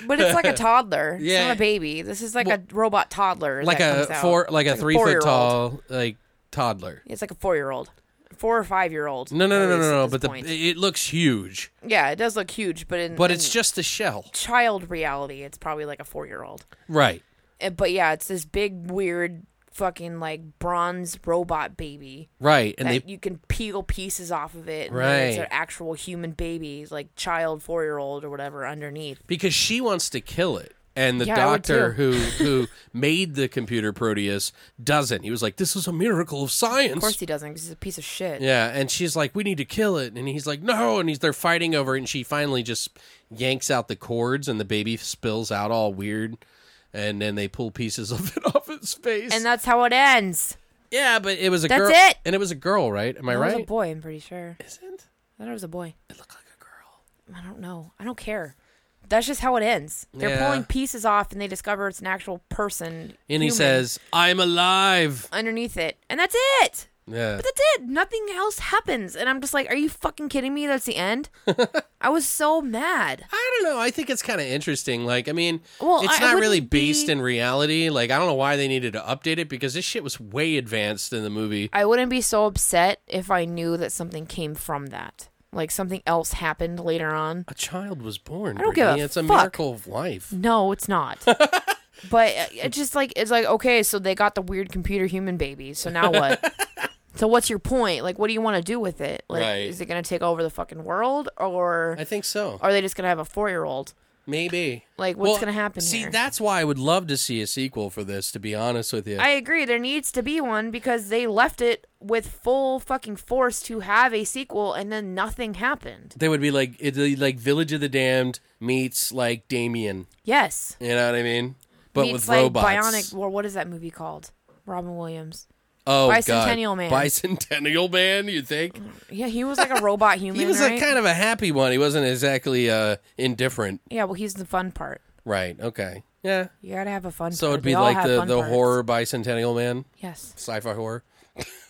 [SPEAKER 4] but it's like a toddler. It's
[SPEAKER 2] Yeah.
[SPEAKER 4] not a baby. This is like a robot toddler.
[SPEAKER 2] like
[SPEAKER 4] that
[SPEAKER 2] a
[SPEAKER 4] comes out.
[SPEAKER 2] four like a
[SPEAKER 4] It's
[SPEAKER 2] three foot
[SPEAKER 4] four-year-old.
[SPEAKER 2] tall like toddler
[SPEAKER 4] It's like a four year old. Four or five year old.
[SPEAKER 2] no no no no no, no but the, it looks huge
[SPEAKER 4] yeah, it does look huge, but in
[SPEAKER 2] but
[SPEAKER 4] in
[SPEAKER 2] it's just the shell
[SPEAKER 4] child reality, it's probably like a four year old.
[SPEAKER 2] right
[SPEAKER 4] Uh, but yeah, it's this big weird fucking like bronze robot baby
[SPEAKER 2] right and
[SPEAKER 4] that
[SPEAKER 2] they
[SPEAKER 4] you can peel pieces off of it. And then It's
[SPEAKER 2] Right.
[SPEAKER 4] an actual human baby, like child four year old or whatever underneath.
[SPEAKER 2] because she wants to kill it and the
[SPEAKER 4] Yeah, I would
[SPEAKER 2] doctor
[SPEAKER 4] too.
[SPEAKER 2] who who made the computer proteus doesn't he was like this is a miracle of science
[SPEAKER 4] Of course he doesn't. 'cause he's a piece of shit.
[SPEAKER 2] yeah and she's like we need to kill it and he's like no and he's they're fighting over it and she finally just yanks out the cords and the baby spills out all weird and then they pull pieces of it off its face
[SPEAKER 4] And that's how it ends.
[SPEAKER 2] Yeah, but it was a
[SPEAKER 4] That's
[SPEAKER 2] girl.
[SPEAKER 4] it.
[SPEAKER 2] And it was a girl, right? Am I
[SPEAKER 4] It was a
[SPEAKER 2] right?
[SPEAKER 4] boy, I'm pretty sure.
[SPEAKER 2] Isn't
[SPEAKER 4] I thought it was a boy.
[SPEAKER 2] it looked like a girl?
[SPEAKER 4] I don't know. I don't care. That's just how it ends. They're
[SPEAKER 2] Yeah.
[SPEAKER 4] pulling pieces off and they discover it's an actual person.
[SPEAKER 2] And he
[SPEAKER 4] human,
[SPEAKER 2] says, "I'm alive."
[SPEAKER 4] underneath it. And that's it.
[SPEAKER 2] Yeah,
[SPEAKER 4] But that's it. Nothing else happens. And I'm just like, are you fucking kidding me? That's the end? I was so mad.
[SPEAKER 2] I don't know. I think it's kind of interesting. Like, I mean,
[SPEAKER 4] Well,
[SPEAKER 2] it's
[SPEAKER 4] I- I
[SPEAKER 2] not really
[SPEAKER 4] wouldn't be-
[SPEAKER 2] based in reality. Like, I don't know why they needed to update it because this shit was way advanced in the movie.
[SPEAKER 4] I wouldn't be so upset if I knew that something came from that. Like something else happened later on.
[SPEAKER 2] A child was born.
[SPEAKER 4] I don't give
[SPEAKER 2] Brittany.
[SPEAKER 4] a
[SPEAKER 2] It's a
[SPEAKER 4] fuck.
[SPEAKER 2] miracle of life.
[SPEAKER 4] No, it's not. but it's just like it's like okay, so they got the weird computer human baby. So now what? so what's your point? Like, what do you want to do with it? Like,
[SPEAKER 2] Right.
[SPEAKER 4] is it gonna take over the fucking world, or
[SPEAKER 2] I think so.
[SPEAKER 4] are they just gonna have a four year old?
[SPEAKER 2] Maybe.
[SPEAKER 4] Like, what's
[SPEAKER 2] Well,
[SPEAKER 4] gonna happen
[SPEAKER 2] See,
[SPEAKER 4] here?
[SPEAKER 2] that's why I would love to see a sequel for this. To be honest with you,
[SPEAKER 4] I agree. There needs to be one because they left it with full fucking force to have a sequel, and then nothing happened.
[SPEAKER 2] they would be like, it'd be like Village of the Damned meets like Damien.
[SPEAKER 4] Yes,
[SPEAKER 2] You know what I mean? But
[SPEAKER 4] Meets,
[SPEAKER 2] with
[SPEAKER 4] like,
[SPEAKER 2] robots.
[SPEAKER 4] bionic. Or what is that movie called? Robin Williams.
[SPEAKER 2] oh,
[SPEAKER 4] Bicentennial
[SPEAKER 2] God.
[SPEAKER 4] Man.
[SPEAKER 2] Bicentennial man, you think?
[SPEAKER 4] Yeah, he was like a robot human.
[SPEAKER 2] He was
[SPEAKER 4] right?
[SPEAKER 2] like kind of a happy one. He wasn't exactly uh indifferent.
[SPEAKER 4] Yeah, well, he's the fun part.
[SPEAKER 2] Right. Okay. Yeah.
[SPEAKER 4] You gotta have a fun.
[SPEAKER 2] So
[SPEAKER 4] part.
[SPEAKER 2] it'd
[SPEAKER 4] They
[SPEAKER 2] be
[SPEAKER 4] all
[SPEAKER 2] like
[SPEAKER 4] have
[SPEAKER 2] the
[SPEAKER 4] fun
[SPEAKER 2] the
[SPEAKER 4] parts.
[SPEAKER 2] horror bicentennial man,
[SPEAKER 4] Yes,
[SPEAKER 2] sci-fi horror.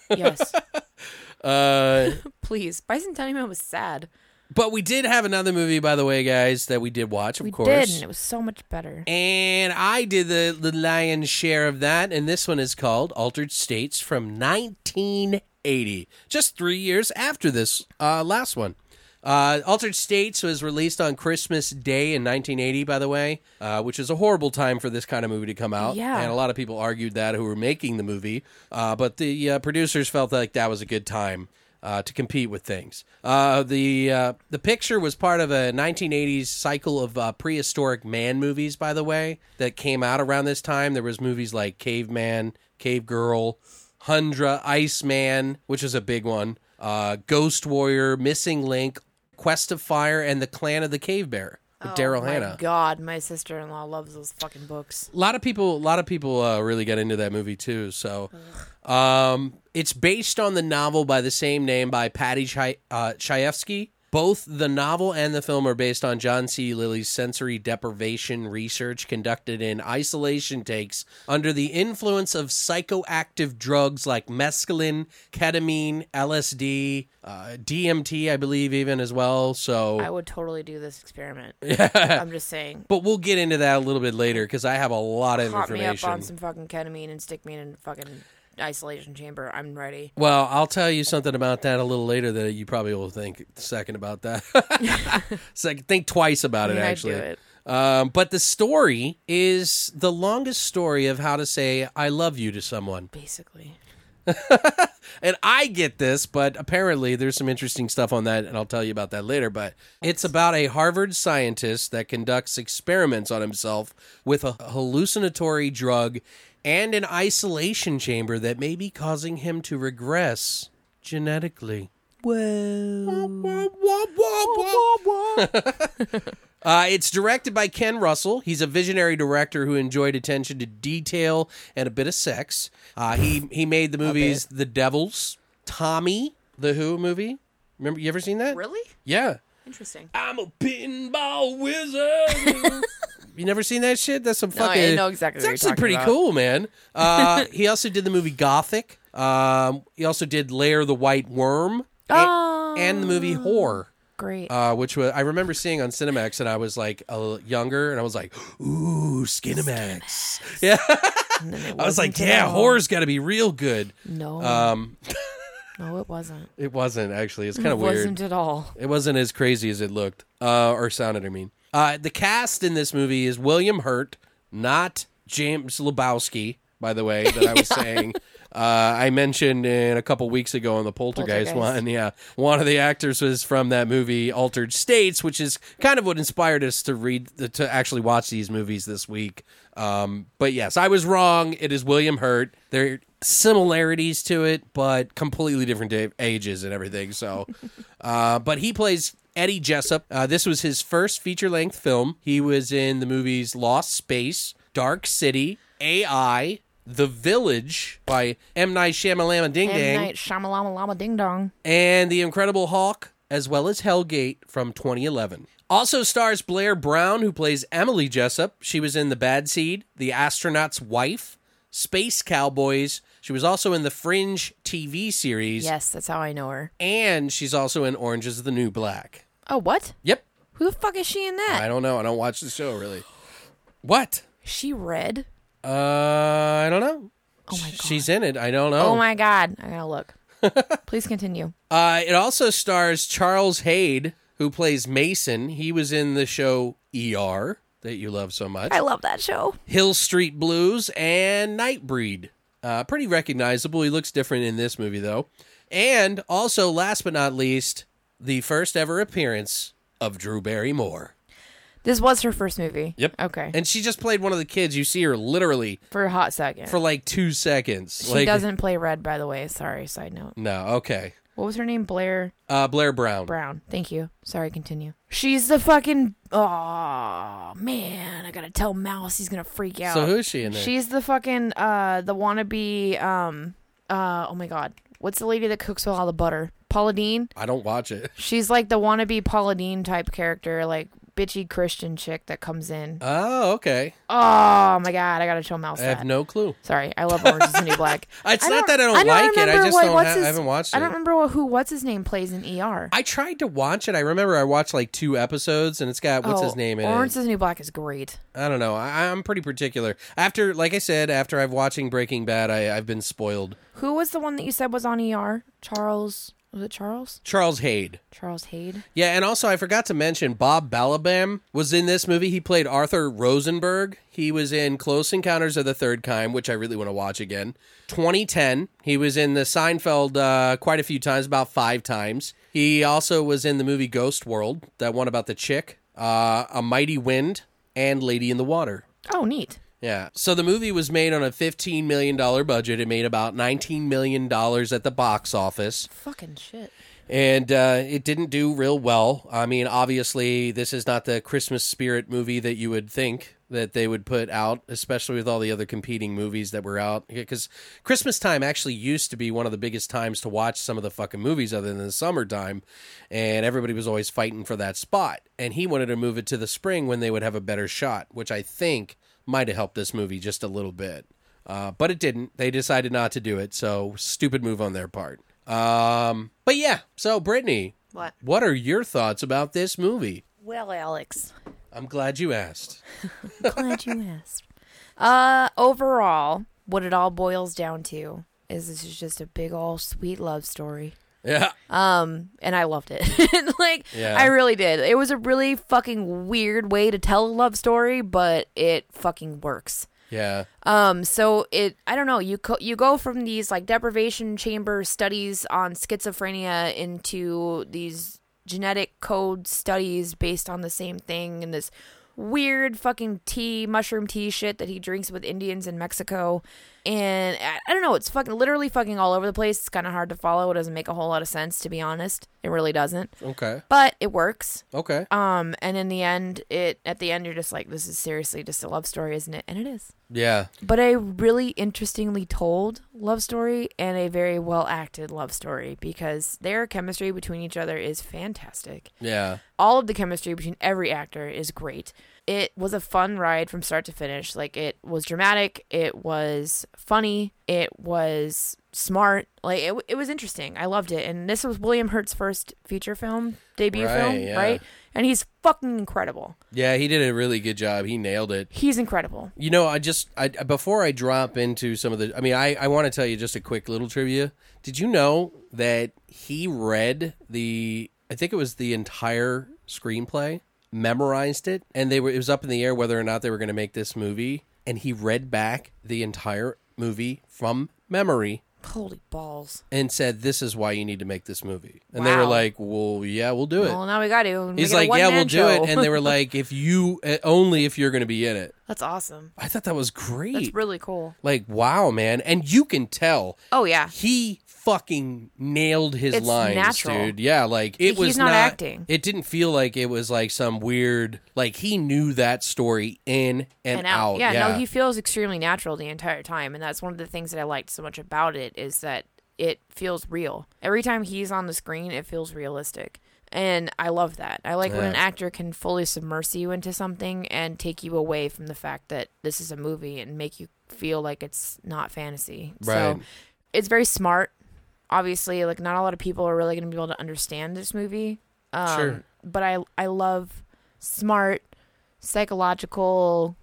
[SPEAKER 4] yes.
[SPEAKER 2] Uh
[SPEAKER 4] Please, Bicentennial Man was sad.
[SPEAKER 2] but we did have another movie by the way, guys, that we did watch, of
[SPEAKER 4] We
[SPEAKER 2] course.
[SPEAKER 4] did, and it was so much better.
[SPEAKER 2] And I did the, the lion's share of that. And this one is called Altered States from 1980, just three years after this uh, last one. Uh, Altered States was released on Christmas Day in 1980, by the way, uh, which is a horrible time for this kind of movie to come out.
[SPEAKER 4] Yeah.
[SPEAKER 2] And a lot of people argued that who were making the movie. Uh, but the uh, producers felt like that was a good time uh, to compete with things. Uh, the uh, the picture was part of a 1980s cycle of uh, prehistoric man movies, by the way, that came out around this time. There was movies like Caveman, Cave Girl, Hundra, Iceman, which is a big one, uh, Ghost Warrior, Missing Link, Quest of Fire, and The Clan of the Cave Bear with Daryl
[SPEAKER 4] My
[SPEAKER 2] Hannah.
[SPEAKER 4] God, my sister-in-law loves those fucking books.
[SPEAKER 2] A lot of people, a lot of people uh, really got into that movie too. So, um, it's based on the novel by the same name by Patty Chai- uh, Chayefsky. Both the novel and the film are based on John C. Lilly's sensory deprivation research conducted in isolation takes under the influence of psychoactive drugs like mescaline, ketamine, LSD, uh, DMT, I believe, even as well. So
[SPEAKER 4] I would totally do this experiment. I'm just saying.
[SPEAKER 2] but we'll get into that a little bit later because I have a lot of
[SPEAKER 4] Pop me
[SPEAKER 2] information.
[SPEAKER 4] up on some fucking ketamine and stick me in a fucking isolation chamber. I'm ready.
[SPEAKER 2] Well, I'll tell you something about that a little later that you probably will think second about that. Second, think twice about it
[SPEAKER 4] mean, I'd
[SPEAKER 2] actually.
[SPEAKER 4] do it.
[SPEAKER 2] Um, but the story is the longest story of how to say "I love you" to someone,
[SPEAKER 4] Basically,
[SPEAKER 2] and I get this, but apparently there's some interesting stuff on that, and I'll tell you about that later. But it's about a Harvard scientist that conducts experiments on himself with a hallucinatory drug and an isolation chamber that may be causing him to regress genetically. Whoa. Uh, it's directed by Ken Russell. He's a visionary director who enjoyed attention to detail and a bit of sex. Uh, he he made the movies The Devils, Tommy, the Who movie. Remember you ever seen that?
[SPEAKER 5] Really?
[SPEAKER 2] Yeah.
[SPEAKER 5] Interesting.
[SPEAKER 2] I'm a pinball wizard. you never seen that shit? That's some
[SPEAKER 4] I
[SPEAKER 2] fucking.
[SPEAKER 4] know exactly
[SPEAKER 2] It's
[SPEAKER 4] what you're
[SPEAKER 2] actually
[SPEAKER 4] talking
[SPEAKER 2] pretty
[SPEAKER 4] about.
[SPEAKER 2] cool, man. Uh, he also did the movie Gothic. Um, he also did Lair the White Worm a-
[SPEAKER 4] Oh.
[SPEAKER 2] and the movie Whore.
[SPEAKER 4] Great.
[SPEAKER 2] Uh, which was I remember seeing on Cinemax, and I was like a l- younger, and I was like, "Ooh, Skinemax!" Yeah,
[SPEAKER 4] And then it
[SPEAKER 2] I was like,
[SPEAKER 4] wasn't at
[SPEAKER 2] "Yeah,
[SPEAKER 4] all.
[SPEAKER 2] horror's got to be real good."
[SPEAKER 4] No,
[SPEAKER 2] Um,
[SPEAKER 4] no, it wasn't.
[SPEAKER 2] it wasn't actually. It's kind
[SPEAKER 4] It
[SPEAKER 2] of weird.
[SPEAKER 4] wasn't at all.
[SPEAKER 2] It wasn't as crazy as it looked uh, or sounded. I mean, uh, the cast in this movie is William Hurt, not James Lebowski, by the way. That I was saying. Uh, I mentioned in a couple weeks ago on the Poltergeist,
[SPEAKER 4] Poltergeist.
[SPEAKER 2] one. Yeah, one of the actors was from that movie Altered States, which is kind of what inspired us to read to actually watch these movies this week. Um, but yes, I was wrong. It is William Hurt. There are similarities to it, but completely different da- ages and everything. So, uh, but he plays. Eddie Jessup. Uh, this was his first feature length film. He was in the movies Lost Space, Dark City, AI, The Village by M. Night Shyamalan Ding
[SPEAKER 4] M.
[SPEAKER 2] Dang
[SPEAKER 4] Night Shyamalama Lama Ding Dong.
[SPEAKER 2] and The Incredible Hulk, as well as Hellgate from 2011. Also stars Blair Brown, who plays Emily Jessup. She was in The Bad Seed, The Astronaut's Wife, Space Cowboys. She was also in the Fringe TV series,
[SPEAKER 4] Yes, that's how I know her.
[SPEAKER 2] and she's also in Orange is the New Black.
[SPEAKER 4] Oh, what?
[SPEAKER 2] Yep.
[SPEAKER 4] Who the fuck is she in that?
[SPEAKER 2] I don't know. I don't watch the show really. What?
[SPEAKER 4] She red.
[SPEAKER 2] Uh, I don't know. Oh my God. She's in it. I don't know.
[SPEAKER 4] Oh my god, I gotta look. Please continue.
[SPEAKER 2] Uh, it also stars Charles Hayde, who plays Mason. He was in the show ER that you love so much,
[SPEAKER 4] I love that show.
[SPEAKER 2] Hill Street Blues, and Nightbreed. Uh, pretty recognizable. He looks different in this movie, though. And also, last but not least, the first ever appearance of Drew Barrymore.
[SPEAKER 4] This was her first movie. Okay.
[SPEAKER 2] And she just played one of the kids. You see her literally
[SPEAKER 4] for a hot second.
[SPEAKER 2] for like two seconds.
[SPEAKER 4] she
[SPEAKER 2] like,
[SPEAKER 4] doesn't play red, by the way. Sorry, side note.
[SPEAKER 2] No, okay.
[SPEAKER 4] What was her name? Blair
[SPEAKER 2] Uh, Blair Brown.
[SPEAKER 4] Brown. Thank you. Sorry, continue. She's the fucking. Oh man, I gotta tell Mouse he's gonna freak out.
[SPEAKER 2] So who is she in there?
[SPEAKER 4] She's the fucking uh the wannabe um uh oh my god. What's the lady that cooks with all the butter? Paula Dean?
[SPEAKER 2] I don't watch it.
[SPEAKER 4] She's like the wannabe Paula Dean type character, like bitchy Christian chick that comes in.
[SPEAKER 2] Oh, okay.
[SPEAKER 4] Oh my god, I gotta show Mouse
[SPEAKER 2] I have
[SPEAKER 4] that.
[SPEAKER 2] no clue.
[SPEAKER 4] Sorry, I love Orange is the New Black.
[SPEAKER 2] It's not that I don't like it, I
[SPEAKER 4] remember
[SPEAKER 2] just don't
[SPEAKER 4] what's
[SPEAKER 2] ha- I haven't watched
[SPEAKER 4] I don't
[SPEAKER 2] it.
[SPEAKER 4] remember what, who what's his name plays in ER.
[SPEAKER 2] I tried to watch it. I remember I watched like two episodes, and it's got what's his
[SPEAKER 4] Oh,
[SPEAKER 2] name in
[SPEAKER 4] Orange
[SPEAKER 2] it.
[SPEAKER 4] is the New Black is great.
[SPEAKER 2] I don't know. I, I'm pretty particular. After, like I said, after I've watching Breaking Bad, I, I've been spoiled.
[SPEAKER 4] Who was the one that you said was on ER? Charles was it Charles?
[SPEAKER 2] Charles Hayde.
[SPEAKER 4] Charles Hayde.
[SPEAKER 2] Yeah, and also I forgot to mention Bob Balabam was in this movie. He played Arthur Rosenberg. He was in Close Encounters of the Third Kind, which I really want to watch again. 2010, he was in the Seinfeld uh, quite a few times, about five times. He also was in the movie Ghost World, that one about the chick, uh, A Mighty Wind, and Lady in the Water.
[SPEAKER 4] Oh, neat.
[SPEAKER 2] Yeah. So the movie was made on a $15 million budget. It made about $19 million at the box office
[SPEAKER 4] Fucking shit.
[SPEAKER 2] and uh, it didn't do real well. I mean, obviously, this is not the Christmas spirit movie that you would think that they would put out, especially with all the other competing movies that were out. Because Christmas time actually used to be one of the biggest times to watch some of the fucking movies, other than the summertime, and everybody was always fighting for that spot. And he wanted to move it to the spring when they would have a better shot, which I think might have helped this movie just a little bit. Uh, but it didn't. They decided not to do it. So stupid move on their part. Um, but yeah. So Brittany,
[SPEAKER 5] What?
[SPEAKER 2] What are your thoughts about this movie?
[SPEAKER 4] Well, Alex.
[SPEAKER 2] I'm glad you asked.
[SPEAKER 4] Glad you asked. Uh, overall, what it all boils down to is this is just a big old sweet love story.
[SPEAKER 2] Yeah.
[SPEAKER 4] And I loved it. like,
[SPEAKER 2] Yeah.
[SPEAKER 4] I really did. It was a really fucking weird way to tell a love story, but it fucking works.
[SPEAKER 2] Yeah.
[SPEAKER 4] Um, so it, I don't know, you, co- you go from these like deprivation chamber studies on schizophrenia into these genetic code studies based on the same thing and this weird fucking tea, mushroom tea shit that he drinks with Indians in Mexico and I, I don't know. It's fucking literally fucking all over the place. It's kind of hard to follow. It doesn't make a whole lot of sense, to be honest. It really doesn't.
[SPEAKER 2] Okay.
[SPEAKER 4] But it works.
[SPEAKER 2] Okay.
[SPEAKER 4] Um, and in the end, it at the end you're just like, this is seriously just a love story, isn't it? And it is.
[SPEAKER 2] Yeah.
[SPEAKER 4] But a really interestingly told love story and a very well acted love story because their chemistry between each other is fantastic.
[SPEAKER 2] Yeah.
[SPEAKER 4] All of the chemistry between every actor is great. It was a fun ride from start to finish. Like it was dramatic, it was funny, it was smart. Like it, it was interesting. I loved it. And this was William Hurt's first feature film, debut
[SPEAKER 2] Right,
[SPEAKER 4] film,
[SPEAKER 2] yeah.
[SPEAKER 4] right? And he's fucking incredible.
[SPEAKER 2] Yeah, he did a really good job. He nailed it.
[SPEAKER 4] He's incredible.
[SPEAKER 2] You know, I just I before I drop into some of the I mean, I I want to tell you just a quick little trivia. Did you know that he read the I think it was the entire screenplay, memorized it, and they were it was up in the air whether or not they were going to make this movie, and he read back the entire movie from memory
[SPEAKER 4] Holy balls.
[SPEAKER 2] and said this is why you need to make this movie. And they were
[SPEAKER 4] Wow.
[SPEAKER 2] like, "Well, yeah, we'll do it."
[SPEAKER 4] Well, now we got to.
[SPEAKER 2] He's like, "Yeah, we'll do it." And they were like, "If you eh, only if you're going to be in it."
[SPEAKER 4] That's awesome.
[SPEAKER 2] I thought that was great.
[SPEAKER 4] That's really cool.
[SPEAKER 2] Like, wow, man. And you can tell.
[SPEAKER 4] Oh, yeah.
[SPEAKER 2] He fucking nailed his
[SPEAKER 4] It's
[SPEAKER 2] lines,
[SPEAKER 4] natural.
[SPEAKER 2] dude. Yeah, like it
[SPEAKER 4] He's
[SPEAKER 2] was
[SPEAKER 4] not acting.
[SPEAKER 2] It didn't feel like it was like some weird like he knew that story in and, out.
[SPEAKER 4] Yeah, no, he feels extremely natural the entire time, and that's one of the things that I liked so much about it is that it feels real. Every time he's on the screen, it feels realistic. And I love that. I like when an
[SPEAKER 2] Yeah.
[SPEAKER 4] actor can fully submerge you into something and take you away from the fact that this is a movie and make you feel like it's not fantasy. So
[SPEAKER 2] Right.
[SPEAKER 4] it's very smart. Obviously, like not a lot of people are really going to be able to understand this movie. Um,
[SPEAKER 2] Sure.
[SPEAKER 4] But I I love smart psychological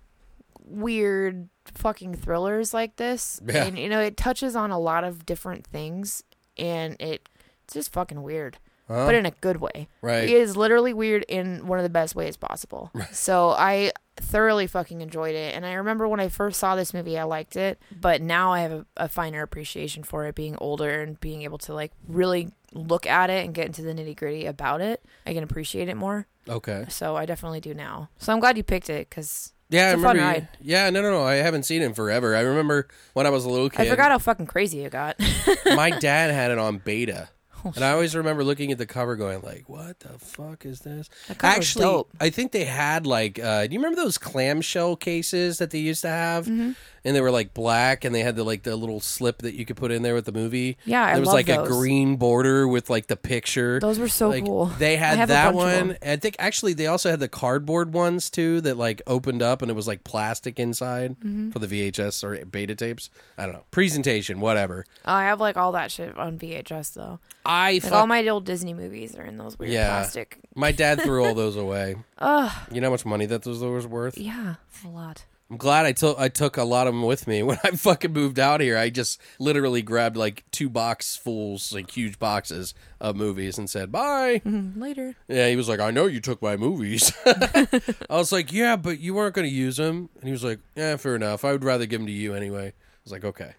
[SPEAKER 4] weird fucking thrillers like this.
[SPEAKER 2] Yeah.
[SPEAKER 4] And you know, it touches on a lot of different things and it it's just fucking weird. But in a good way.
[SPEAKER 2] Right.
[SPEAKER 4] It is literally weird in one of the best ways possible. So I thoroughly fucking enjoyed it. And I remember when I first saw this movie, I liked it. But now I have a, a finer appreciation for it being older and being able to like really look at it and get into the nitty gritty about it. I can appreciate it more.
[SPEAKER 2] okay.
[SPEAKER 4] So I definitely do now. So I'm glad you picked it because
[SPEAKER 2] Yeah, I
[SPEAKER 4] it's a fun
[SPEAKER 2] remember. you-
[SPEAKER 4] ride.
[SPEAKER 2] yeah, no, no, no. I haven't seen him forever. I remember when I was a little kid.
[SPEAKER 4] I forgot how fucking crazy it got.
[SPEAKER 2] my dad had it on beta. and I always remember looking at the cover going like, what the fuck is this?
[SPEAKER 4] cover's
[SPEAKER 2] Actually,
[SPEAKER 4] dope.
[SPEAKER 2] I think they had like, uh, do you remember those clamshell cases that they used to have?
[SPEAKER 4] Mm-hmm.
[SPEAKER 2] And they were like black and they had the like the little slip that you could put in there with the movie.
[SPEAKER 4] Yeah, I
[SPEAKER 2] There was
[SPEAKER 4] love
[SPEAKER 2] like
[SPEAKER 4] those.
[SPEAKER 2] a green border with like the picture.
[SPEAKER 4] Those were so
[SPEAKER 2] Like,
[SPEAKER 4] cool.
[SPEAKER 2] They
[SPEAKER 4] I
[SPEAKER 2] had
[SPEAKER 4] have a
[SPEAKER 2] that
[SPEAKER 4] bunch of
[SPEAKER 2] one.
[SPEAKER 4] them.
[SPEAKER 2] I think actually they also had the cardboard ones too that like opened up and it was like plastic inside
[SPEAKER 4] Mm-hmm.
[SPEAKER 2] for the VHS or beta tapes. I don't know. Presentation, whatever.
[SPEAKER 4] I have like all that shit on VHS though.
[SPEAKER 2] I
[SPEAKER 4] Like
[SPEAKER 2] fucking
[SPEAKER 4] all my old Disney movies are in those weird
[SPEAKER 2] Yeah.
[SPEAKER 4] plastic.
[SPEAKER 2] My dad threw all those away. You know how much money that those was worth?
[SPEAKER 4] Yeah, a lot.
[SPEAKER 2] I'm glad I took I took a lot of them with me when I fucking moved out here. I just literally grabbed like two box fulls, like huge boxes of movies, and said bye.
[SPEAKER 4] Mm-hmm. Later.
[SPEAKER 2] Yeah, he was like, "I know you took my movies." I was like, "Yeah, but you weren't going to use them." And he was like, "Yeah, fair enough. I would rather give them to you anyway." I was like, "Okay."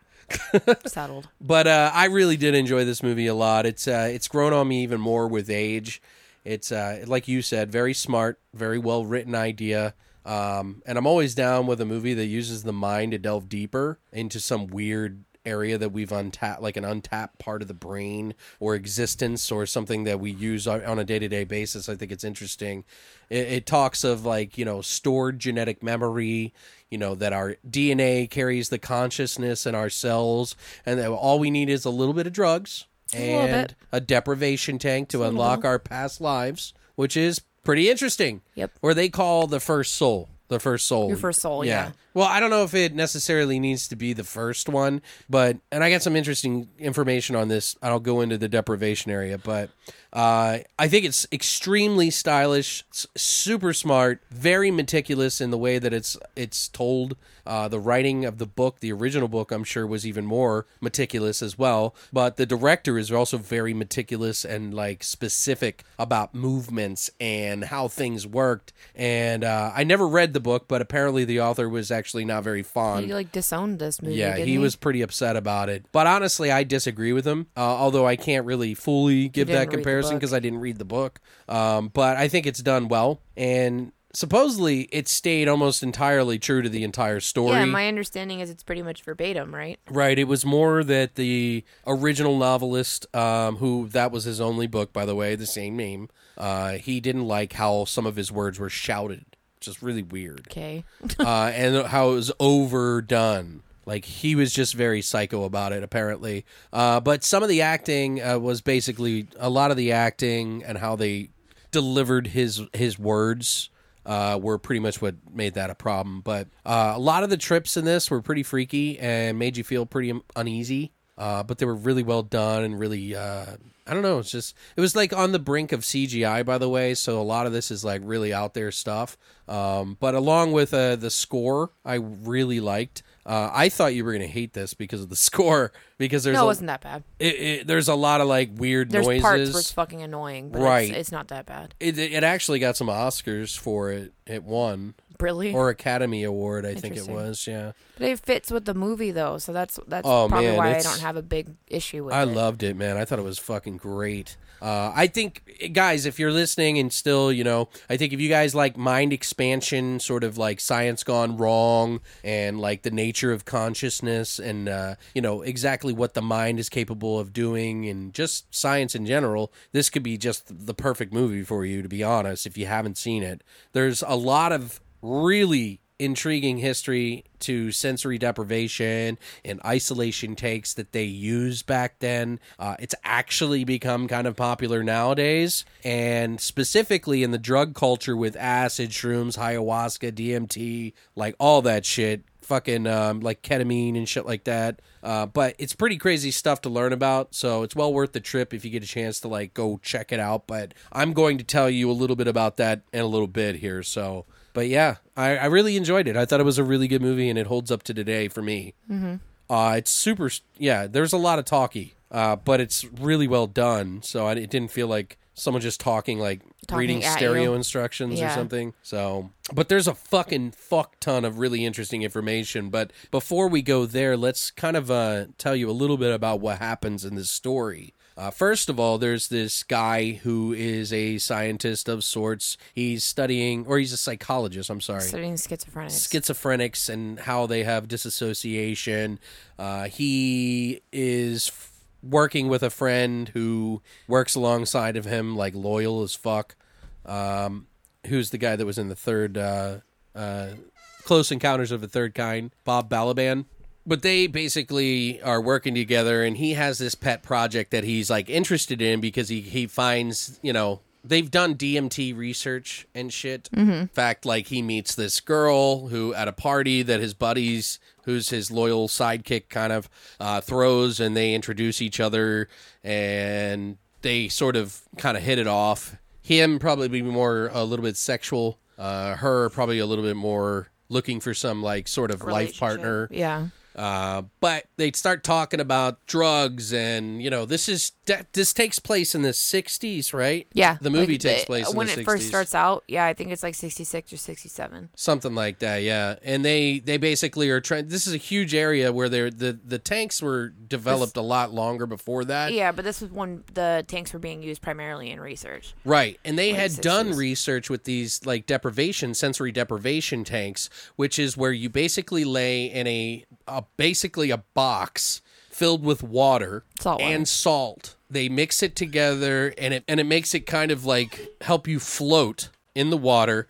[SPEAKER 4] Settled.
[SPEAKER 2] But uh, I really did enjoy this movie a lot. It's uh, it's grown on me even more with age. It's uh, like you said, very smart, very well written idea. Um, and I'm always down with a movie that uses the mind to delve deeper into some weird area that we've untapped, like an untapped part of the brain or existence or something that we use on on a day to day basis. I think it's interesting. It, it talks of like, you know, stored genetic memory, you know, that our DNA carries the consciousness in our cells and that all we need is a little bit of drugs
[SPEAKER 4] little
[SPEAKER 2] and
[SPEAKER 4] bit.
[SPEAKER 2] a deprivation tank to unlock our past lives, which is pretty interesting.
[SPEAKER 4] Yep.
[SPEAKER 2] Or they call the first soul. The first soul.
[SPEAKER 4] Your first soul, yeah.
[SPEAKER 2] Well, I don't know if it necessarily needs to be the first one, but and I got some interesting information on this. I'll go into the deprivation area, but uh, I think it's extremely stylish, s- super smart, very meticulous in the way that it's it's told. Uh, the writing of the book, the original book, I'm sure was even more meticulous as well. But the director is also very meticulous and like specific about movements and how things worked. And uh, I never read the book, but apparently the author was actually not very fond.
[SPEAKER 4] He like disowned this movie.
[SPEAKER 2] Um, Yeah,
[SPEAKER 4] didn't
[SPEAKER 2] he was pretty upset about it. But honestly, I disagree with him. Uh, although I can't really fully give
[SPEAKER 4] didn't
[SPEAKER 2] that
[SPEAKER 4] read the
[SPEAKER 2] comparison
[SPEAKER 4] book.
[SPEAKER 2] because I didn't read the book. Um, but I think it's done well and supposedly it stayed almost entirely true to the entire story.
[SPEAKER 4] Yeah, my understanding is it's pretty much verbatim, right?
[SPEAKER 2] Right. It was more that the original novelist, um, who that was his only book, by the way, the same name, uh, he didn't like how some of his words were shouted, which is really weird,
[SPEAKER 4] Okay.
[SPEAKER 2] uh, and how it was overdone. Like he was just very psycho about it, apparently. Uh, but some of the acting uh, was basically a lot of the acting and how they delivered his his words uh, were pretty much what made that a problem. But uh, a lot of the trips in this were pretty freaky and made you feel pretty un- uneasy. Uh, but they were really well done and really, uh, I don't know. It's just, it was like on the brink of CGI, by the way. So a lot of this is like really out there stuff. Um, but along with uh, the score, I really liked. Uh, I thought you were going to hate this because of the score, because there's
[SPEAKER 4] No,
[SPEAKER 2] a,
[SPEAKER 4] it wasn't that bad.
[SPEAKER 2] it- it- there's a lot of like weird
[SPEAKER 4] There's
[SPEAKER 2] noises
[SPEAKER 4] parts where it's fucking annoying, but
[SPEAKER 2] Right.
[SPEAKER 4] it's, it's not that bad.
[SPEAKER 2] it, it actually got some Oscars for it. It won
[SPEAKER 4] Really?
[SPEAKER 2] or Academy Award, I think it
[SPEAKER 4] Interesting.
[SPEAKER 2] was. Yeah,
[SPEAKER 4] but it fits with the movie though, so that's that's
[SPEAKER 2] Oh,
[SPEAKER 4] probably
[SPEAKER 2] man,
[SPEAKER 4] why I
[SPEAKER 2] it's-
[SPEAKER 4] don't have a big issue with
[SPEAKER 2] I
[SPEAKER 4] it.
[SPEAKER 2] loved it, man. I thought it was fucking great. Uh, I think, guys, if you're listening and still, you know, I think if you guys like mind expansion, sort of like science gone wrong, and like the nature of consciousness, and uh, you know exactly what the mind is capable of doing, and just science in general, this could be just the perfect movie for you. To be honest, if you haven't seen it, there's a lot of really intriguing history to sensory deprivation and isolation takes that they used back then. Uh, it's actually become kind of popular nowadays, and specifically in the drug culture with acid, shrooms, ayahuasca, DMT, like all that shit. Fucking um, like ketamine and shit like that, uh, but it's pretty crazy stuff to learn about. So it's well worth the trip if you get a chance to like go check it out. But I'm going to tell you a little bit about that in a little bit here. So but yeah, I, I really enjoyed it. I thought it was a really good movie, and it holds up to today for me. Mm-hmm. Uh, it's super. Yeah, there's a lot of talky, uh, but it's really well done. So I, it didn't feel like someone just talking like
[SPEAKER 4] Talking
[SPEAKER 2] reading
[SPEAKER 4] at
[SPEAKER 2] stereo
[SPEAKER 4] you.
[SPEAKER 2] instructions or
[SPEAKER 4] Yeah.
[SPEAKER 2] something. So, but there's a fucking fuck ton of really interesting information. But before we go there, let's kind of uh, tell you a little bit about what happens in this story. Uh, first of all, there's this guy who is a scientist of sorts. He's studying, or he's a psychologist. I'm sorry,
[SPEAKER 4] Studying schizophrenics.
[SPEAKER 2] schizophrenics and how they have disassociation. Uh, he is f- working with a friend who works alongside of him, like loyal as fuck. Um, who's the guy that was in the third uh, uh, Close Encounters of the Third Kind? Bob Balaban. But they basically are working together, and he has this pet project that he's like interested in because he he finds you know they've done DMT research and shit. In fact, like he meets this girl who at a party that his buddies, who's his loyal sidekick, kind of uh, throws, and they introduce each other, and they sort of kind of hit it off. Him probably be more a little bit sexual. Uh, her probably a little bit more looking for some like sort of life
[SPEAKER 5] Relationship.
[SPEAKER 2] partner.
[SPEAKER 4] yeah.
[SPEAKER 2] Uh, but they start talking about drugs, and you know this is that this takes place in the '60s, right?
[SPEAKER 4] Yeah.
[SPEAKER 2] the movie
[SPEAKER 4] like,
[SPEAKER 2] takes
[SPEAKER 4] the-
[SPEAKER 2] place in
[SPEAKER 4] when
[SPEAKER 2] the
[SPEAKER 4] it
[SPEAKER 2] 60s.
[SPEAKER 4] first starts out. Yeah, I think it's like 66 or 67.
[SPEAKER 2] something like that yeah and they they basically are trying this is a huge area where they're the the tanks were developed a lot longer before that
[SPEAKER 4] Yeah, but this was when the tanks were being used primarily in research.
[SPEAKER 2] Right. And they had
[SPEAKER 4] Late
[SPEAKER 2] done
[SPEAKER 4] 60s.
[SPEAKER 2] research with these like deprivation, sensory deprivation tanks, which is where you basically lay in a, a basically a box filled with water
[SPEAKER 4] Salt water.
[SPEAKER 2] and salt. They mix it together and it and it makes it kind of like help you float in the water.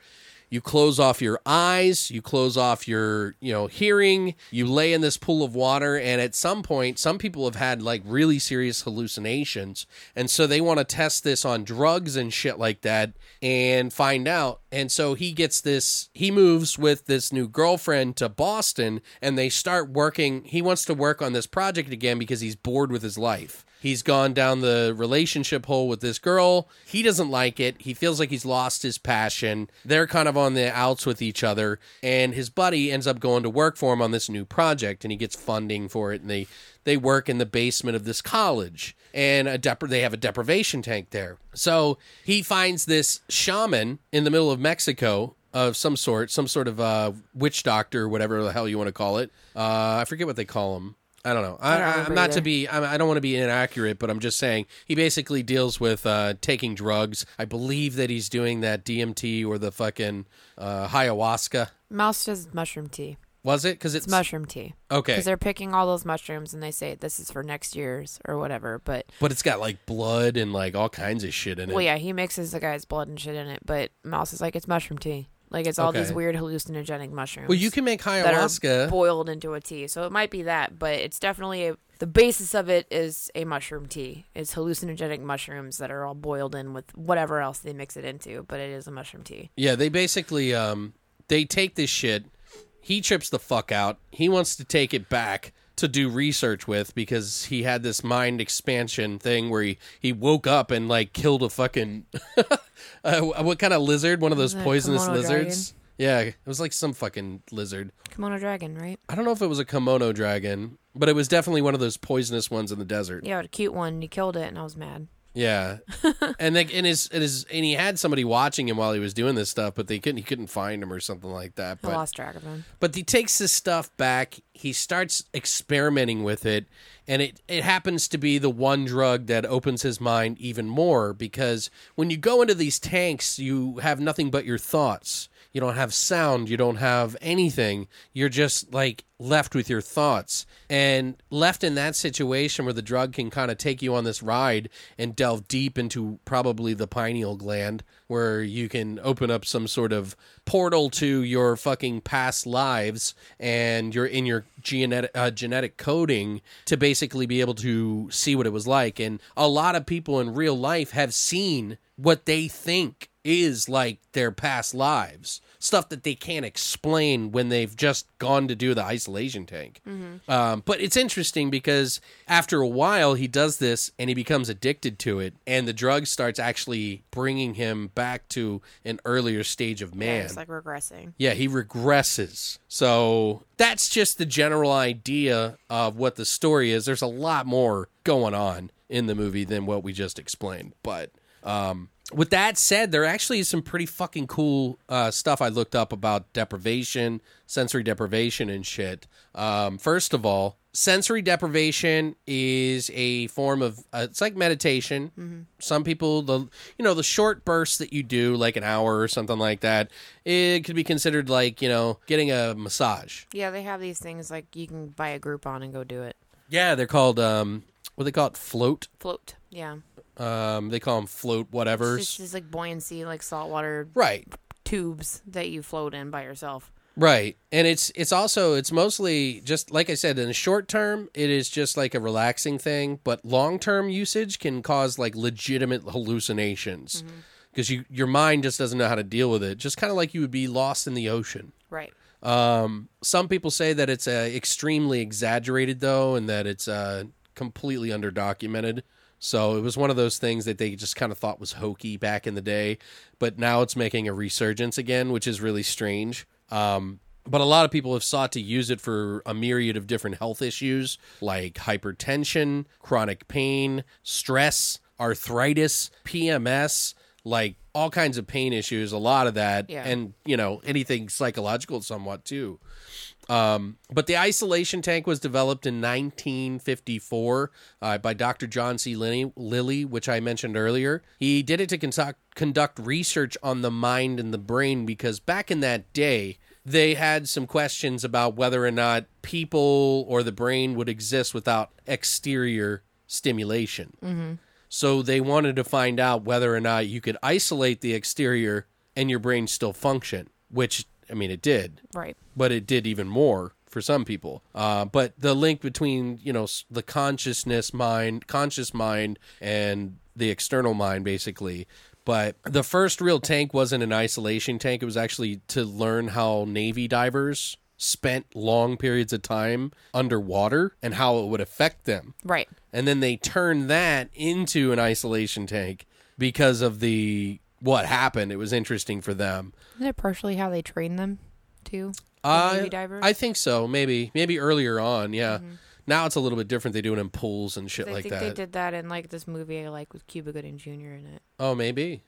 [SPEAKER 2] You close off your eyes, you close off your, you know, hearing, you lay in this pool of water and at some point some people have had like really serious hallucinations and so they want to test this on drugs and shit like that and find out. And so he gets this, he moves with this new girlfriend to Boston and they start working. He wants to work on this project again because he's bored with his life. He's gone down the relationship hole with this girl. He doesn't like it. He feels like he's lost his passion. They're kind of on the outs with each other. And his buddy ends up going to work for him on this new project and he gets funding for it. And they, they work in the basement of this college and a depri- they have a deprivation tank there. So he finds this shaman in the middle of Mexico of some sort, some sort of uh, witch doctor, whatever the hell you want to call it. Uh, I forget what they call him. I don't know. I,
[SPEAKER 4] don't
[SPEAKER 2] I,
[SPEAKER 4] remember
[SPEAKER 2] am not
[SPEAKER 4] either.
[SPEAKER 2] to be. I'm, I don't want to be inaccurate, but I'm just saying he basically deals with uh, taking drugs. I believe that he's doing that DMT or the fucking uh, ayahuasca.
[SPEAKER 6] Mouse does mushroom tea.
[SPEAKER 2] Was it? Because it's,
[SPEAKER 6] It's mushroom tea.
[SPEAKER 2] Okay.
[SPEAKER 6] Because they're picking all those mushrooms and they say this is for next year's or whatever. But
[SPEAKER 2] but it's got like blood and like all kinds of shit in it.
[SPEAKER 6] well, yeah, he mixes the guy's blood and shit in it. But Mouse is like, it's mushroom tea. Like it's all these
[SPEAKER 2] Okay.
[SPEAKER 6] weird hallucinogenic mushrooms.
[SPEAKER 2] Well, you can make
[SPEAKER 6] that
[SPEAKER 2] ayahuasca.
[SPEAKER 6] are boiled into a tea. So it might be that, but it's definitely a, the basis of it is a mushroom tea. It's hallucinogenic mushrooms that are all boiled in with whatever else they mix it into, but it is a mushroom tea.
[SPEAKER 2] Yeah, they basically um they take this shit. He trips the fuck out. He wants to take it back to do research with because he had this mind expansion thing where he he woke up and like killed a fucking uh, what kind of lizard? One of those
[SPEAKER 6] it a
[SPEAKER 2] poisonous
[SPEAKER 6] Komodo
[SPEAKER 2] lizards. Yeah, it was like some fucking lizard.
[SPEAKER 6] Kimono dragon, right?
[SPEAKER 2] I don't know if it was a kimono dragon, but it was definitely one of those poisonous ones in the desert.
[SPEAKER 6] Yeah, a cute one. You killed it, and I was mad.
[SPEAKER 2] Yeah, and like and his and his and he had somebody watching him while he was doing this stuff, but they couldn't he couldn't find him or something like that.
[SPEAKER 6] I
[SPEAKER 2] But
[SPEAKER 6] lost track of him.
[SPEAKER 2] but he takes this stuff back he starts experimenting with it and it, it happens to be the one drug that opens his mind even more because when you go into these tanks you have nothing but your thoughts you don't have sound you don't have anything you're just like left with your thoughts and left in that situation where the drug can kind of take you on this ride and delve deep into probably the pineal gland where you can open up some sort of portal to your fucking past lives and you're in your genetic uh, genetic coding to basically be able to see what it was like and a lot of people in real life have seen what they think is like their past lives stuff that they can't explain when they've just gone to do the isolation tank um, but it's interesting because after a while he does this and he becomes addicted to it and the drug starts actually bringing him back to an earlier stage of man
[SPEAKER 6] It's like regressing.
[SPEAKER 2] yeah, he regresses. So that's just the general idea of what the story is. There's a lot more going on in the movie than what we just explained. But um, with that said, there actually is some pretty fucking cool uh, stuff I looked up about deprivation, sensory deprivation, and shit. Um, first of all, sensory deprivation is a form of uh, it's like meditation some people the you know the short bursts that you do like an hour or something like that it could be considered like you know getting a massage
[SPEAKER 6] Yeah, they have these things like you can buy a Groupon and go do it.
[SPEAKER 2] yeah they're called um what do they call it float
[SPEAKER 6] Float. Yeah.
[SPEAKER 2] um they call them float
[SPEAKER 6] It's just
[SPEAKER 2] whatevers
[SPEAKER 6] these like buoyancy, like saltwater
[SPEAKER 2] right
[SPEAKER 6] tubes that you float in by yourself.
[SPEAKER 2] Right. And it's it's also it's mostly just like I said in the short term it is just like a relaxing thing, but long-term usage can cause like legitimate hallucinations. Because you your mind just doesn't know how to deal with it. Just kind of like you would be lost in the ocean.
[SPEAKER 6] Right.
[SPEAKER 2] Um, some people say that it's uh, extremely exaggerated, though, and that it's uh, completely underdocumented. So it was one of those things that they just kind of thought was hokey back in the day, but now it's making a resurgence again, which is really strange. Um, but a lot of people have sought to use it for a myriad of different health issues like hypertension, chronic pain, stress, arthritis, PMS, like all kinds of pain issues, a lot of that,
[SPEAKER 6] Yeah.
[SPEAKER 2] and you know anything psychological somewhat too. Um, but the isolation tank was developed in 1954 uh, by Dr. John C. Lilly, Lilly, which I mentioned earlier. He did it to conduct, conduct research on the mind and the brain because back in that day, they had some questions about whether or not people or the brain would exist without exterior stimulation. So they wanted to find out whether or not you could isolate the exterior and your brain still function, which, I mean, it did
[SPEAKER 6] Right.
[SPEAKER 2] but it did even more for some people. Uh, but the link between you know s- the consciousness mind, conscious mind, and the external mind, basically. But the first real tank wasn't an isolation tank. It was actually to learn how Navy divers spent long periods of time underwater and how it would affect them
[SPEAKER 6] Right.
[SPEAKER 2] and then they turned that into an isolation tank because of the what happened. It was interesting for them.
[SPEAKER 6] Isn't it partially how they train them too?
[SPEAKER 2] Uh,
[SPEAKER 6] Navy divers?
[SPEAKER 2] I think so. Maybe maybe earlier on. Yeah. Now it's a little bit different. They do it in pools and shit
[SPEAKER 6] I
[SPEAKER 2] like
[SPEAKER 6] think they
[SPEAKER 2] that.
[SPEAKER 6] did that in like this movie I like with Cuba Gooding Jr. in it.
[SPEAKER 2] Oh, maybe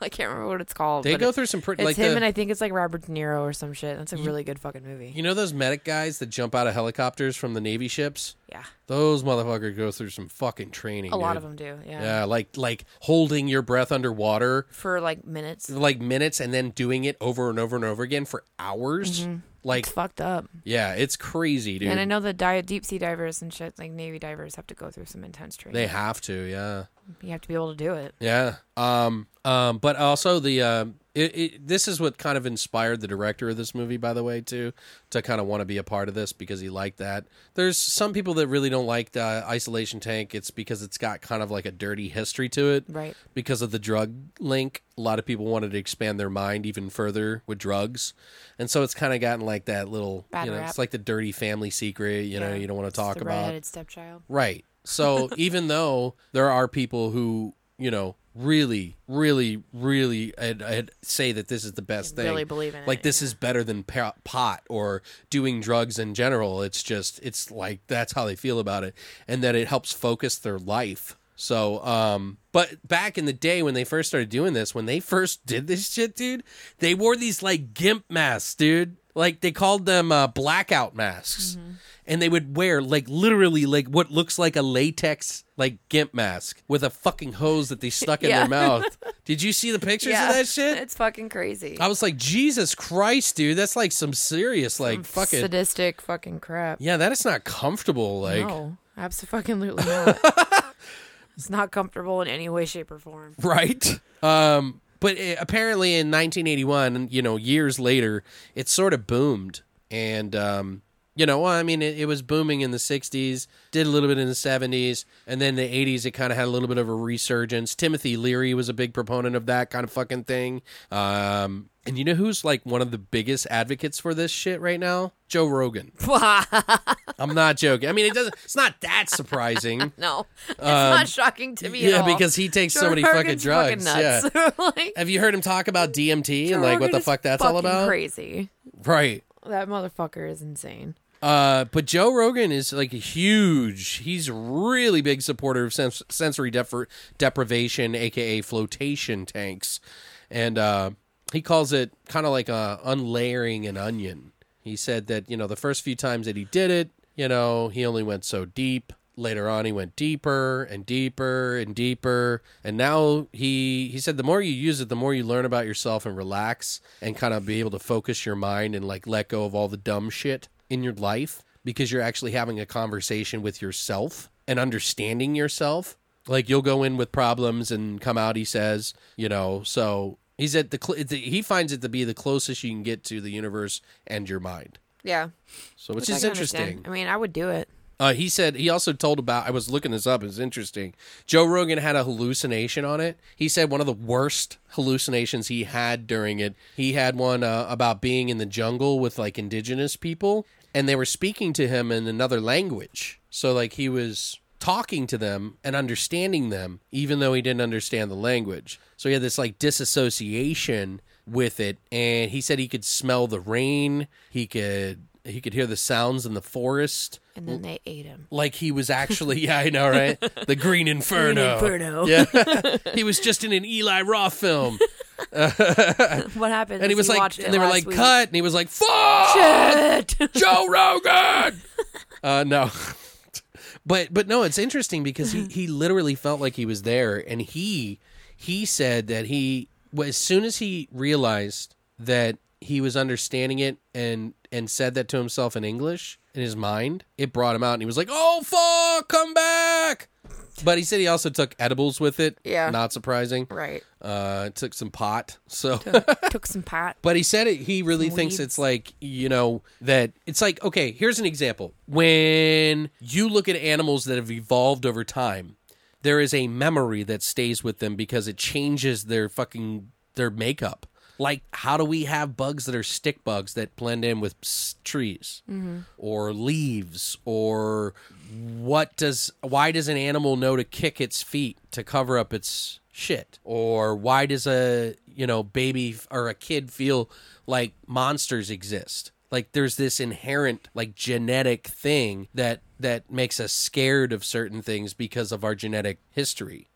[SPEAKER 6] I can't remember what it's called.
[SPEAKER 2] they
[SPEAKER 6] but
[SPEAKER 2] go
[SPEAKER 6] it-
[SPEAKER 2] through some pretty
[SPEAKER 6] It's
[SPEAKER 2] like
[SPEAKER 6] him
[SPEAKER 2] the,
[SPEAKER 6] and I think it's like Robert De Niro or some shit. That's a really good fucking movie.
[SPEAKER 2] you know those medic guys that jump out of helicopters from the navy ships.
[SPEAKER 6] yeah,
[SPEAKER 2] Those motherfuckers go through some fucking training.
[SPEAKER 6] a lot
[SPEAKER 2] dude.
[SPEAKER 6] of them do. Yeah.
[SPEAKER 2] Yeah, like like holding your breath underwater
[SPEAKER 6] for like minutes.
[SPEAKER 2] for like minutes and then doing it over and over and over again for hours. Like
[SPEAKER 6] Mm-hmm. It's fucked up.
[SPEAKER 2] yeah, it's crazy, dude.
[SPEAKER 6] And I know the di- deep sea divers and shit, like Navy divers, have to go through some intense training.
[SPEAKER 2] they have to, yeah.
[SPEAKER 6] you have to be able to do it.
[SPEAKER 2] Yeah. Um. Um. But also the um. It, it, this is what kind of inspired the director of this movie, by the way, too, to kind of want to be a part of this because he liked that. There's some people that really don't like the isolation tank. It's because it's got kind of like a dirty history to it,
[SPEAKER 6] Right.
[SPEAKER 2] Because of the drug link, a lot of people wanted to expand their mind even further with drugs, and so it's kind of gotten like that little,
[SPEAKER 6] Bad
[SPEAKER 2] you know,
[SPEAKER 6] rap.
[SPEAKER 2] it's like the dirty family secret. You know,
[SPEAKER 6] Yeah.
[SPEAKER 2] uh, you don't want to talk
[SPEAKER 6] the
[SPEAKER 2] about.
[SPEAKER 6] redheaded stepchild.
[SPEAKER 2] Right. So even though there are people who, you know, really, really, really I'd, I'd say that this is the best thing.
[SPEAKER 6] Really believe in it,
[SPEAKER 2] Like this is better than pa- pot or doing drugs in general. It's just, it's like, that's how they feel about it. And that it helps focus their life. So, um, but back in the day when they first started doing this, when they first did this shit, dude, they wore these like gimp masks, dude. Like they called them uh, blackout masks
[SPEAKER 6] Mm-hmm.
[SPEAKER 2] and they would wear like literally like what looks like a latex like gimp mask with a fucking hose that they stuck in
[SPEAKER 5] Yeah.
[SPEAKER 2] their mouth. Did you see the pictures of that shit?
[SPEAKER 5] It's fucking crazy.
[SPEAKER 2] I was like, Jesus Christ, dude, that's like some serious like fucking
[SPEAKER 6] Sadistic fucking crap.
[SPEAKER 2] yeah, that is not comfortable. Like
[SPEAKER 6] no, absolutely not. it's not comfortable in any way, shape, or form.
[SPEAKER 2] right? Um, but it, apparently in 1981, you know, years later, it sort of boomed, and um, you know, well, I mean, it, it was booming in the 60s, did a little bit in the 70s, and then the 80s, it kind of had a little bit of a resurgence. Timothy Leary was a big proponent of that kind of fucking thing. Um, and you know who's like one of the biggest advocates for this shit right now? Joe Rogan. I'm not joking. I mean, it doesn't. It's not that surprising.
[SPEAKER 6] No, it's not shocking to me.
[SPEAKER 2] Um, yeah,
[SPEAKER 6] at all.
[SPEAKER 2] because he takes so
[SPEAKER 6] Joe
[SPEAKER 2] many
[SPEAKER 6] Rogan's
[SPEAKER 2] fucking drugs. Yeah.
[SPEAKER 6] nuts. like,
[SPEAKER 2] Have you heard him talk about DMT
[SPEAKER 6] Joe
[SPEAKER 2] and like what the
[SPEAKER 6] Rogan is
[SPEAKER 2] fuck that's all
[SPEAKER 6] fucking
[SPEAKER 2] about?
[SPEAKER 6] Crazy.
[SPEAKER 2] Right.
[SPEAKER 6] That motherfucker is insane.
[SPEAKER 2] Uh, but Joe Rogan is like a huge. He's really big supporter of sens- sensory defer- deprivation, aka flotation tanks, and uh, he calls it kind of like uh, unlayering an onion. He said that you know the first few times that he did it, you know he only went so deep. Later on, he went deeper and deeper and deeper, and now he he said the more you use it, the more you learn about yourself and relax and kind of be able to focus your mind and like let go of all the dumb shit in your life because you're actually having a conversation with yourself and understanding yourself. Like you'll go in with problems and come out, he says, you know. So he's at the, cl- the he finds it to be the closest you can get to the universe and your mind.
[SPEAKER 6] Yeah,
[SPEAKER 2] So which
[SPEAKER 6] I
[SPEAKER 2] is
[SPEAKER 6] can understand.
[SPEAKER 2] interesting.
[SPEAKER 6] I mean, I would do it.
[SPEAKER 2] Uh, he said he also told about. I was looking this up. It's interesting. Joe Rogan had a hallucination on it. He said one of the worst hallucinations he had during it. He had one uh, about being in the jungle with like indigenous people, and they were speaking to him in another language. So like he was talking to them and understanding them, even though he didn't understand the language. So he had this like disassociation with it, and he said he could smell the rain. He could he could hear the sounds in the forest
[SPEAKER 6] And then they ate him.
[SPEAKER 2] like he was actually yeah i know right the green inferno,
[SPEAKER 6] Inferno.
[SPEAKER 2] yeah he was just in an eli roth film
[SPEAKER 6] What happened?
[SPEAKER 2] and he
[SPEAKER 6] is
[SPEAKER 2] was like
[SPEAKER 6] watched it
[SPEAKER 2] and they were
[SPEAKER 6] last
[SPEAKER 2] like
[SPEAKER 6] week.
[SPEAKER 2] cut and he was like fuck joe rogan uh no but but no it's interesting because he he literally felt like he was there and he he said that he well, as soon as he realized that he was understanding it and and said that to himself in english in his mind it brought him out and he was like oh fuck come back but he said he also took edibles with it
[SPEAKER 6] Yeah.
[SPEAKER 2] not surprising
[SPEAKER 6] Right.
[SPEAKER 2] uh took some pot so
[SPEAKER 6] Took some pot.
[SPEAKER 2] but he said it, he really thinks it's like, you know, that it's like, okay, here's an example. When you look at animals that have evolved over time, there is a memory that stays with them because it changes their fucking their makeup. Like, how do we have bugs that are stick bugs that blend in with s- trees or leaves or what does why does an animal know to kick its feet to cover up its shit or why does a you know baby f- or a kid feel like monsters exist Like there's this inherent like genetic thing that that makes us scared of certain things because of our genetic history.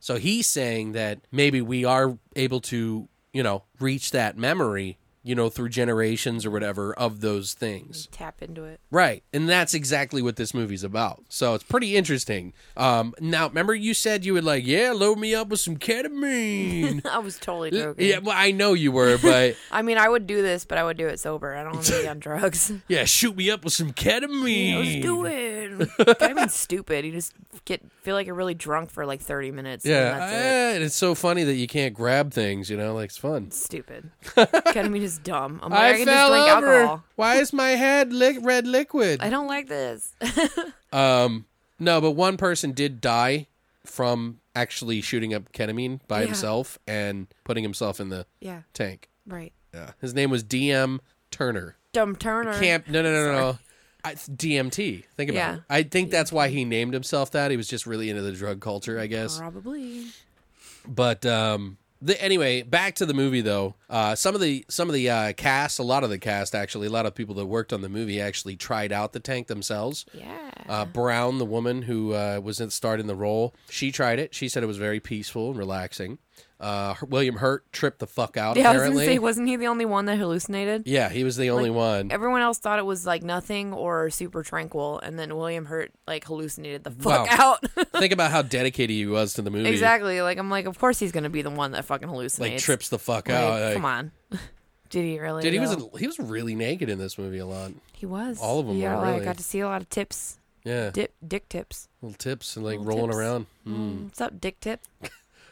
[SPEAKER 2] So he's saying that maybe we are able to, you know, reach that memory, you know, through generations or whatever of those things.
[SPEAKER 4] Tap into it.
[SPEAKER 2] Right. And that's exactly what this movie's about. So it's pretty interesting. Um, now, remember you said you would like, yeah, load me up with some ketamine.
[SPEAKER 4] I was totally joking.
[SPEAKER 2] yeah, well, I know you were, but
[SPEAKER 4] I mean, I would do this, but I would do it sober. I don't want to be on drugs.
[SPEAKER 2] yeah, shoot me up with some ketamine.
[SPEAKER 4] Let's do it. I mean, stupid. You just get feel like you're really drunk for like 30 minutes. Yeah,
[SPEAKER 2] Yeah.
[SPEAKER 4] and that's it.
[SPEAKER 2] eh, and it's so funny that you can't grab things, you know, like it's fun.
[SPEAKER 4] Stupid. Ketamine is dumb. I'm like, I, can just drink alcohol.
[SPEAKER 2] Why is my head li- red liquid?
[SPEAKER 4] I don't like this.
[SPEAKER 2] Um, no, but one person did die from actually shooting up ketamine by
[SPEAKER 4] Yeah.
[SPEAKER 2] himself and putting himself in the
[SPEAKER 4] yeah,
[SPEAKER 2] tank.
[SPEAKER 4] right.
[SPEAKER 2] Yeah. His name was DM Turner.
[SPEAKER 4] Dumb Turner.
[SPEAKER 2] Camp. No, no, no, no, no. I, DMT. Think about
[SPEAKER 4] Yeah.
[SPEAKER 2] it. I think that's why he named himself that. He was just really into the drug culture, I guess.
[SPEAKER 4] Probably.
[SPEAKER 2] But um, the, anyway, back to the movie though. Uh, some of the some of the uh, cast, a lot of the cast actually, a lot of people that worked on the movie actually tried out the tank themselves.
[SPEAKER 4] Yeah.
[SPEAKER 2] Uh, Brown, the woman who uh, was in, starred in the role, she tried it. She said it was very peaceful and relaxing. Uh, William Hurt tripped the fuck out.
[SPEAKER 4] yeah, I was
[SPEAKER 2] apparently,
[SPEAKER 4] going to say, wasn't he the only one that hallucinated?
[SPEAKER 2] yeah, he was the only one.
[SPEAKER 4] Everyone else thought it was like nothing or super tranquil, and then William Hurt like hallucinated the
[SPEAKER 2] Wow.
[SPEAKER 4] fuck out.
[SPEAKER 2] Think about how dedicated he was to the movie.
[SPEAKER 4] exactly. Like I'm like, of course he's gonna be the one that fucking hallucinates.
[SPEAKER 2] Like trips the fuck
[SPEAKER 4] Like,
[SPEAKER 2] out. like-
[SPEAKER 4] come on. Did he really?
[SPEAKER 2] Dude, he was
[SPEAKER 4] though?
[SPEAKER 2] he was really naked in this movie a lot.
[SPEAKER 4] He was.
[SPEAKER 2] all of 'em
[SPEAKER 4] Yeah,
[SPEAKER 2] were,
[SPEAKER 4] like,
[SPEAKER 2] really.
[SPEAKER 4] I got to see a lot of tips,
[SPEAKER 2] Yeah,
[SPEAKER 4] dip, dick tips.
[SPEAKER 2] little tips and like
[SPEAKER 4] Little
[SPEAKER 2] rolling
[SPEAKER 4] tips.
[SPEAKER 2] around,
[SPEAKER 4] What's up, dick tip?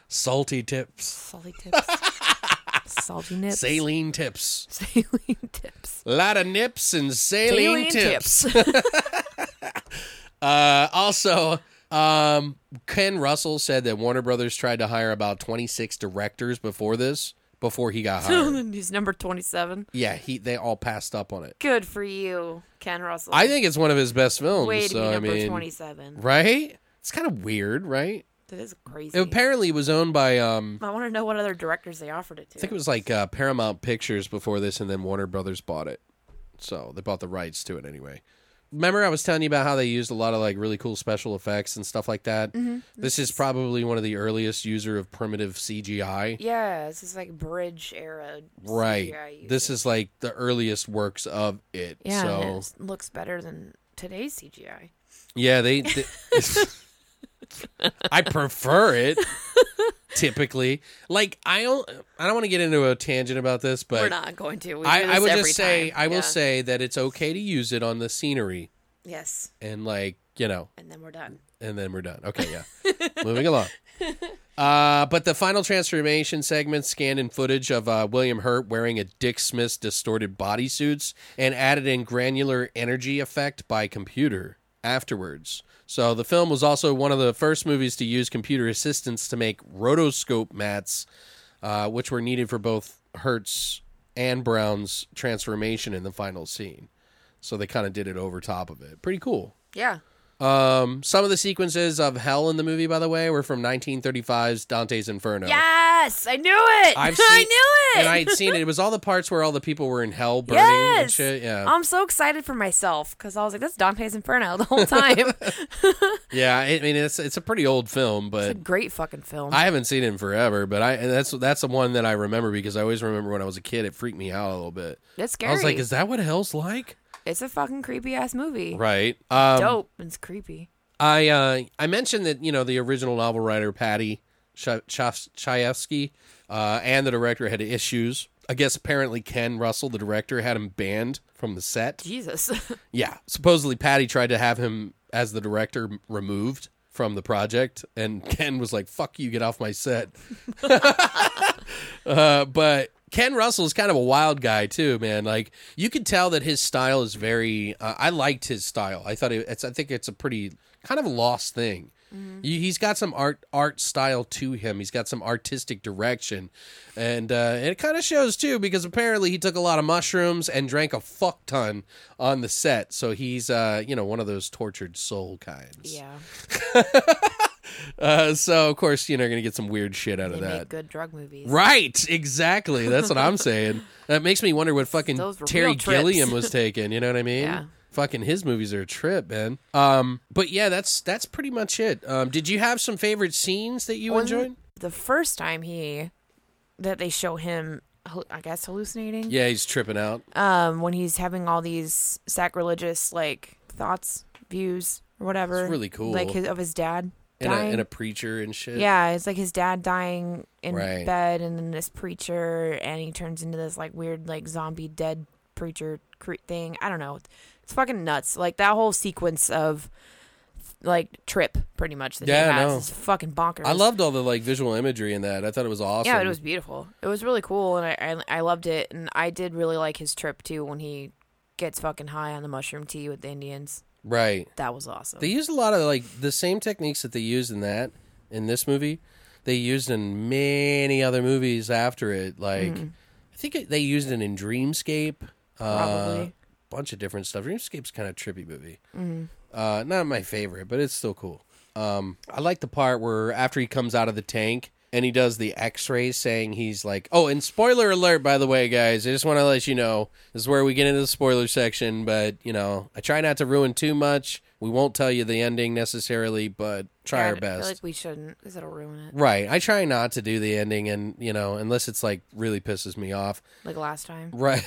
[SPEAKER 2] salty tips,
[SPEAKER 4] Salty tips. Salty nips.
[SPEAKER 2] saline tips,
[SPEAKER 4] Saline tips.
[SPEAKER 2] a lot of nips and saline,
[SPEAKER 4] Saline
[SPEAKER 2] tips. Uh, also, um, Ken Russell said that Warner Brothers tried to hire about twenty six directors before this, before he got hired.
[SPEAKER 4] He's number 27.
[SPEAKER 2] yeah, he they all passed up on it.
[SPEAKER 4] Good for you, Ken Russell.
[SPEAKER 2] I think it's one of his best films.
[SPEAKER 4] Way to
[SPEAKER 2] so
[SPEAKER 4] be
[SPEAKER 2] I
[SPEAKER 4] number
[SPEAKER 2] mean,
[SPEAKER 4] 27.
[SPEAKER 2] right? It's kind of weird, right?
[SPEAKER 4] That is crazy.
[SPEAKER 2] It apparently was owned by um,
[SPEAKER 4] I want to know what other directors they offered it
[SPEAKER 2] I
[SPEAKER 4] to.
[SPEAKER 2] think it was like uh, Paramount Pictures before this, and then Warner Brothers bought it. So they bought the rights to it anyway. Remember, I was telling you about how they used a lot of like really cool special effects and stuff like that.
[SPEAKER 4] Mm-hmm.
[SPEAKER 2] This is probably one of the earliest user of primitive CGI.
[SPEAKER 4] yeah, this is like bridge era.
[SPEAKER 2] right.
[SPEAKER 4] CGI
[SPEAKER 2] This
[SPEAKER 4] usage.
[SPEAKER 2] is like the earliest works of it.
[SPEAKER 4] Yeah, and
[SPEAKER 2] so
[SPEAKER 4] it s- looks better than today's CGI.
[SPEAKER 2] yeah, they. they- I prefer it. Typically, like I don't. I don't want to get into a tangent about this, but
[SPEAKER 4] We're not going to. We do
[SPEAKER 2] I, I
[SPEAKER 4] this
[SPEAKER 2] would
[SPEAKER 4] every
[SPEAKER 2] just say
[SPEAKER 4] time.
[SPEAKER 2] I will
[SPEAKER 4] Yeah.
[SPEAKER 2] say that it's okay to use it on the scenery
[SPEAKER 4] Yes.
[SPEAKER 2] and like you know,
[SPEAKER 4] And then we're done.
[SPEAKER 2] and then we're done. Okay, yeah, moving along. Uh, but the final transformation segment scanned in footage of uh, William Hurt wearing a Dick Smith's distorted bodysuits and added in granular energy effect by computer afterwards. So the film was also one of the first movies to use computer assistance to make rotoscope mats, uh, which were needed for both Hurt's and Brown's transformation in the final scene. So they kind of did it over top of it. Pretty cool.
[SPEAKER 4] Yeah.
[SPEAKER 2] Um, some of the sequences of hell in the movie, by the way, were from 1935's Dante's Inferno.
[SPEAKER 4] Yes, I knew it.
[SPEAKER 2] I've
[SPEAKER 4] I
[SPEAKER 2] seen-
[SPEAKER 4] knew it.
[SPEAKER 2] and I had seen it. It was all the parts where all the people were in hell burning and
[SPEAKER 4] yes.
[SPEAKER 2] shit. Yeah,
[SPEAKER 4] I'm so excited for myself because I was like, "That's Dante's Inferno" the whole time.
[SPEAKER 2] yeah. I mean, it's it's a pretty old film, but
[SPEAKER 4] Great fucking film.
[SPEAKER 2] I haven't seen it in forever. But I and that's that's the one that I remember because I always remember when I was a kid, it freaked me out a little bit.
[SPEAKER 4] it's scary.
[SPEAKER 2] I was like, is that what hell's like?
[SPEAKER 4] it's a fucking creepy ass movie.
[SPEAKER 2] Right. Um,
[SPEAKER 4] Dope. It's creepy.
[SPEAKER 2] I uh, I mentioned that you know the original novel writer Patty Chayefsky uh, and the director had issues. I guess apparently Ken Russell, the director, had him banned from the set.
[SPEAKER 4] Jesus.
[SPEAKER 2] Yeah, supposedly Patty tried to have him as the director m- removed from the project, and Ken was like, "Fuck you, get off my set." uh, but Ken Russell is kind of a wild guy too, man. Like you could tell that his style is very. Uh, I liked his style. I thought it, it's. I think it's a pretty kind of lost thing. You, he's got some art art style to him. He's got some artistic direction, and uh, and it kind of shows too because apparently he took a lot of mushrooms and drank a fuck ton on the set. So he's uh, you know one of those tortured soul kinds.
[SPEAKER 4] yeah.
[SPEAKER 2] Uh, so of course, you know, you're gonna get some weird shit out of
[SPEAKER 4] They
[SPEAKER 2] that.
[SPEAKER 4] make good drug movies.
[SPEAKER 2] Right, exactly. That's what I'm saying. That makes me wonder what fucking
[SPEAKER 4] Those were
[SPEAKER 2] Terry
[SPEAKER 4] real trips.
[SPEAKER 2] Gilliam was taking. You know what I mean?
[SPEAKER 4] Yeah.
[SPEAKER 2] Fucking his movies are a trip, man. Um, but yeah, that's that's pretty much it. Um, did you have some favorite scenes that you
[SPEAKER 4] Wasn't
[SPEAKER 2] enjoyed?
[SPEAKER 4] The first time he that they show him, hal- I guess hallucinating.
[SPEAKER 2] Yeah, he's tripping out.
[SPEAKER 4] Um, when he's having all these sacrilegious like thoughts, views, or whatever.
[SPEAKER 2] It's really cool.
[SPEAKER 4] Like his of his dad
[SPEAKER 2] and, a,
[SPEAKER 4] dying.
[SPEAKER 2] and a preacher and shit.
[SPEAKER 4] yeah, it's like his dad dying in
[SPEAKER 2] Right.
[SPEAKER 4] bed, and then this preacher, and he turns into this like weird like zombie dead preacher cre- thing. I don't know. It's fucking nuts. Like that whole sequence of like trip, pretty much. That
[SPEAKER 2] Yeah, I
[SPEAKER 4] he has
[SPEAKER 2] know.
[SPEAKER 4] is fucking bonkers.
[SPEAKER 2] I loved all the like visual imagery in that. I thought it was awesome.
[SPEAKER 4] Yeah, it was beautiful. It was really cool, and I, I I loved it. And I did really like his trip too when he gets fucking high on the mushroom tea with the Indians.
[SPEAKER 2] right.
[SPEAKER 4] That was awesome.
[SPEAKER 2] They used a lot of like the same techniques that they used in that in this movie. They used in many other movies after it. Like I think it, they used it in Dreamscape. Uh,
[SPEAKER 4] Probably.
[SPEAKER 2] bunch of different stuff. Dreamscape's kind of trippy movie. Uh, not my favorite, but it's still cool. Um, I like the part where after he comes out of the tank and he does the X-ray, saying he's like, "Oh, and spoiler alert, by the way, guys. I just want to let you know this is where we get into the spoiler section, but you know, I try not to ruin too much. We won't tell you the ending necessarily, but try
[SPEAKER 4] Yeah,
[SPEAKER 2] our
[SPEAKER 4] I feel
[SPEAKER 2] best."
[SPEAKER 4] like we shouldn't, because it'll ruin it.
[SPEAKER 2] Right. I try not to do the ending and, you know, unless it's like really pisses me off.
[SPEAKER 4] Like last time.
[SPEAKER 2] Right.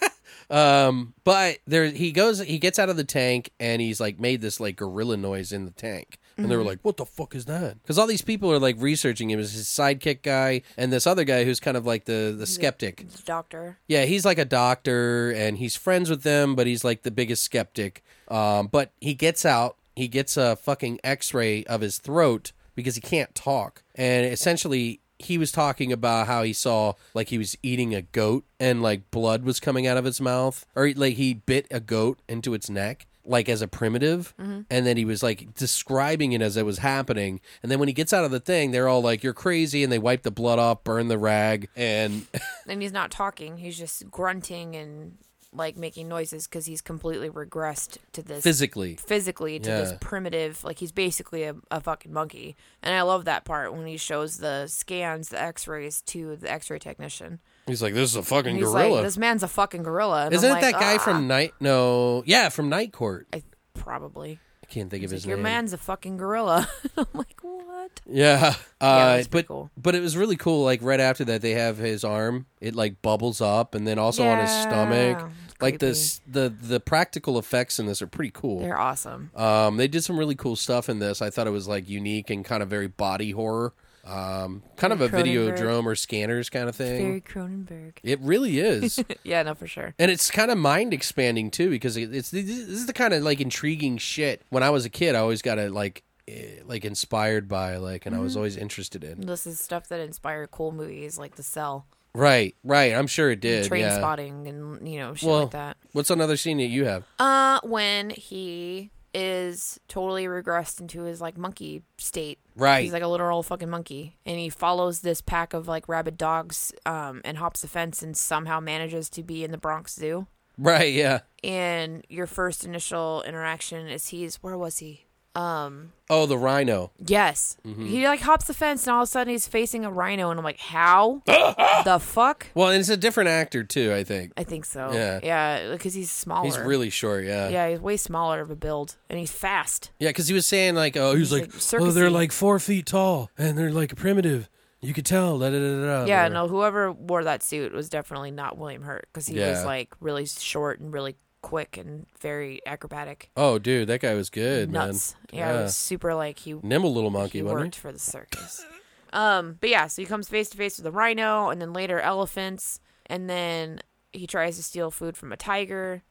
[SPEAKER 2] um, but there he goes he gets out of the tank and he's like made this like gorilla noise in the tank. And they were like, "What the fuck is that?" Cuz all these people are like researching him as his sidekick guy and this other guy who's kind of like the the skeptic.
[SPEAKER 4] The doctor.
[SPEAKER 2] Yeah, he's like a doctor and he's friends with them, but he's like the biggest skeptic. Um, but he gets out, he gets a fucking x ray of his throat because he can't talk. And essentially, he was talking about how he saw like he was eating a goat and like blood was coming out of its mouth, or like he bit a goat into its neck. Like as a primitive, and then he was like describing it as it was happening. And then when he gets out of the thing, they're all like, "You're crazy!" and they wipe the blood off, burn the rag, and
[SPEAKER 4] And he's not talking. He's just grunting and like making noises because he's completely regressed to this
[SPEAKER 2] physically,
[SPEAKER 4] physically to this
[SPEAKER 2] Yeah.
[SPEAKER 4] primitive like he's basically a, a fucking monkey and i love that part when he shows the scans the x-rays to the x-ray technician
[SPEAKER 2] He's like, this is a fucking
[SPEAKER 4] And he's
[SPEAKER 2] gorilla.
[SPEAKER 4] like this man's a fucking gorilla And I'm
[SPEAKER 2] Isn't it
[SPEAKER 4] like,
[SPEAKER 2] that guy
[SPEAKER 4] "Ah."
[SPEAKER 2] from Night? No, yeah, from Night Court.
[SPEAKER 4] I, probably
[SPEAKER 2] I can't think of his
[SPEAKER 4] like, your
[SPEAKER 2] name.
[SPEAKER 4] man's a fucking gorilla i'm like what
[SPEAKER 2] Yeah,
[SPEAKER 4] Yeah,
[SPEAKER 2] uh,
[SPEAKER 4] that's pretty
[SPEAKER 2] but
[SPEAKER 4] cool.
[SPEAKER 2] but it was really cool. Like right after that, they have his arm. It like bubbles up, and then also on his stomach.
[SPEAKER 4] Yeah, it's
[SPEAKER 2] Like this, the the practical effects in this are pretty cool.
[SPEAKER 4] they're awesome
[SPEAKER 2] Um, they did some really cool stuff in this. I thought it was like unique and kind of very body horror, um, kind of a
[SPEAKER 4] Cronenberg.
[SPEAKER 2] videodrome or scanners kind of
[SPEAKER 4] very
[SPEAKER 2] thing.
[SPEAKER 4] cronenberg
[SPEAKER 2] It really is.
[SPEAKER 4] yeah no for sure
[SPEAKER 2] And it's kind of mind expanding too, because it- it's this is the kind of like intriguing shit. When I was a kid, I always got to like, eh, like inspired by like, and I
[SPEAKER 4] Mm-hmm.
[SPEAKER 2] was always interested in.
[SPEAKER 4] this is stuff that inspired cool movies like the cell
[SPEAKER 2] Right, right. I'm sure it did.
[SPEAKER 4] train
[SPEAKER 2] yeah.
[SPEAKER 4] spotting and you know shit
[SPEAKER 2] Well,
[SPEAKER 4] like that
[SPEAKER 2] what's another scene that you have?
[SPEAKER 4] Uh, when he is totally regressed into his like monkey state.
[SPEAKER 2] Right.
[SPEAKER 4] He's like a literal fucking monkey, and he follows this pack of like rabid dogs, um, and hops the fence, and somehow manages to be in the Bronx Zoo.
[SPEAKER 2] Right, yeah.
[SPEAKER 4] And your first initial interaction is he's where was he? Um,
[SPEAKER 2] Oh, the rhino.
[SPEAKER 4] yes,
[SPEAKER 2] Mm-hmm.
[SPEAKER 4] he like hops the fence, and all of a sudden he's facing a rhino, and I'm like, how the fuck?
[SPEAKER 2] Well, and it's a different actor too. I think
[SPEAKER 4] I think so.
[SPEAKER 2] Yeah.
[SPEAKER 4] yeah, because he's smaller.
[SPEAKER 2] he's really short. Yeah,
[SPEAKER 4] yeah, he's way smaller of a build, and he's fast.
[SPEAKER 2] yeah. Because he was saying like, oh, he was like,
[SPEAKER 4] like,
[SPEAKER 2] oh, they're
[SPEAKER 4] circusy.
[SPEAKER 2] like four feet tall and they're like primitive. You could tell. Da, da, da, da, da,
[SPEAKER 4] Yeah,
[SPEAKER 2] whatever.
[SPEAKER 4] no, whoever wore that suit was definitely not William Hurt because he
[SPEAKER 2] Yeah.
[SPEAKER 4] was like really short and really quick and very acrobatic.
[SPEAKER 2] Oh, dude, that guy was good,
[SPEAKER 4] Nuts.
[SPEAKER 2] man.
[SPEAKER 4] Yeah, it was super like he,
[SPEAKER 2] nimble little monkey,
[SPEAKER 4] he
[SPEAKER 2] wasn't he?
[SPEAKER 4] worked for the circus. um, but yeah, so he comes face to face with a rhino and then later elephants and then he tries to steal food from a tiger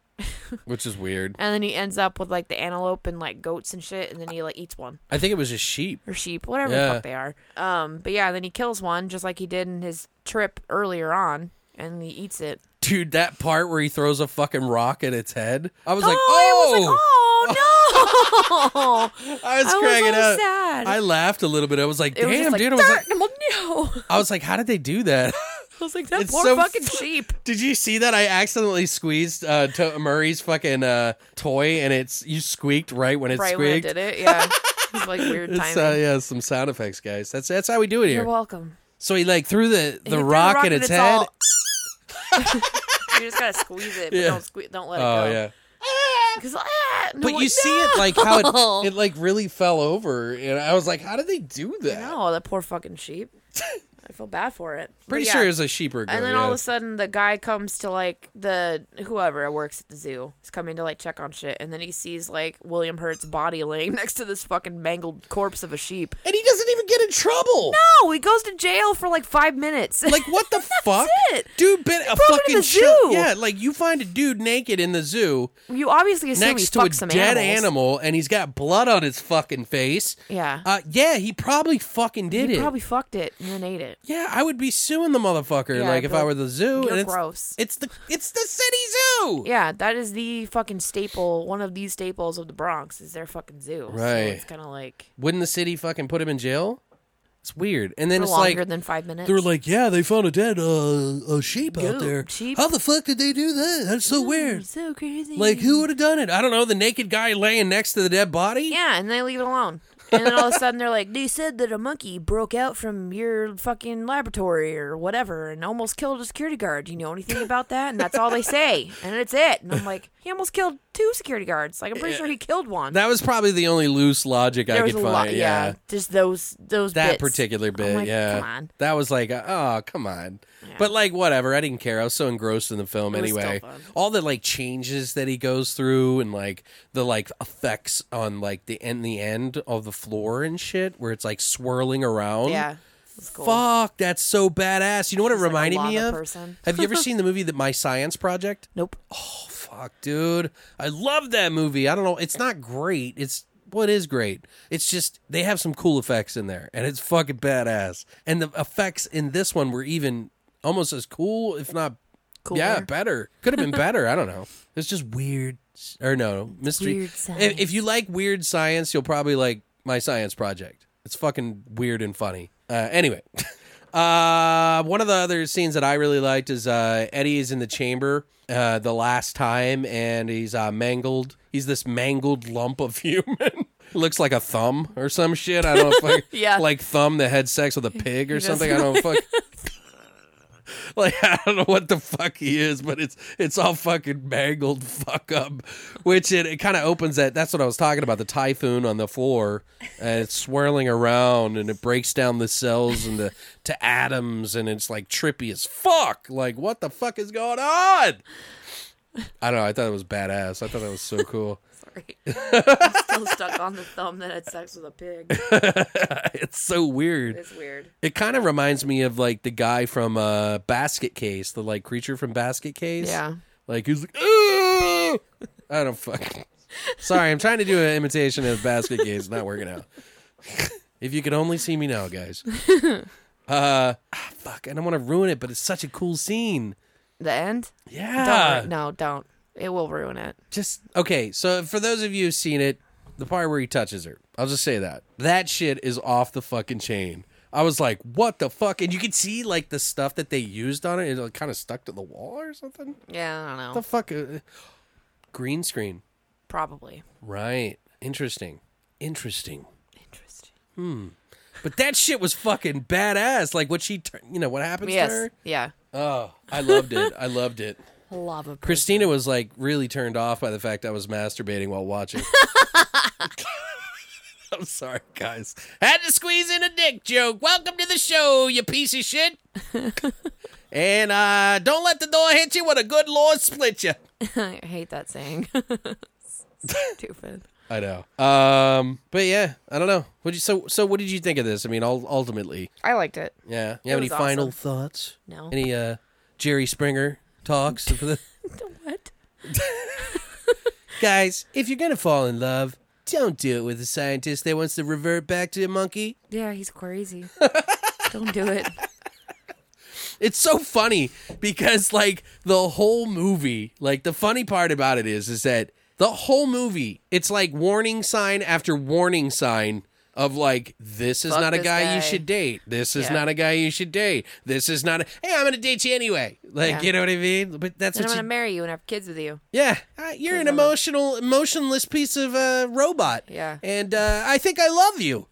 [SPEAKER 2] which is weird.
[SPEAKER 4] and then he ends up with like the antelope and like goats and shit and then he like eats one
[SPEAKER 2] I think it was a sheep.
[SPEAKER 4] or sheep, whatever
[SPEAKER 2] Yeah.
[SPEAKER 4] the fuck they are. Um, but yeah, then he kills one just like he did in his trip earlier on and he eats it.
[SPEAKER 2] Dude, that part where he throws a fucking rock at its head. I was like,
[SPEAKER 4] oh,
[SPEAKER 2] oh,
[SPEAKER 4] it was like, oh no!
[SPEAKER 2] I was
[SPEAKER 4] I was
[SPEAKER 2] cracking
[SPEAKER 4] all
[SPEAKER 2] up.
[SPEAKER 4] sad.
[SPEAKER 2] I laughed a little bit. I was like,
[SPEAKER 4] it was
[SPEAKER 2] damn,
[SPEAKER 4] just like,
[SPEAKER 2] dude. I was like,
[SPEAKER 4] "Dirt!" And I'm like, no.
[SPEAKER 2] I was like, how did they do that?
[SPEAKER 4] I was like, that
[SPEAKER 2] It's
[SPEAKER 4] poor
[SPEAKER 2] so
[SPEAKER 4] fucking
[SPEAKER 2] fu-
[SPEAKER 4] sheep.
[SPEAKER 2] did you see that? I accidentally squeezed uh, to- Murray's fucking uh, toy, and it's you squeaked right when it
[SPEAKER 4] Right when I
[SPEAKER 2] squeaked.
[SPEAKER 4] did it, yeah. It's like weird
[SPEAKER 2] It's,
[SPEAKER 4] timing.
[SPEAKER 2] uh, yeah, some sound effects, guys. That's that's how we do it here.
[SPEAKER 4] You're welcome.
[SPEAKER 2] So he like threw the the
[SPEAKER 4] threw the
[SPEAKER 2] rock,
[SPEAKER 4] rock
[SPEAKER 2] at
[SPEAKER 4] and
[SPEAKER 2] its
[SPEAKER 4] it's
[SPEAKER 2] head.
[SPEAKER 4] all- You just gotta squeeze it, but
[SPEAKER 2] Yeah.
[SPEAKER 4] don't squeeze, don't let it
[SPEAKER 2] oh
[SPEAKER 4] go.
[SPEAKER 2] yeah.
[SPEAKER 4] Because ah, no,
[SPEAKER 2] But you
[SPEAKER 4] no.
[SPEAKER 2] see it like how it, it like really fell over, and I was like, how did they do that?
[SPEAKER 4] No, that poor fucking sheep. I feel bad for it. But
[SPEAKER 2] Pretty
[SPEAKER 4] yeah.
[SPEAKER 2] sure it was a sheep or a goat.
[SPEAKER 4] And then
[SPEAKER 2] yeah.
[SPEAKER 4] all of a sudden, the guy comes to like the whoever works at the zoo is coming to like check on shit, and then he sees like William Hurt's body laying next to this fucking mangled corpse of a sheep.
[SPEAKER 2] and he doesn't even get in trouble.
[SPEAKER 4] No, he goes to jail for like five minutes.
[SPEAKER 2] Like what the fuck,
[SPEAKER 4] it.
[SPEAKER 2] dude? Bit a
[SPEAKER 4] him in
[SPEAKER 2] fucking
[SPEAKER 4] the
[SPEAKER 2] shit.
[SPEAKER 4] zoo.
[SPEAKER 2] Yeah, like you find a dude naked in the zoo
[SPEAKER 4] you obviously assume he
[SPEAKER 2] next to a
[SPEAKER 4] fucked some
[SPEAKER 2] dead
[SPEAKER 4] animals.
[SPEAKER 2] animal, and he's got blood on his fucking face.
[SPEAKER 4] Yeah.
[SPEAKER 2] Uh, yeah, he probably fucking did
[SPEAKER 4] He
[SPEAKER 2] it.
[SPEAKER 4] probably fucked it and then ate it.
[SPEAKER 2] Yeah, I would be suing the motherfucker.
[SPEAKER 4] Yeah,
[SPEAKER 2] like
[SPEAKER 4] I'd
[SPEAKER 2] if
[SPEAKER 4] be
[SPEAKER 2] I
[SPEAKER 4] like,
[SPEAKER 2] were the zoo.
[SPEAKER 4] "You're
[SPEAKER 2] and it's,
[SPEAKER 4] gross."
[SPEAKER 2] It's the it's the city zoo.
[SPEAKER 4] Yeah, that is the fucking staple. One of the staples of the Bronx is their fucking zoo. So
[SPEAKER 2] Right.
[SPEAKER 4] it's kind of like
[SPEAKER 2] Wouldn't the city fucking put him in jail? It's weird. And then
[SPEAKER 4] for
[SPEAKER 2] it's
[SPEAKER 4] longer
[SPEAKER 2] like
[SPEAKER 4] than five minutes.
[SPEAKER 2] they were like, yeah, they found a dead uh, a sheep out
[SPEAKER 4] Goat,
[SPEAKER 2] there.
[SPEAKER 4] sheep.
[SPEAKER 2] How the fuck did they do that? That's so weird.
[SPEAKER 4] so crazy.
[SPEAKER 2] Like who would have done it? I don't know. The naked guy laying next to the dead body.
[SPEAKER 4] Yeah, and they leave it alone. And then all of a sudden they're like, they said that a monkey broke out from your fucking laboratory or whatever and almost killed a security guard. Do you know anything about that? And that's all they say. And it's it. And I'm like, he almost killed two security guards. Like, I'm pretty sure he killed one.
[SPEAKER 2] That was probably the only loose logic I
[SPEAKER 4] there
[SPEAKER 2] could
[SPEAKER 4] was a
[SPEAKER 2] find.
[SPEAKER 4] lot.
[SPEAKER 2] yeah.
[SPEAKER 4] Just those, those
[SPEAKER 2] That
[SPEAKER 4] bits.
[SPEAKER 2] particular
[SPEAKER 4] I'm
[SPEAKER 2] bit,
[SPEAKER 4] like,
[SPEAKER 2] yeah.
[SPEAKER 4] Come on.
[SPEAKER 2] That was like, uh, oh, come on. But like, whatever. I didn't care. I was so engrossed in the film
[SPEAKER 4] was still
[SPEAKER 2] anyway.
[SPEAKER 4] fun.
[SPEAKER 2] All the like changes that he goes through, and like the like effects on like the end, the end of the floor and shit, where it's like swirling around.
[SPEAKER 4] Yeah. It's cool.
[SPEAKER 2] Fuck, that's so badass. You know what it
[SPEAKER 4] like a
[SPEAKER 2] reminded me
[SPEAKER 4] lava
[SPEAKER 2] of?
[SPEAKER 4] person.
[SPEAKER 2] Have you ever seen the movie that My Science Project?
[SPEAKER 4] Nope.
[SPEAKER 2] Fuck, dude. I love that movie. I don't know. It's not great. It's what is great. It's just they have some cool effects in there and it's fucking badass. And the effects in this one were even almost as cool, if not Yeah, better. Could have been better. I don't know. It's just weird s- or no, mystery.
[SPEAKER 4] Weird
[SPEAKER 2] If- If, you like weird science, you'll probably like my science project. It's fucking weird and funny. Uh, anyway. Uh, one of the other scenes that I really liked is uh, Eddie is in the chamber uh, the last time, and he's uh, mangled. He's this mangled lump of human. Looks like a thumb or some shit. I don't know. If I,
[SPEAKER 4] Yeah.
[SPEAKER 2] like thumb that had sex with a pig or something. I don't fuck. Like I don't know what the fuck he is, but it's it's all fucking mangled fuck up. Which it, it kind of opens that. That's what I was talking about. The typhoon on the floor, and it's swirling around, and it breaks down the cells into to atoms, and it's like trippy as fuck. Like what the fuck is going on? I don't know. I thought it was badass. I thought that was so cool.
[SPEAKER 4] Sorry. I'm still stuck on the thumb that had sex with a pig.
[SPEAKER 2] it's so weird.
[SPEAKER 4] It's weird.
[SPEAKER 2] It kind of reminds me of like the guy from uh, Basket Case, the like creature from Basket Case.
[SPEAKER 4] Yeah.
[SPEAKER 2] Like he's like, "Ugh!" I don't fuck. Sorry, I'm trying to do an imitation of Basket Case. It's not working out. if you could only see me now, guys. Uh, ah, fuck. I don't want to ruin it, but it's such a cool scene.
[SPEAKER 4] The end?
[SPEAKER 2] Yeah.
[SPEAKER 4] Don't ru- no, don't. It will ruin it.
[SPEAKER 2] Just okay. So for those of you who've seen it, the part where he touches her, I'll just say that that shit is off the fucking chain. I was like, what the fuck? And you could see like the stuff that they used on it. It kind of stuck to the wall or something.
[SPEAKER 4] Yeah, I don't know.
[SPEAKER 2] The fuck? uh, Green screen.
[SPEAKER 4] Probably.
[SPEAKER 2] Right. Interesting. Interesting. Hmm.
[SPEAKER 4] Interesting.
[SPEAKER 2] But that shit was fucking badass. Like what she, tur- you know, what happens
[SPEAKER 4] Yes.
[SPEAKER 2] to her.
[SPEAKER 4] Yeah.
[SPEAKER 2] Oh, I loved it. I loved it.
[SPEAKER 4] Lava.
[SPEAKER 2] Christina was like really turned off by the fact I was masturbating while watching. I'm sorry, guys. Had to squeeze in a dick joke. Welcome to the show, you piece of shit. and uh, don't let the door hit you when a good Lord split you.
[SPEAKER 4] I hate that saying. Stupid.
[SPEAKER 2] I know. Um, but yeah, I don't know. What you so so? What did you think of this? I mean, ul- ultimately,
[SPEAKER 4] I liked it.
[SPEAKER 2] yeah. You have any
[SPEAKER 4] was
[SPEAKER 2] final
[SPEAKER 4] awesome.
[SPEAKER 2] thoughts?
[SPEAKER 4] No.
[SPEAKER 2] Any uh, Jerry Springer talks for the
[SPEAKER 4] What?
[SPEAKER 2] guys? If you're gonna fall in love, don't do it with a scientist that wants to revert back to a monkey.
[SPEAKER 4] Yeah, he's crazy. Don't do it.
[SPEAKER 2] It's so funny because like the whole movie, like the funny part about it is, is that the whole movie, it's like warning sign after warning sign of like this is
[SPEAKER 4] Fuck
[SPEAKER 2] not a
[SPEAKER 4] this
[SPEAKER 2] guy,
[SPEAKER 4] guy.
[SPEAKER 2] you should date. This is
[SPEAKER 4] Yeah.
[SPEAKER 2] not a guy you should date. This is not a hey, I'm gonna date you anyway. Like
[SPEAKER 4] Yeah.
[SPEAKER 2] you know what I mean? But that's
[SPEAKER 4] And I'm
[SPEAKER 2] what
[SPEAKER 4] gonna
[SPEAKER 2] you,
[SPEAKER 4] marry you and have kids with you.
[SPEAKER 2] yeah. Uh, you're an emotional, emotionless piece of uh, robot.
[SPEAKER 4] Yeah.
[SPEAKER 2] and uh, I think I love you.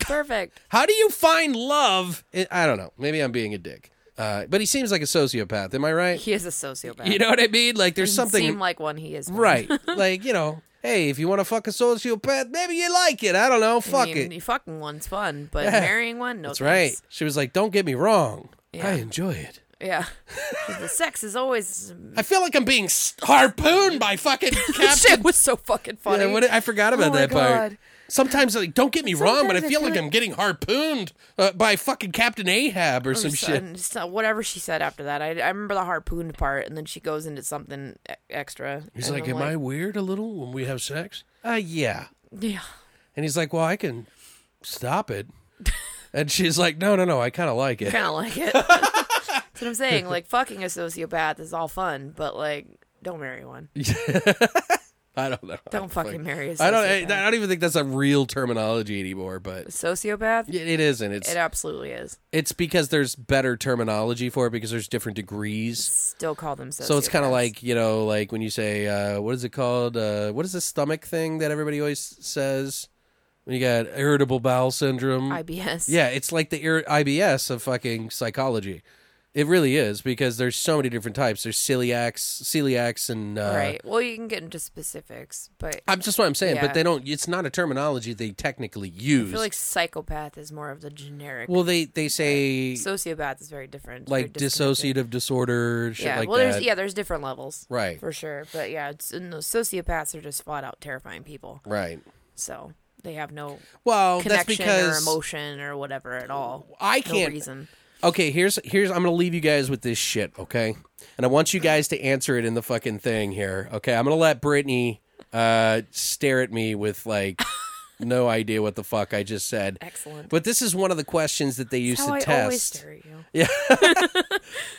[SPEAKER 4] Perfect.
[SPEAKER 2] How do you find love? I- I don't know. Maybe I'm being a dick. Uh, but he seems like a sociopath. Am I right?
[SPEAKER 4] He is a sociopath.
[SPEAKER 2] You know what I mean? Like there's something
[SPEAKER 4] Seem like one. He is one.
[SPEAKER 2] right. like you know, hey, if you want to fuck a sociopath, maybe you like it. I don't know.
[SPEAKER 4] I
[SPEAKER 2] Fuck
[SPEAKER 4] mean,
[SPEAKER 2] it.
[SPEAKER 4] you fucking one's fun, but
[SPEAKER 2] Yeah.
[SPEAKER 4] marrying one, no.
[SPEAKER 2] That's right.
[SPEAKER 4] thanks.
[SPEAKER 2] She was like, "Don't get me wrong. I
[SPEAKER 4] Yeah.
[SPEAKER 2] enjoy it."
[SPEAKER 4] Yeah. 'Cause the sex is always.
[SPEAKER 2] I feel like I'm being s- harpooned by fucking Captain.
[SPEAKER 4] Shit was so fucking funny.
[SPEAKER 2] Yeah, what- I forgot about
[SPEAKER 4] Oh my
[SPEAKER 2] that part.
[SPEAKER 4] God.
[SPEAKER 2] Sometimes, like, don't get me wrong, but I
[SPEAKER 4] Sometimes I
[SPEAKER 2] feel
[SPEAKER 4] feel
[SPEAKER 2] like
[SPEAKER 4] like-
[SPEAKER 2] I'm getting harpooned uh, by fucking Captain Ahab or some
[SPEAKER 4] Just,
[SPEAKER 2] shit.
[SPEAKER 4] uh, just, uh, whatever she said after that, I, I remember the harpooned part, and then she goes into something e- extra.
[SPEAKER 2] He's
[SPEAKER 4] and
[SPEAKER 2] like,
[SPEAKER 4] I'm
[SPEAKER 2] "Am I weird a little when we have sex?" Uh, yeah.
[SPEAKER 4] Yeah.
[SPEAKER 2] And he's like, "Well, I can stop it." and she's like, "No, no, no. I kind of like it."
[SPEAKER 4] kind of like it. That's what I'm saying. Like fucking a sociopath is all fun, but like don't marry one.
[SPEAKER 2] I don't know.
[SPEAKER 4] Don't fucking marry a sociopath.
[SPEAKER 2] I don't. I, I don't even think that's a real terminology anymore. But
[SPEAKER 4] sociopath.
[SPEAKER 2] it, it isn't. It's
[SPEAKER 4] It absolutely is.
[SPEAKER 2] it's because there's better terminology for it because there's different degrees.
[SPEAKER 4] Still call them sociopaths.
[SPEAKER 2] So it's kind of like you know, like when you say, uh, "What is it called? Uh, what is the stomach thing that everybody always says?" When you got irritable bowel syndrome,
[SPEAKER 4] IBS.
[SPEAKER 2] Yeah, it's like the ir- IBS of fucking psychology. It really is because there's so many different types. There's celiacs, celiacs, and uh,
[SPEAKER 4] Right. Well, you can get into specifics, but I
[SPEAKER 2] I'm just what I'm saying, but
[SPEAKER 4] Yeah.
[SPEAKER 2] they don't. It's not a terminology they technically use.
[SPEAKER 4] feel like psychopath is more of the generic.
[SPEAKER 2] well, they they say
[SPEAKER 4] sociopath is very different. It's
[SPEAKER 2] like
[SPEAKER 4] very disconnected.
[SPEAKER 2] dissociative disorder, shit
[SPEAKER 4] Yeah.
[SPEAKER 2] like
[SPEAKER 4] well,
[SPEAKER 2] that.
[SPEAKER 4] there's yeah, there's different levels.
[SPEAKER 2] Right.
[SPEAKER 4] For sure. But yeah, it's, and those sociopaths are just flat out terrifying people.
[SPEAKER 2] Right.
[SPEAKER 4] So they have no
[SPEAKER 2] Well, that's
[SPEAKER 4] connection or
[SPEAKER 2] because
[SPEAKER 4] emotion or whatever at all.
[SPEAKER 2] I
[SPEAKER 4] No
[SPEAKER 2] can't.
[SPEAKER 4] reason.
[SPEAKER 2] Okay, here's here's I'm gonna leave you guys with this shit, okay? And I want you guys to answer it in the fucking thing here, okay? I'm gonna let Brittany uh, stare at me with like no idea what the fuck I just said.
[SPEAKER 4] Excellent.
[SPEAKER 2] But this is one of the questions that they used
[SPEAKER 4] That's
[SPEAKER 2] to
[SPEAKER 4] how I always
[SPEAKER 2] test.
[SPEAKER 4] stare at you.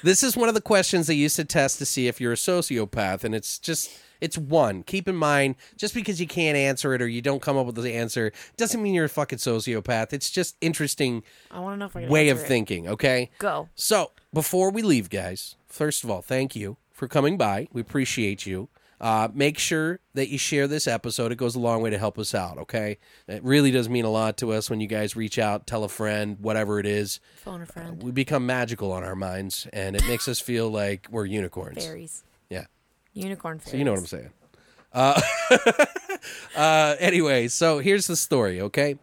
[SPEAKER 2] This is one of the questions they used to test to see if you're a sociopath, and it's just it's one. Keep in mind, just because you can't answer it or you don't come up with the answer doesn't mean you're a fucking sociopath. It's just interesting
[SPEAKER 4] I want to know if I can
[SPEAKER 2] way of
[SPEAKER 4] answer it.
[SPEAKER 2] thinking, okay?
[SPEAKER 4] Go.
[SPEAKER 2] So before we leave, guys, first of all, thank you for coming by. We appreciate you. Uh, make sure that you share this episode. It goes a long way to help us out, okay? It really does mean a lot to us when you guys reach out, tell a friend, whatever it is.
[SPEAKER 4] Phone a friend.
[SPEAKER 2] We become magical on our minds, and it makes us feel like we're unicorns.
[SPEAKER 4] Fairies.
[SPEAKER 2] Yeah.
[SPEAKER 4] Unicorn fairies.
[SPEAKER 2] So you know what I'm saying. Uh, uh, anyway, so here's the story, okay?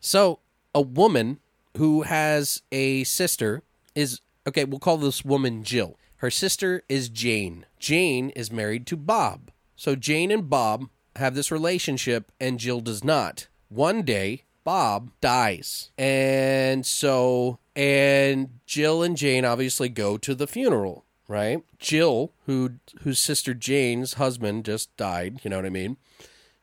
[SPEAKER 2] so a woman who has a sister is, okay, we'll call this woman Jill. Her sister is Jane. Jane is married to Bob. So Jane and Bob have this relationship, and Jill does not. One day, Bob dies. And so, and Jill and Jane obviously go to the funeral right? Jill, who whose sister Jane's husband just died, you know what I mean?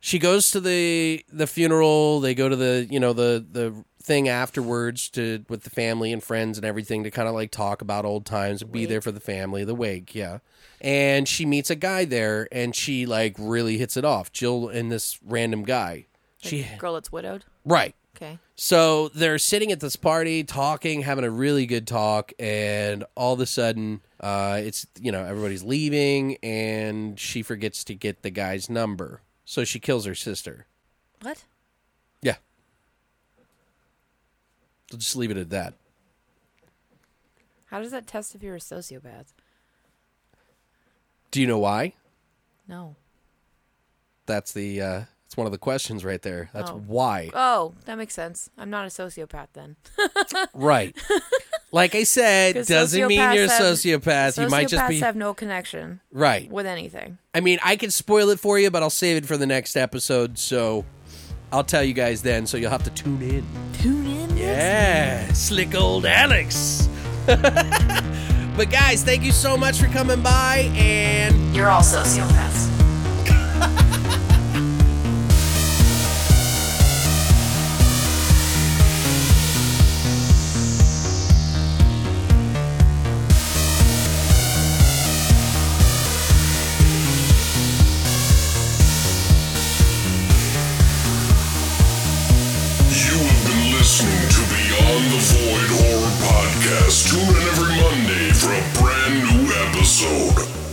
[SPEAKER 2] She goes to the the funeral, they go to the, you know, the the thing afterwards to with the family and friends and everything to kind of like talk about old times and be there for the family, the wake, yeah. And she meets a guy there and she like really hits it off. Jill and this random guy. She
[SPEAKER 4] Girl that's widowed.
[SPEAKER 2] right.
[SPEAKER 4] Okay.
[SPEAKER 2] So they're sitting at this party, talking, having a really good talk, and all of a sudden, uh, it's you know everybody's leaving, and she forgets to get the guy's number, so she kills her sister.
[SPEAKER 4] What?
[SPEAKER 2] Yeah, I'll just leave it at that.
[SPEAKER 4] How does that test if you're a sociopath?
[SPEAKER 2] Do you know why?
[SPEAKER 4] No.
[SPEAKER 2] That's the uh, that's one of the questions right there. That's
[SPEAKER 4] Oh.
[SPEAKER 2] why,
[SPEAKER 4] Oh, that makes sense. I'm not a sociopath then.
[SPEAKER 2] right? like I said,
[SPEAKER 4] 'Cause
[SPEAKER 2] doesn't mean you're a
[SPEAKER 4] sociopaths
[SPEAKER 2] sociopath. you might just
[SPEAKER 4] Sociopaths
[SPEAKER 2] be
[SPEAKER 4] have no connection
[SPEAKER 2] right.
[SPEAKER 4] with anything.
[SPEAKER 2] I mean, I can spoil it for you, but I'll save it for the next episode. So I'll tell you guys then. So you'll have to tune in.
[SPEAKER 4] Tune in.
[SPEAKER 2] Yeah, slick old Alex. but guys, thank you so much for coming by. And
[SPEAKER 3] You're all sociopaths.
[SPEAKER 1] on the Void Horror Podcast. Tune in every Monday for a brand new episode.